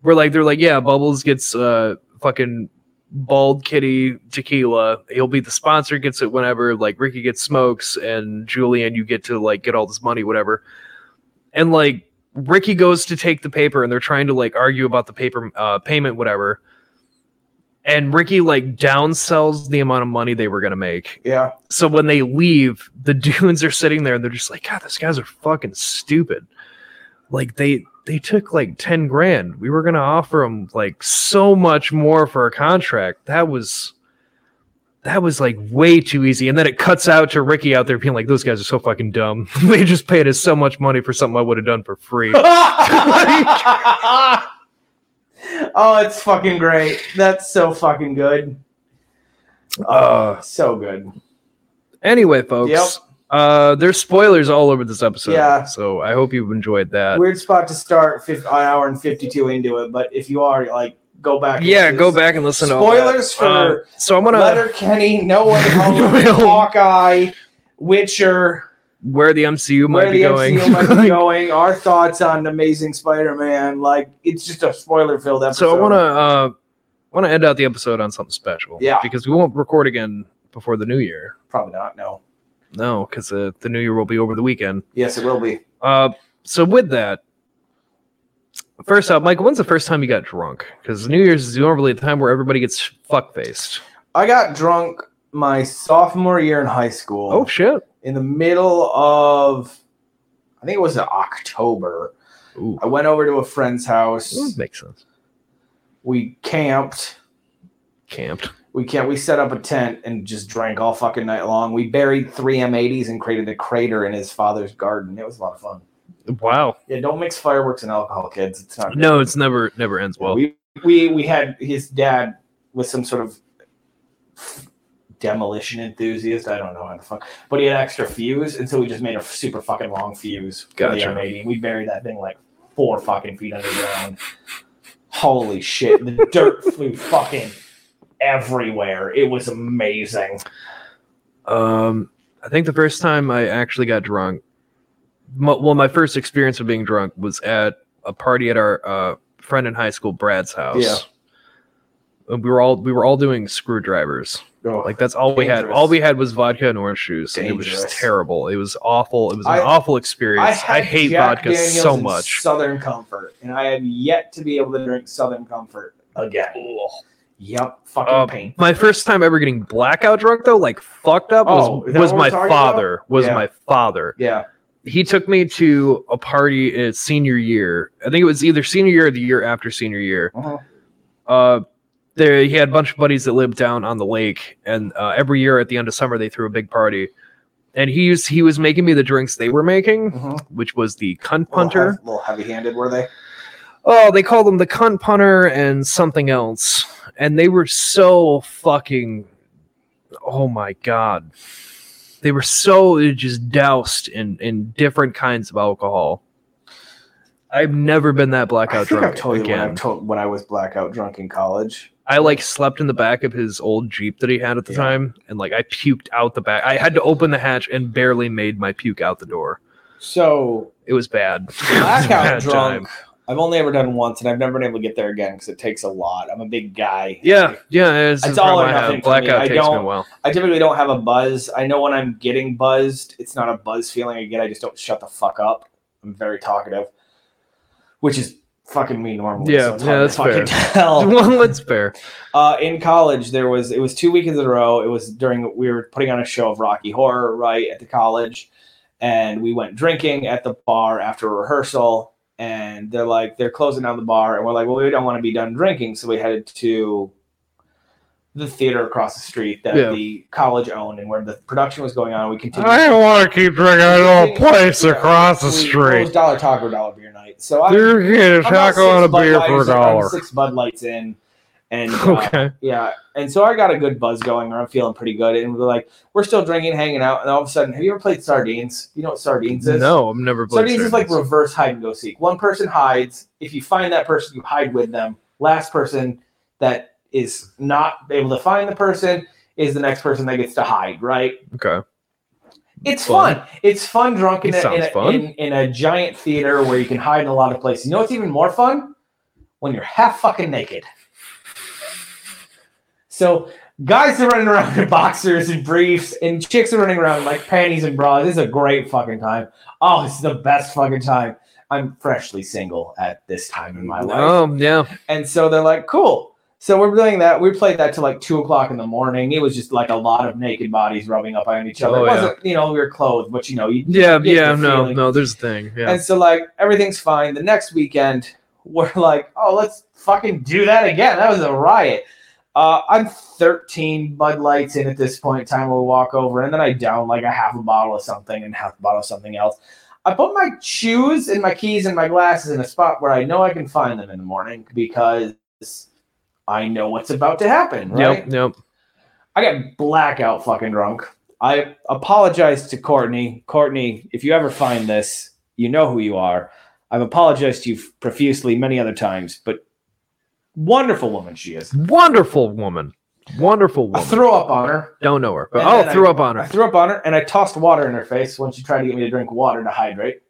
where like they're like yeah bubbles gets uh fucking bald kitty tequila he'll be the sponsor gets it whenever like ricky gets smokes and julian you get to like get all this money whatever and like ricky goes to take the paper and they're trying to like argue about the paper uh, payment whatever and ricky like downsells the amount of money they were gonna make Yeah, so when they leave, the dunes are sitting there and they're just like, God, these guys are fucking stupid. Like they they took like 10 grand. We were gonna offer them like so much more for a contract. That was that was like way too easy. And then it cuts out to Ricky out there being like, those guys are so fucking dumb. they just paid us so much money for something I would have done for free. oh, it's fucking great. That's so fucking good. Oh, Uh, so good. anyway, folks. Yep. Uh, there's spoilers all over this episode. Yeah. So I hope you've enjoyed that. Weird spot to start, fif- an hour and fifty-two into it. But if you are like, go back. and yeah, listen. go back and listen to all that. Spoilers for Uh, so I'm gonna Letter Kenny, No Way Home, Hawkeye, Witcher. where the MCU might where be the going. MCU might be going, our thoughts on Amazing Spider-Man. Like it's just a spoiler-filled episode. so I want to uh, want to end out the episode on something special. Yeah. because we won't record again before the new year. probably not. No. No, because uh, the new year will be over the weekend. Yes, it will be. Uh, so with that, first off, Michael, when's the first time you got drunk? Because New Year's is normally the time where everybody gets fuck faced. I got drunk my sophomore year in high school. Oh shit! in the middle of, I think it was October. Ooh, I went over to a friend's that house. makes sense. We camped. Camped. We can't. We set up a tent and just drank all fucking night long. We buried three M80s and created a crater in his father's garden. It was a lot of fun. Wow. Yeah, don't mix fireworks and alcohol, kids. It's not. good. No, it's never never ends well. we we we had his dad was some sort of demolition enthusiast. I don't know how the fuck, but he had extra fuse, and so we just made a super fucking long fuse. for the Gotcha. M80. We buried that thing like four fucking feet underground. Holy shit, the dirt flew fucking everywhere. It was amazing. Um, I think the first time I actually got drunk, my, well, my first experience of being drunk was at a party at our uh, friend in high school, Brad's house. Yeah. And We were all we were all doing screwdrivers. Oh, Like that's all we had. Dangerous. All we had was vodka and orange juice, and it was just Dangerous. terrible. It was awful. It was an I- awful experience. I, had hate Jack vodka Daniels so and much. Southern Comfort, and I have yet to be able to drink Southern Comfort again. Yep, fucking Um, pain. My first time ever getting blackout drunk though, like fucked up, Oh, was is that was what we're my talking father. Was Yeah. my father. Yeah, he took me to a party at senior year. I think it was either senior year or the year after senior year. Uh-huh. Uh, there he had a bunch of buddies that lived down on the lake, and uh, every year at the end of summer they threw a big party. And he used, he was making me the drinks they were making, Mhm. which was the cunt punter. A little heavy-handed, were they? Oh, they called them the cunt punter and something else, and they were so fucking. Oh my god, they were so just doused in in different kinds of alcohol. I've never been that blackout I think I've drunk told you when, again. I've told, when I was blackout drunk in college. I like slept in the back of his old jeep that he had at the Yeah. time, and like I puked out the back. I had to open the hatch and barely made my puke out the door. So It was bad. It was a blackout bad drunk. time. I've only ever done once, and I've never been able to get there again because it takes a lot. I'm a big guy. Yeah, yeah. It's, It's all or nothing for me. Blackout I takes me a don't- while. I typically don't have a buzz. I know when I'm getting buzzed, it's not a buzz feeling I get. I just don't shut the fuck up. I'm very talkative, which is fucking me normally. Yeah, so it's yeah, hard that's to fucking tell. well, that's fair. Uh, in college, there was it was two weekends in a row. It was during we were putting on a show of Rocky Horror right at the college, and we went drinking at the bar after rehearsal. And they're like they're closing down the bar, and we're like, well, we don't want to be done drinking, so we headed to the theater across the street that Yeah. the college owned and where the production was going on. We continued. I don't want to keep drinking at a place Yeah. across the We- It was street. dollar taco, dollar beer night. So I You can get a I'm about taco and a six Bud beer for a Lights- I'm dollar. Six Bud Lights in, and uh, Okay. yeah, and so I got a good buzz going, or I'm feeling pretty good. And we're like, we're still drinking, hanging out, and all of a sudden, have you ever played sardines? You know what sardines is? No, I've never played. sardines is like reverse hide and go seek. One person hides. If you find that person, you hide with them. Last person that is not able to find the person is the next person that gets to hide. Right? Okay. It's Fun. fun. It's fun drunk in It a, in, sounds a, fun. In, in a giant theater where you can hide in a lot of places. You know what's even more fun? When you're half fucking naked. So guys are running around in boxers and briefs, and chicks are running around in like panties and bras. This is a great fucking time. Oh, this is the best fucking time. I'm freshly single at this time in my life. Um. Yeah. And so they're like, cool. So we're doing that. We played that till like two o'clock in the morning. It was just like a lot of naked bodies rubbing up on each other. Oh, it yeah. wasn't, you know, we were clothed, but you know, you, Yeah. It's Yeah. the No. feeling. No. There's a thing. Yeah. and so like everything's fine. The next weekend, we're like, oh, let's fucking do that again. That was a riot. Uh, I'm 13 Bud Lights in at this point in time. We walk over, and then I down like a half a bottle of something and half a bottle of something else. I put my shoes and my keys and my glasses in a spot where I know I can find them in the morning because I know what's about to happen. Right? Yep. Yep. I got blackout fucking drunk. I apologize to Courtney. Courtney, if you ever find this, you know who you are. I've apologized to you profusely many other times, but wonderful woman she is. Wonderful woman. Wonderful I woman. threw up on her. Don't know her, but And I'll then I- throw up on I her. threw up on her and I tossed water in her face when she tried to get me to drink water to hydrate.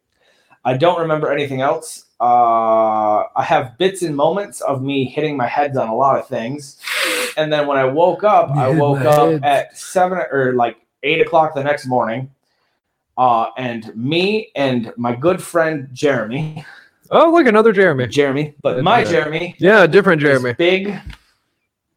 I don't remember anything else. Uh, I have bits and moments of me hitting my heads on a lot of things. And then when I woke up, You I hit woke my up heads. at seven or like eight o'clock the next morning. Uh, and me and my good friend Jeremy, Oh, look, another Jeremy. Jeremy, but Good my man. Jeremy, Yeah, different is Jeremy. big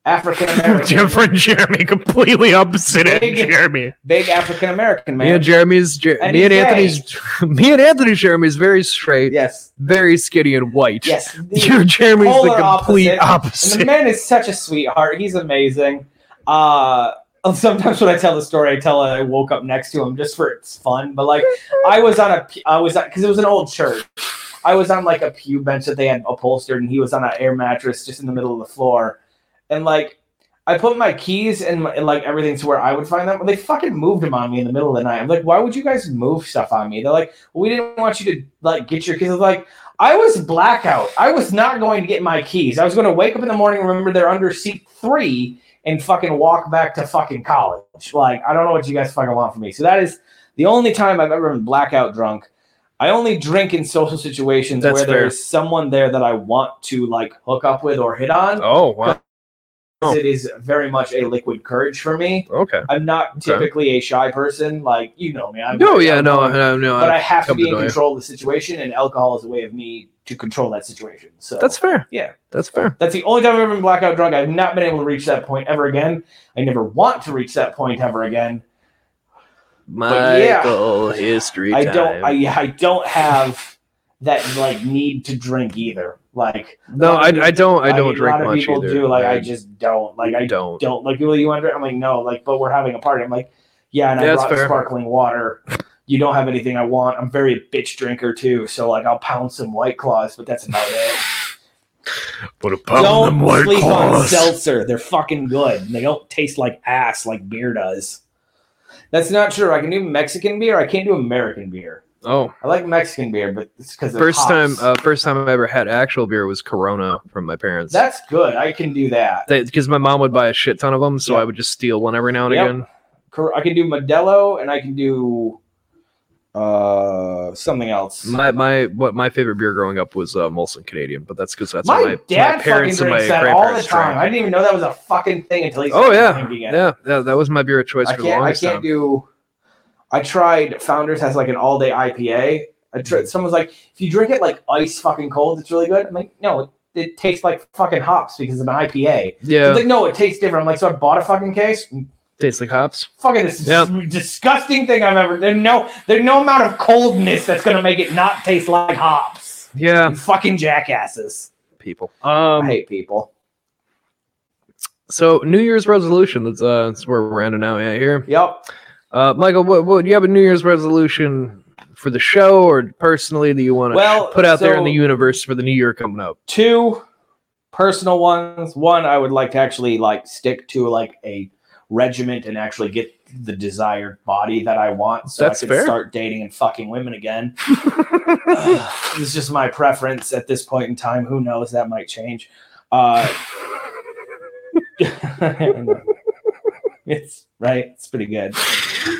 African American, Different Jeremy, completely opposite end Big- Jeremy. big African American Me and man. Jeremy's. Jer- And me and he's gay. Anthony's. Me and Anthony's Jeremy's very straight, Yes, very skinny and white. yes. Your Jeremy's Polar the complete And the opposite. man is such a sweetheart. He's amazing. Uh, sometimes when I tell the story, I tell I woke up next to him just for it's fun. But like, I was on a, pu- I was because it was an old church. I was on like a pew bench that they had upholstered, and he was on an air mattress just in the middle of the floor, and like. I put my keys and, my, and like everything to where I would find them. They fucking moved them on me in the middle of the night. I'm like, why would you guys move stuff on me? They're like, well, we didn't want you to like get your keys. I'm like, I was blackout. I was not going to get my keys. I was going to wake up in the morning, remember they're under seat three, and fucking walk back to fucking college. Like, I don't know what you guys fucking want from me. So that is the only time I've ever been blackout drunk. I only drink in social situations That's where fair. there's someone there that I want to like hook up with or hit on Oh wow. Oh. it is very much a liquid courage for me. Okay. I'm not Okay. typically a shy person, like you know me. I'm, No, yeah, no, I'm- no, no. but I have to come be to in know you. control of the situation, and alcohol is a way of me to control that situation. So That's fair. Yeah. That's fair. that's the only time I've ever been blackout drunk. I've not been able to reach that point ever again. I never want to reach that point ever again. But yeah. Michael history. I don't. I, I don't have that like need to drink either. Like no, I, I don't. I don't mean, drink a lot of much people either. Do like I, just don't. Like I don't. don't like will you want to drink? I'm like no like but we're having a party I'm like yeah and I Yeah, that's brought fair. sparkling water you don't have anything I want I'm very a bitch drinker too so like I'll pound some white claws but that's about it Put a don't sleep on seltzer they're fucking good they don't taste like ass like beer does that's not true I can do Mexican beer I can't do American beer Oh, I like Mexican beer but it's because first time. Uh, first time I ever had actual beer was Corona from my parents. that's good I can do that because my mom would buy a shit ton of them, so I would just steal one every now and Yep. again. Cor- I can do Modelo and I can do uh something else My my what my favorite beer growing up was uh, Molson Canadian, but that's because that's my, what my, dad my parents and fucking my drinks that all the grandparents time. I drank. didn't even know that was a fucking thing until he Oh, started yeah. drinking it. Yeah, yeah, that was my beer of choice I for the can't. I longest can't time. do. I tried. Founders has like an all day IPA. I Mm-hmm. tried, someone's like, if you drink it like ice fucking cold, it's really good. I'm like, no, it, it tastes like fucking hops because it's an IPA. yeah, It's like, no, it tastes different. I'm like, so I bought a fucking case. tastes like hops. Fucking this is Yep. the disgusting thing I've ever. There's no. There's no amount of coldness that's gonna make it not taste like hops. Yeah, You fucking jackasses. people. I Um, hate people. so New Year's resolution. That's uh, that's where we're ending out at here. Yep. Uh, Michael, what what do you have a New Year's resolution for the show or personally that you want to Well, put out there in so- the universe for the new year coming up? two personal ones one i would like to actually like stick to like a regiment and actually get the desired body that i want so That's i can fair. start dating and fucking women again Ugh, it's just my preference at this point in time who knows that might change uh it's right it's pretty good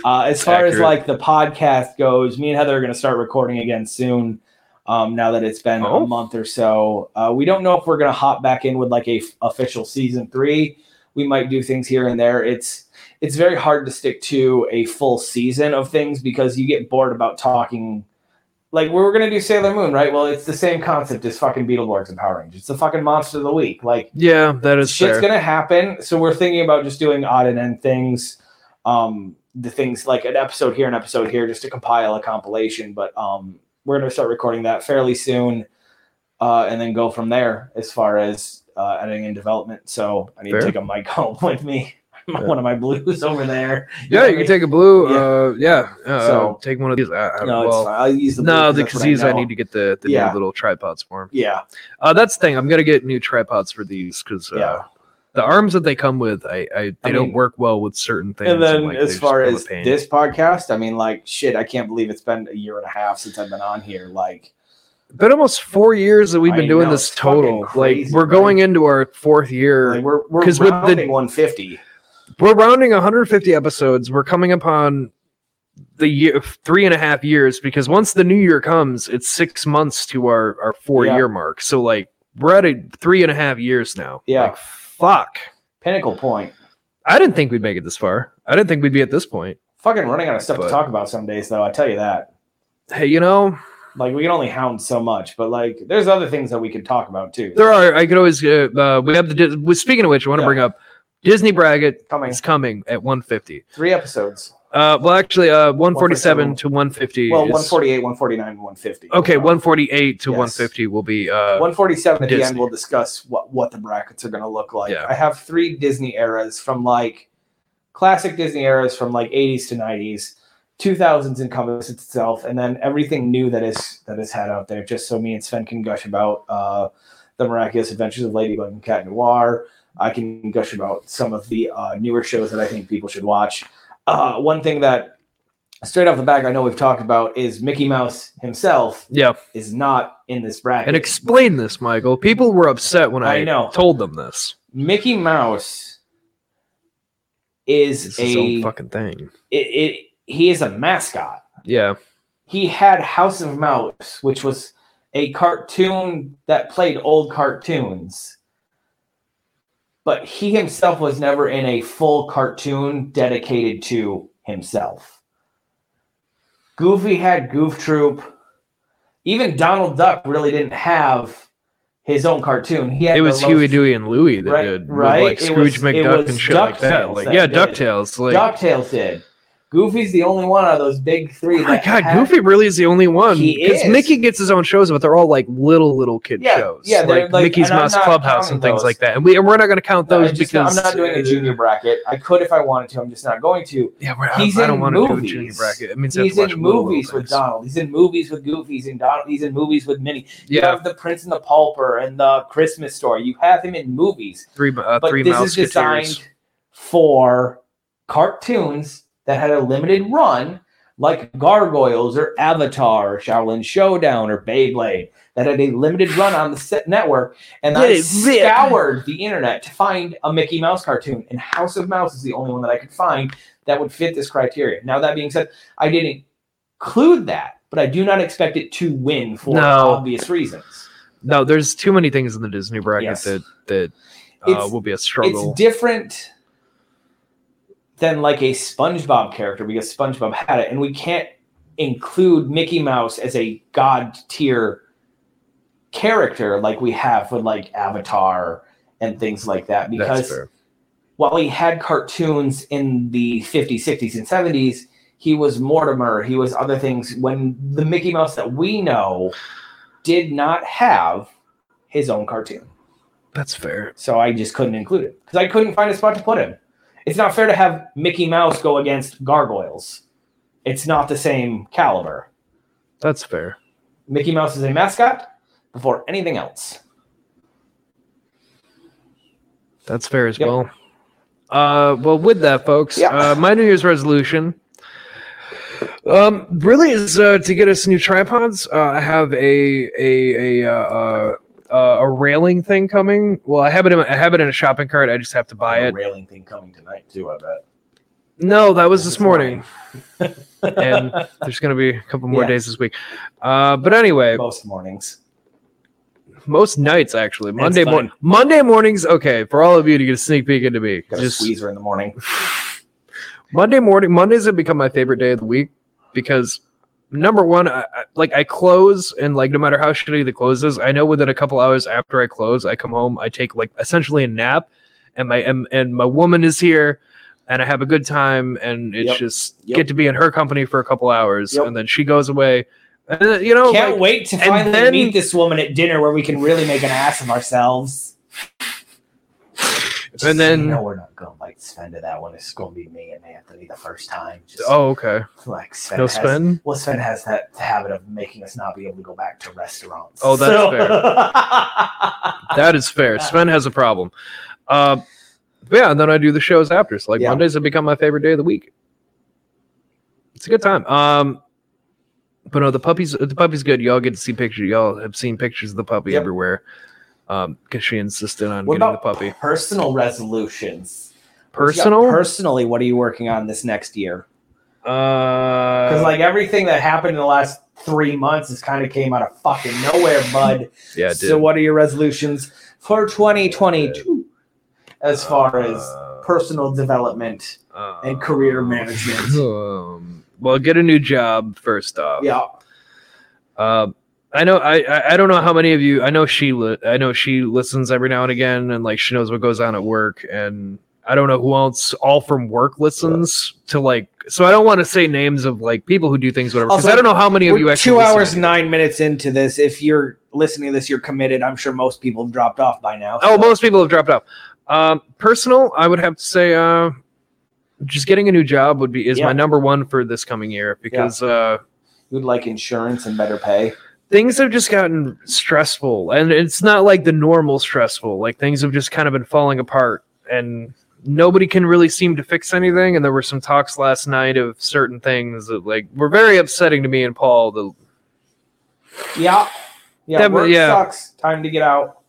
uh as far as Accurate. like the podcast goes me and heather are going to start recording again soon um, now that it's been Oh. a month or so. Uh, we don't know if we're going to hop back in with like a f- official season three. We might do things here and there. It's it's very hard to stick to a full season of things because you get bored about talking. Like we were going to do Sailor Moon, right? Well, it's the same concept as fucking Beetleborgs and Power Rangers. It's the fucking monster of the week. Like Yeah, that is shit's fair. gonna happen. So we're thinking about just doing odd and end things. Um, the things like an episode here, an episode here, just to compile a compilation. But um, we're gonna start recording that fairly soon, uh, and then go from there as far as uh, editing and development. So I need Fair. to take a mic home with me. Yeah. One of my blues over there. yeah, you can take a blue. Uh, yeah, uh, So- take one of these. I, I, No, Uh, it's well, fine. I'll use the blue no, 'cause that's because what these I, know. need to get the, the Yeah. new little tripods for 'em. Yeah, Uh, that's the thing. I'm gonna get new tripods for these because uh, Yeah. the arms that they come with, I, I they I don't mean- work well with certain things. and then like, they as just far become a as pain. this podcast, I mean, like shit, I can't believe it's been a year and a half since I've been on here. Like, been almost four years that we've I been doing know, this it's fucking total. crazy, like we're right? going into our fourth year. like we're we're 'Cause with the- rounding 150. we're rounding 150 episodes. We're coming upon the year three and a half years because once the new year comes, it's six months to our our four Yeah. year mark. So like we're at a three and a half years now. Yeah. Like, fuck. pinnacle point. I didn't think we'd make it this far. I didn't think we'd be at this point. Fucking running out of stuff But- to talk about some days, though. I tell you that. Hey, you know Like we can only hound so much, but like there's other things that we could talk about too. there are. I could always. Uh, uh, we have the. Dis- well, speaking of which, I want to Yeah. bring up Disney Bracket coming is coming at 150. three episodes. Uh, well, actually, uh, 147 to 150. Well, is- 148, 149, and 150. Okay, 148 to Yes. 150 will be. Uh, 147 at the end. Disney. We'll discuss what what the brackets are going to look like. Yeah. I have three Disney eras from like classic Disney eras from like 80s to 90s. 2000s encompasses itself, and then everything new that is that is had out there. Just so me and Sven can gush about uh, the miraculous adventures of Ladybug and Cat Noir, I can gush about some of the uh, newer shows that I think people should watch. Uh, one thing that straight off the back I know we've talked about is Mickey Mouse himself Yeah. is not in this bracket. And explain this, Michael. People were upset when I, I know. told them this. Mickey Mouse is It's his a own fucking thing. it, it he is a mascot. Yeah. He had House of Mouse, which was a cartoon that played old cartoons. But he himself was never in a full cartoon dedicated to himself. Goofy had Goof Troop. Even Donald Duck really didn't have his own cartoon. He had It the was Low- Huey, Dewey, and Louie that Right, did. with, right. Like It Scrooge was- it McDuck was and shit like that. DuckTales Like, that yeah, did it. DuckTales. Like, DuckTales did. Goofy's the only one out of those big three. Oh my that god, had- Goofy really is the only one. He Because is. Mickey gets his own shows, but they're all like little little kid Yeah, shows. yeah, they're, like, like- Mickey's and I'm Mouse not Clubhouse counting and things those. like that. And we and we're not going to count No, I those just- because I'm not doing a junior bracket. I could if I wanted to. I'm just not going to. Yeah, we're, I, He's I don't in want to do a junior movies. bracket. It means I have He's to watch in little, little movies with things. Donald. He's in movies with Goofy. He's in Donald. He's in movies with Minnie. You Yeah, have the Prince and the Pauper and the Christmas Story. You have him in movies, three uh, but three this is Mouseketeers. designed for cartoons that had a limited run, like Gargoyles or Avatar, or Shaolin Showdown or Beyblade, that had a limited run on the set network. And Let I it rip. scoured the internet to find a Mickey Mouse cartoon, and House of Mouse is the only one that I could find that would fit this criteria. Now that being said, I didn't include that, but I do not expect it to win for No. obvious reasons. No, there's too many things in the Disney bracket Yes. that that uh, It's- will be a struggle. It's different than like a SpongeBob character because SpongeBob had it, and we can't include Mickey Mouse as a god tier character like we have with like Avatar and things like that That's because fair. while he had cartoons in the 50s, 60s, and 70s, he was Mortimer, he was other things. When the Mickey Mouse that we know did not have his own cartoon. That's fair. So I just couldn't include it because I couldn't find a spot to put him. It's not fair to have Mickey Mouse go against gargoyles. It's not the same caliber. That's fair. Mickey Mouse is a mascot before anything else. That's fair as Yep. well. Uh, well, with that, folks, Yeah. uh, my New Year's resolution um, really is uh, to get us new tripods. Uh, I have a a a uh, uh, uh, a railing thing coming. Well, I have it. In, I have it in a shopping cart. I just have to buy A it. railing thing coming tonight too. I bet. No, that was this It's mine. morning, and there's going to be a couple more Yeah. days this week. Uh, but anyway, Most mornings. most nights actually. Monday fine. morning. Monday mornings. Okay, for all of you to get a sneak peek into me. Got a Just squeezer in the morning. Monday morning, Mondays have become my favorite day of the week because number one, I, I- like I close and like no matter how shitty the close is, I know within a couple hours after I close, I come home, I take like essentially a nap, and my and, and my woman is here, and I have a good time, and it's Yep. just Yep. get to be in her company for a couple hours, Yep. and then she goes away, and then, you know, Can't like, wait to and finally then- meet this woman at dinner where we can really make an ass of ourselves. And then- no, we're not gonna like Sven to that one. It's gonna be me and Anthony the first time. Just oh okay, like Sven no has- spin. Well, Sven has that habit of making us not be able to go back to restaurants. Oh, that's fair. That is fair. Sven has a problem. Uh, but yeah, and then I do the shows after. So like Yeah. Mondays have become my favorite day of the week. It's a good time. Um, but no, the puppy's the puppy's good. Y'all get to see pictures. Y'all have seen pictures of the puppy Yep. everywhere. Um, because she insisted on what getting the about puppy. personal resolutions? What you got Personal, personally, what are you working on this next year? Because uh, like everything that happened in the last three months has kind of came out of fucking nowhere, bud. yeah, it did. so, what are your resolutions for 2022 as far as Uh, personal development and career management? Um, well, get a new job first off. yeah, Uh, I know I- I I don't know how many of you I know she li- I know she listens every now and again and like she knows what goes on at work and I don't know who else all from work listens to like so I don't want to say names of like people who do things whatever because Also, I don't know how many of We're you actually two listen. hours nine minutes into this. If you're listening to this, you're committed. I'm sure most people have dropped off by now. Oh, so- most people have dropped off. Um, personal, I would have to say, uh, just getting a new job would be is Yeah. my number one for this coming year because uh, you'd like insurance and better pay. things have just gotten stressful and it's not like the normal stressful like things have just kind of been falling apart and nobody can really seem to fix anything and there were some talks last night of certain things that like were very upsetting to me and paul the Yeah. Yeah. Yeah, but work yeah. sucks. Time to get out.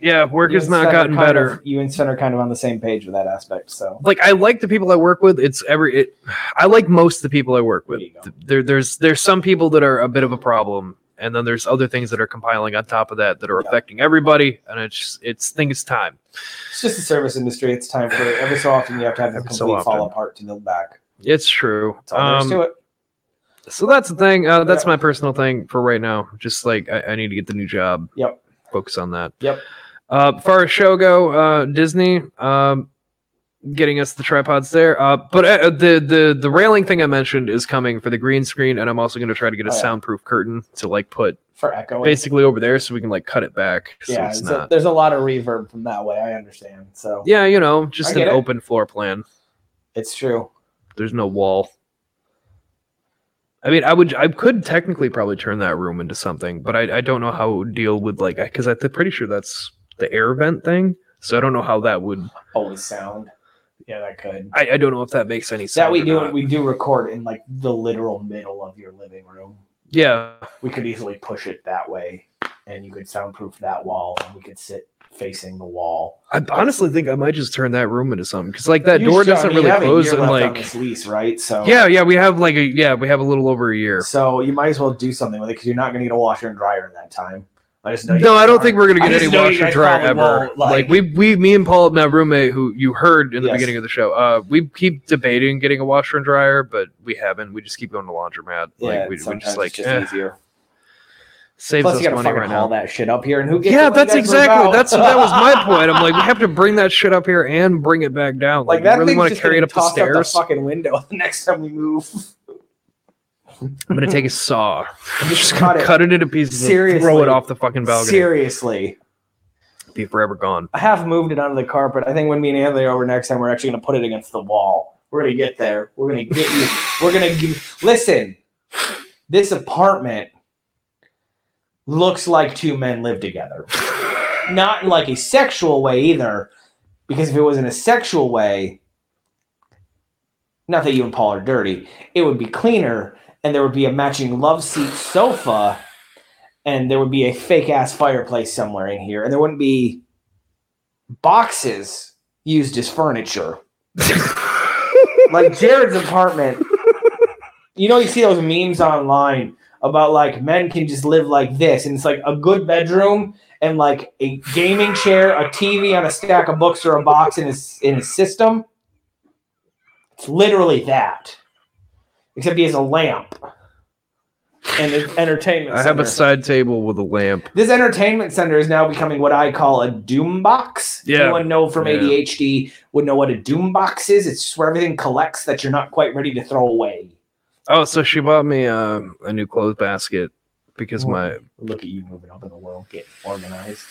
yeah work You has and not Sven are gotten kind better of- you and Sven are kind of on the same page with that aspect. So like I like the people I work with. It's every it, I like most of the people I work with. There you go. There there's there's some people that are a bit of a problem, and then there's other things that are compiling on top of that that are Yeah. affecting everybody. And it's just- it's think it's time. it's just the service industry. It's time for every so often you have to have the Every complete so fall often. apart to build back. It's true. That's all there is Um, to it. so that's the thing. Uh, that's Yeah. my personal thing for right now. Just like I, I need to get the new job. Yep. Focus on that. Yep. Uh, far as show go, uh, Disney, um, getting us the tripods there. Uh, but uh, the the the railing thing I mentioned is coming for the green screen, and I'm also going to try to get a Oh, yeah. soundproof curtain to like put For echoing. basically over there, so we can like cut it back. So yeah. it's it's a- not. there's a lot of reverb from that way. I understand. So yeah, you know, just I an get it. open floor plan. it's true. There's no wall. I mean, I would, I could technically probably turn that room into something, but I, I don't know how it would deal with like, because I'm pretty sure that's the air vent thing. So I don't know how that would. Always sound. Yeah, that could. I, I don't know if that makes any sense. that we do we do record in like the literal middle of your living room. Yeah, We could easily push it that way, and you could soundproof that wall, and we could sit facing the wall. I honestly think I might just turn that room into something because like that You door should- I doesn't mean, you really have a close year and left on like. this lease, right? So Yeah, yeah, we have like a yeah, we have a little over a year. So you might as well do something with it because you're not going to get a washer and dryer in that time. I just know. you No, I guys don't aren't. think we're gonna I get any just know you washer guys dryer probably ever. won't, Like like- we, we, me and Paul, my roommate, who you heard in the Yes. beginning of the show, uh, we keep debating getting a washer and dryer, but we haven't. We just keep going to laundromat. Yeah, Like we, we sometimes just it's like just eh, easier. saves Plus, you us got to money fucking right haul now. that shit up here, and who gets? it Yeah, when you that's guys move exactly out? that's that was my point. I'm like, we have to bring that shit up here and bring it back down. Like, like we that really thing's want to just carry it getting up the tossed stairs. out the fucking window the next time we move. I'm gonna take a saw, I'm just cut gonna it. cut it into pieces, and throw Seriously. it off the fucking balcony, Seriously, be forever gone. I have moved it onto the carpet. I think when me and Anthony are over next time, we're actually going to put it against the wall. We're going to get there. We're going to get you. We're going to give. Listen, this apartment looks like two men live together. Not in like a sexual way either, because if it was in a sexual way, not that you and Paul are dirty, it would be cleaner, and there would be a matching love seat sofa, and there would be a fake ass fireplace somewhere in here, and there wouldn't be boxes used as furniture. like Jared's apartment. You know, you see those memes online about like men can just live like this, and it's like a good bedroom and like a gaming chair, a TV on a stack of books or a box in his in his system. It's literally that, except he has a lamp and an entertainment. I have a center. side table with a lamp. This entertainment center is now becoming what I call a doom box. Yeah. Anyone know from Yeah. ADHD would know what a doom box is. It's just where everything collects that you're not quite ready to throw away. Oh, so she bought me uh, a new clothes basket because my Look at you moving up in the world, get organized.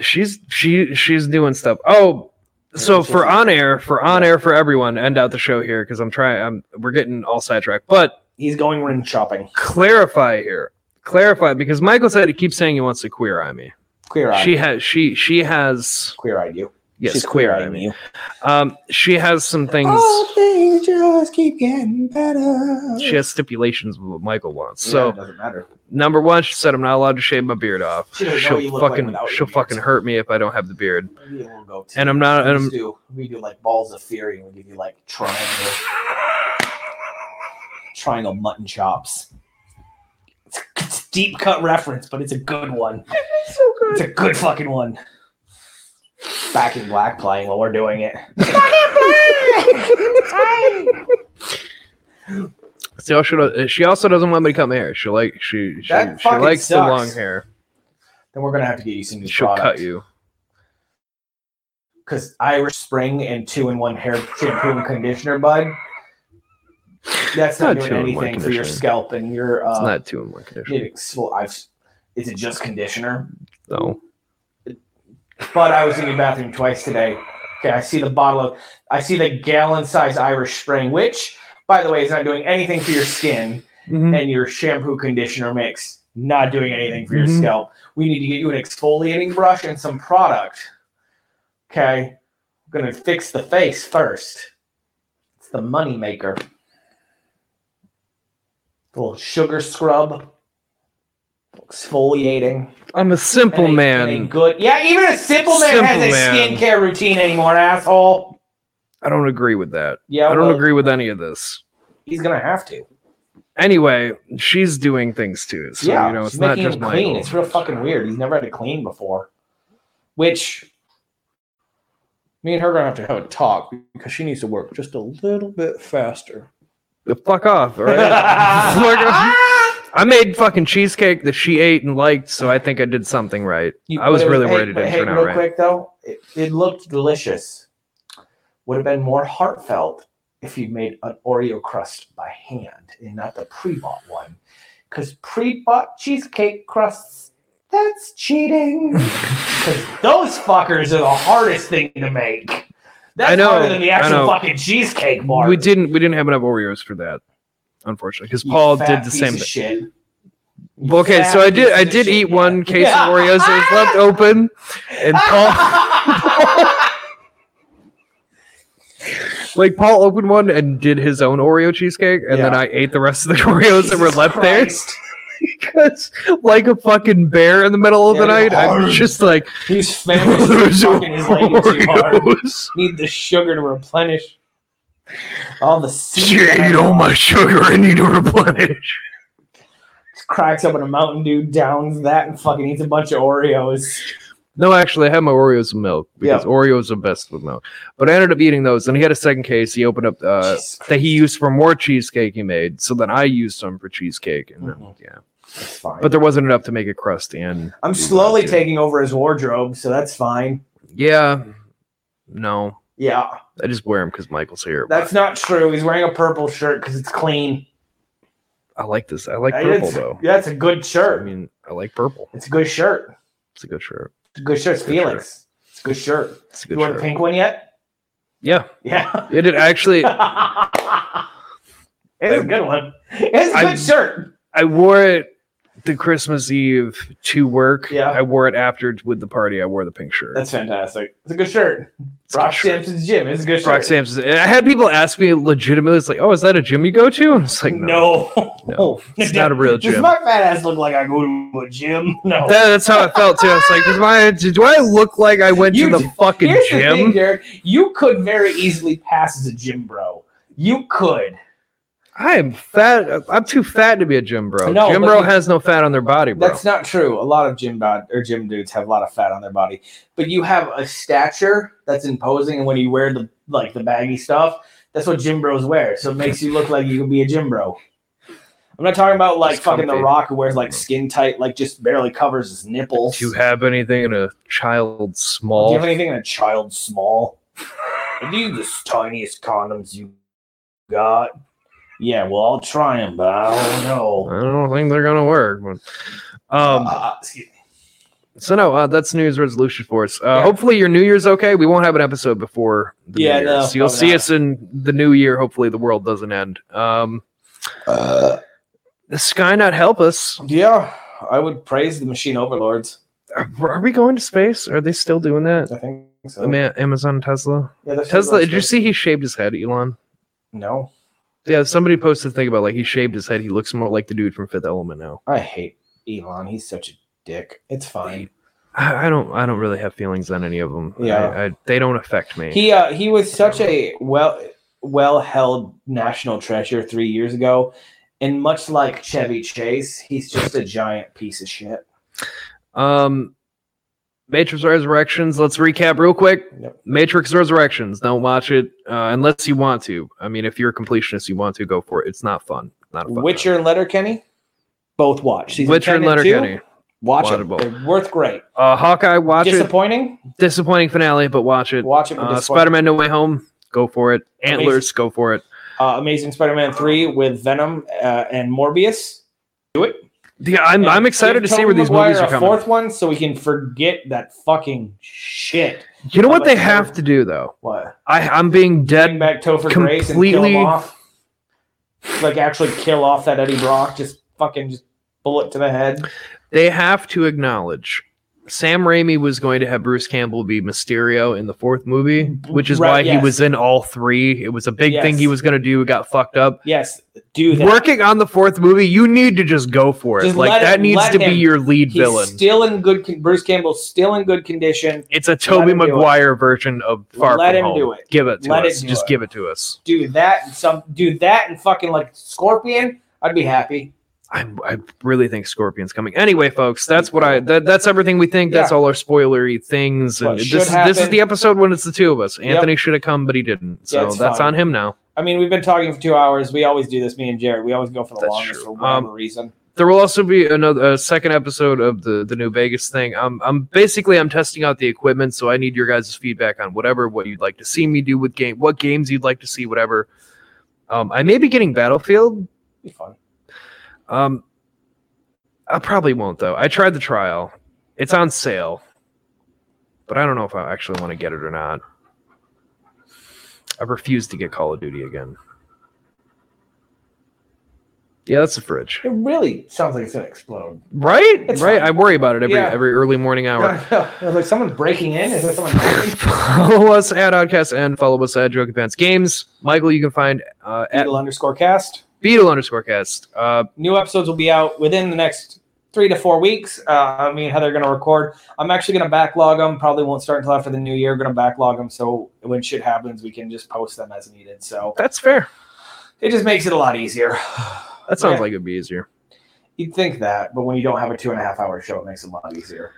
she's she she's doing stuff. Oh, so for on air for on air for everyone, end out the show here because I'm trying. I'm we're getting all sidetracked. But He's going ring shopping. clarify here, clarify because Michael said he keeps saying he wants to queer eye me. Queer eye. She has she she has queer eyed you. yes She's queer eye eyeing me. you. Um, she has some things. Oh, things just keep getting better. She has stipulations with what Michael wants. Yeah, So it doesn't matter. number one, she said I'm not allowed to shave my beard off. She doesn't know what you She'll look like fucking without your she'll beard. fucking hurt me if I don't have the beard. Maybe it will go too. And I'm not. And We I'm, do. We do like balls of fury, and we give you like triangle, triangle mutton chops. It's a, it's a deep cut reference, but it's a good one. so good. It's a good fucking one. Back in black playing while we're doing it. she also she also doesn't want me to cut my hair. She like she she, That she fucking likes the sucks. long hair. Then we're gonna have to get you some new She'll cut products you. because Irish Spring and two in one hair shampoo and conditioner, bud. That's not, Not doing two-in-one anything for your conditioner. scalp and your. It's Uh, not two in one condition. it's well, I've. Is it just conditioner? No. But I was in the bathroom twice today. Okay, I see the bottle of, I see the gallon-sized Irish Spring, Mm-hmm. which, by the way, is not doing anything for your skin, and your shampoo conditioner makes not doing anything for your Mhm. scalp. We need to get you an exfoliating brush and some product. Okay. I'm going to fix the face first. It's the money maker. Little sugar scrub, exfoliating. I'm a simple And a- and a man. good. Yeah, even a simple man Simple has a man. skincare routine anymore, asshole. I don't agree with that. Yeah, I don't well, agree with any of this. He's gonna have to. Anyway, she's doing things too. So, yeah, you know, it's she's not making just him clean. Michael. It's real fucking weird. He's never had to clean before. Which me and her are gonna have to have a talk because she needs to work just a little bit faster. The fuck off, all right? Fuck off. I made fucking cheesecake that she ate and liked, so I think I did something right. You- I was but it really hey, worried it but didn't hey, turn out real right. quick though, it, it looked delicious. Would have been more heartfelt if you made an Oreo crust by hand and not the pre-bought one, because pre-bought cheesecake crusts that's cheating. 'Cause those fuckers are the hardest thing to make. That's I know, harder than the I actual know. fucking cheesecake bar. We didn't. We didn't have enough Oreos for that, unfortunately, because You Paul fat did the piece same of thing. shit. You Okay, fat so I did. piece I of did shit, eat yeah. one case Yeah. of Oreos that was left open, and Paul, like Paul, opened one and did his own Oreo cheesecake, and then Yeah. I ate the rest of the Oreos that were Jesus left there Christ. because, like a fucking bear in the middle of the Yeah, night, I'm just like He's those famous. are fucking his lady too hard. Oreos. Need the sugar to replenish all the seeds. She ate all my sugar. I need to replenish. Just cracks open a Mountain Dew, downs that, and fucking eats a bunch of Oreos. No, actually, I had my Oreos with milk because Oreos are best with milk. But I ended up eating those, and he had a second case. He opened up uh, Jesus Christ, that he used for more cheesecake he made. So then I used some for cheesecake, and then, Mhm. yeah. that's fine. but there wasn't enough to make it crusty and I'm slowly Yeah. taking over his wardrobe, so that's fine. yeah no Yeah, i just wear them because michael's here that's not true. He's wearing a purple shirt because it's clean. i like this i like Hey, purple it's- though Yeah, it's a good i shirt. mean i like purple It's a good shirt. it's a good shirt It's a good shirt. It's Good shirt. Felix. It's a good shirt. it's a You good want a shirt pink one yet? yeah Yeah. it, it actually it's a good one. It's a I- good shirt. i wore it the christmas eve to work Yeah. i wore it after with the party i wore the pink shirt That's fantastic. It's a good shirt. It's a good Rock shirt. Sampson's gym. It's a good Rock shirt. Samson. I had people ask me legitimately, it's like, oh, is that a gym you go to? I'm just like, no. No. No. It's not a real Oh. Does gym. my fat ass look like I go to a gym? No. That- that's how I felt too. I was like, does my, do I look like I went You to the d- fucking Here's the gym? thing, Derek. You could very easily pass as a gym bro. You could. I am fat. I'm too fat to be a gym bro. No, gym but bro you- has no fat on their body, bro. That's not true. A lot of gym bod or gym dudes have a lot of fat on their body, but you have a stature that's imposing, and when you wear the like the baggy stuff, that's what gym bros wear. So it makes you look like you can be a gym bro. I'm not talking about like It's fucking The comfy. Rock who wears like skin tight, like just barely covers his nipples. Do you have anything in a child Do small? you have anything in a child small? Are these the tiniest condoms you got? Yeah, well, I'll try them, but I don't know. I don't think they're gonna work. But, um, Uh, excuse- so no, uh, that's New Year's resolution for us. Uh, Yeah. Hopefully your New Year's okay. We won't have an episode before the Yeah, New no, Year's. so you'll probably see not. us in the New Year. Hopefully the world doesn't end. Um, Uh, the Skynet help us. yeah, I would praise the machine overlords. Are, are we going to space? Are they still doing that? I think so. Ama- Amazon Tesla. yeah, that's Tesla. Did you see he shaved his head, Elon? No, Yeah, somebody posted a thing about like he shaved his head. He looks more like the dude from Fifth Element now. I hate Elon. He's such a dick. It's fine. I, I don't. I don't really have feelings on any of them. Yeah. I, I, they don't affect me. He uh, he was such a well well held national treasure three years ago, and much like Chevy Chase, he's just a giant piece of shit. um, Matrix Resurrections. Let's recap real quick. Yep. Matrix Resurrections. Don't watch it uh, unless you want to. I mean, if you're a completionist, you want to go for it. It's not fun. Not a fun. time. Witcher and Letterkenny, both watch. Season Witcher 10 and two, Letterkenny. watch Watch it. it both. They're worth great. Uh, Hawkeye. Watch it. Disappointing. Disappointing finale, but watch it. Watch it. but Uh, disappointing. Spider-Man: No Way Home. Go for it. Amazing. Antlers. Go for it. Uh, Amazing Spider-Man three with Venom uh, and Morbius. Yeah, I'm. And I'm excited to give see Tobey where these Maguire movies are a coming. Fourth one, so we can forget that fucking shit. You know How what about they the have third? to do though. What? I, I'm being dead. Bring back Topher Grace and kill completely- him off. Like actually kill off that Eddie Brock. Just fucking just bullet to the head. They have to acknowledge Sam Raimi was going to have Bruce Campbell be Mysterio in the fourth movie, which is Right, why yes. he was in all three. It was a big thing he Yes. was going to do. It got fucked up. Yes, do that. Working on the fourth movie, you need to just go for it. Just let like it- that needs let to be him. your lead He's villain. still in good. Con- Bruce Campbell's still in good condition. it's a Toby him do it. Maguire version of Far Let From him Home. do it. Give it to Let us. him do just it. give it to us. Do that and some. Do that and fucking like Scorpion. I'd be happy. I, I really think Scorpion's coming. Anyway, folks, that's what I that, that's everything we think. That's all our spoilery things. What And should this is- this is happen. the episode when it's the two of us. Yep. Anthony should have come, but he didn't. So it's that's fine. on him now. I mean, we've been talking for two hours. We always do this, me and Jared. We always go for the That's longest true. for whatever Um, reason. There will also be another a second episode of the the new Vegas thing. I'm I'm basically I'm testing out the equipment, so I need your guys' feedback on whatever what you'd like to see me do with game, what games you'd like to see, whatever. Um, I may be getting Battlefield. It'd be fun. Um, I probably won't though. I tried the trial. It's on sale, but I don't know if I actually want to get it or not. I refuse to get Call of Duty again. Yeah, that's the fridge, It really sounds like it's gonna explode. right? It's right. fine. I worry about it every Yeah. every early morning hour. like someone's breaking in. Is there someone? knocking? follow us at Oddcast and follow us at Joke Advance Games. Michael, you can find uh, at Beetle underscore cast. Beetle underscore Cast. Uh, New episodes will be out within the next three to four weeks. Uh, me and Heather are going to record. I'm actually going to backlog them. Probably won't start until after the new year. Going to backlog them so when shit happens, we can just post them as needed. So that's fair. it just makes it a lot easier. That sounds Yeah. like it'd be easier. You'd think that, but when you don't have a two and a half hour show, it makes it a lot easier.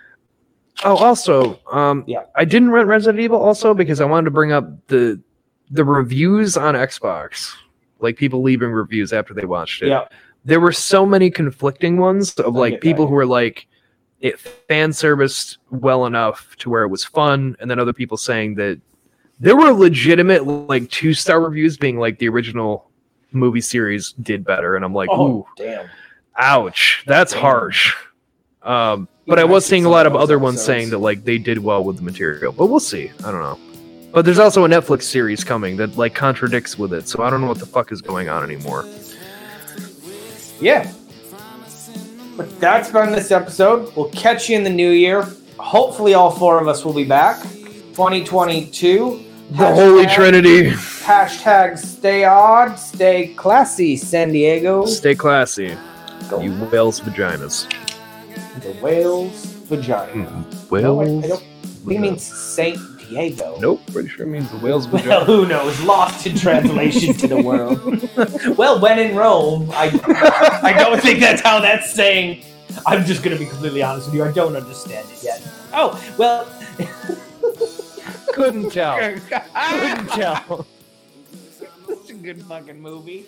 Oh, also, um, Yeah. I didn't rent Resident Evil also because I wanted to bring up the the reviews on Xbox, like people leaving reviews after they watched it. Yeah. There were so many conflicting ones of get like that, people yeah. who were like it fan serviced well enough to where it was fun, and then other people saying that there were legitimate like two star reviews being like the original movie series did better, and I'm like, Oh, ooh, damn. ouch, that's Damn. harsh. Um, but Yeah, I I was see seeing a some lot of of those other ones episodes. saying that like they did well with the material, but we'll see. I don't know. But there's also a Netflix series coming that like contradicts with it, so I don't know what the fuck is going on anymore. Yeah. But that's been this episode. We'll catch you in the new year. Hopefully, all four of us will be back. 2022. The Holy Hashtag- Trinity. Hashtag stay odd, stay classy, San Diego. Stay classy, you whales vaginas. The whale's vagina. No, I, I don't Whales? think it means Saint Diego. Nope, pretty sure it means the whales Well, vagina. who knows? Lost in translation to the world. well, when in Rome, I, I don't think that's how that's saying. I'm just going to be completely honest with you. I don't understand it yet. Oh, well. Couldn't tell. Oh. That's Couldn't tell. a good fucking movie.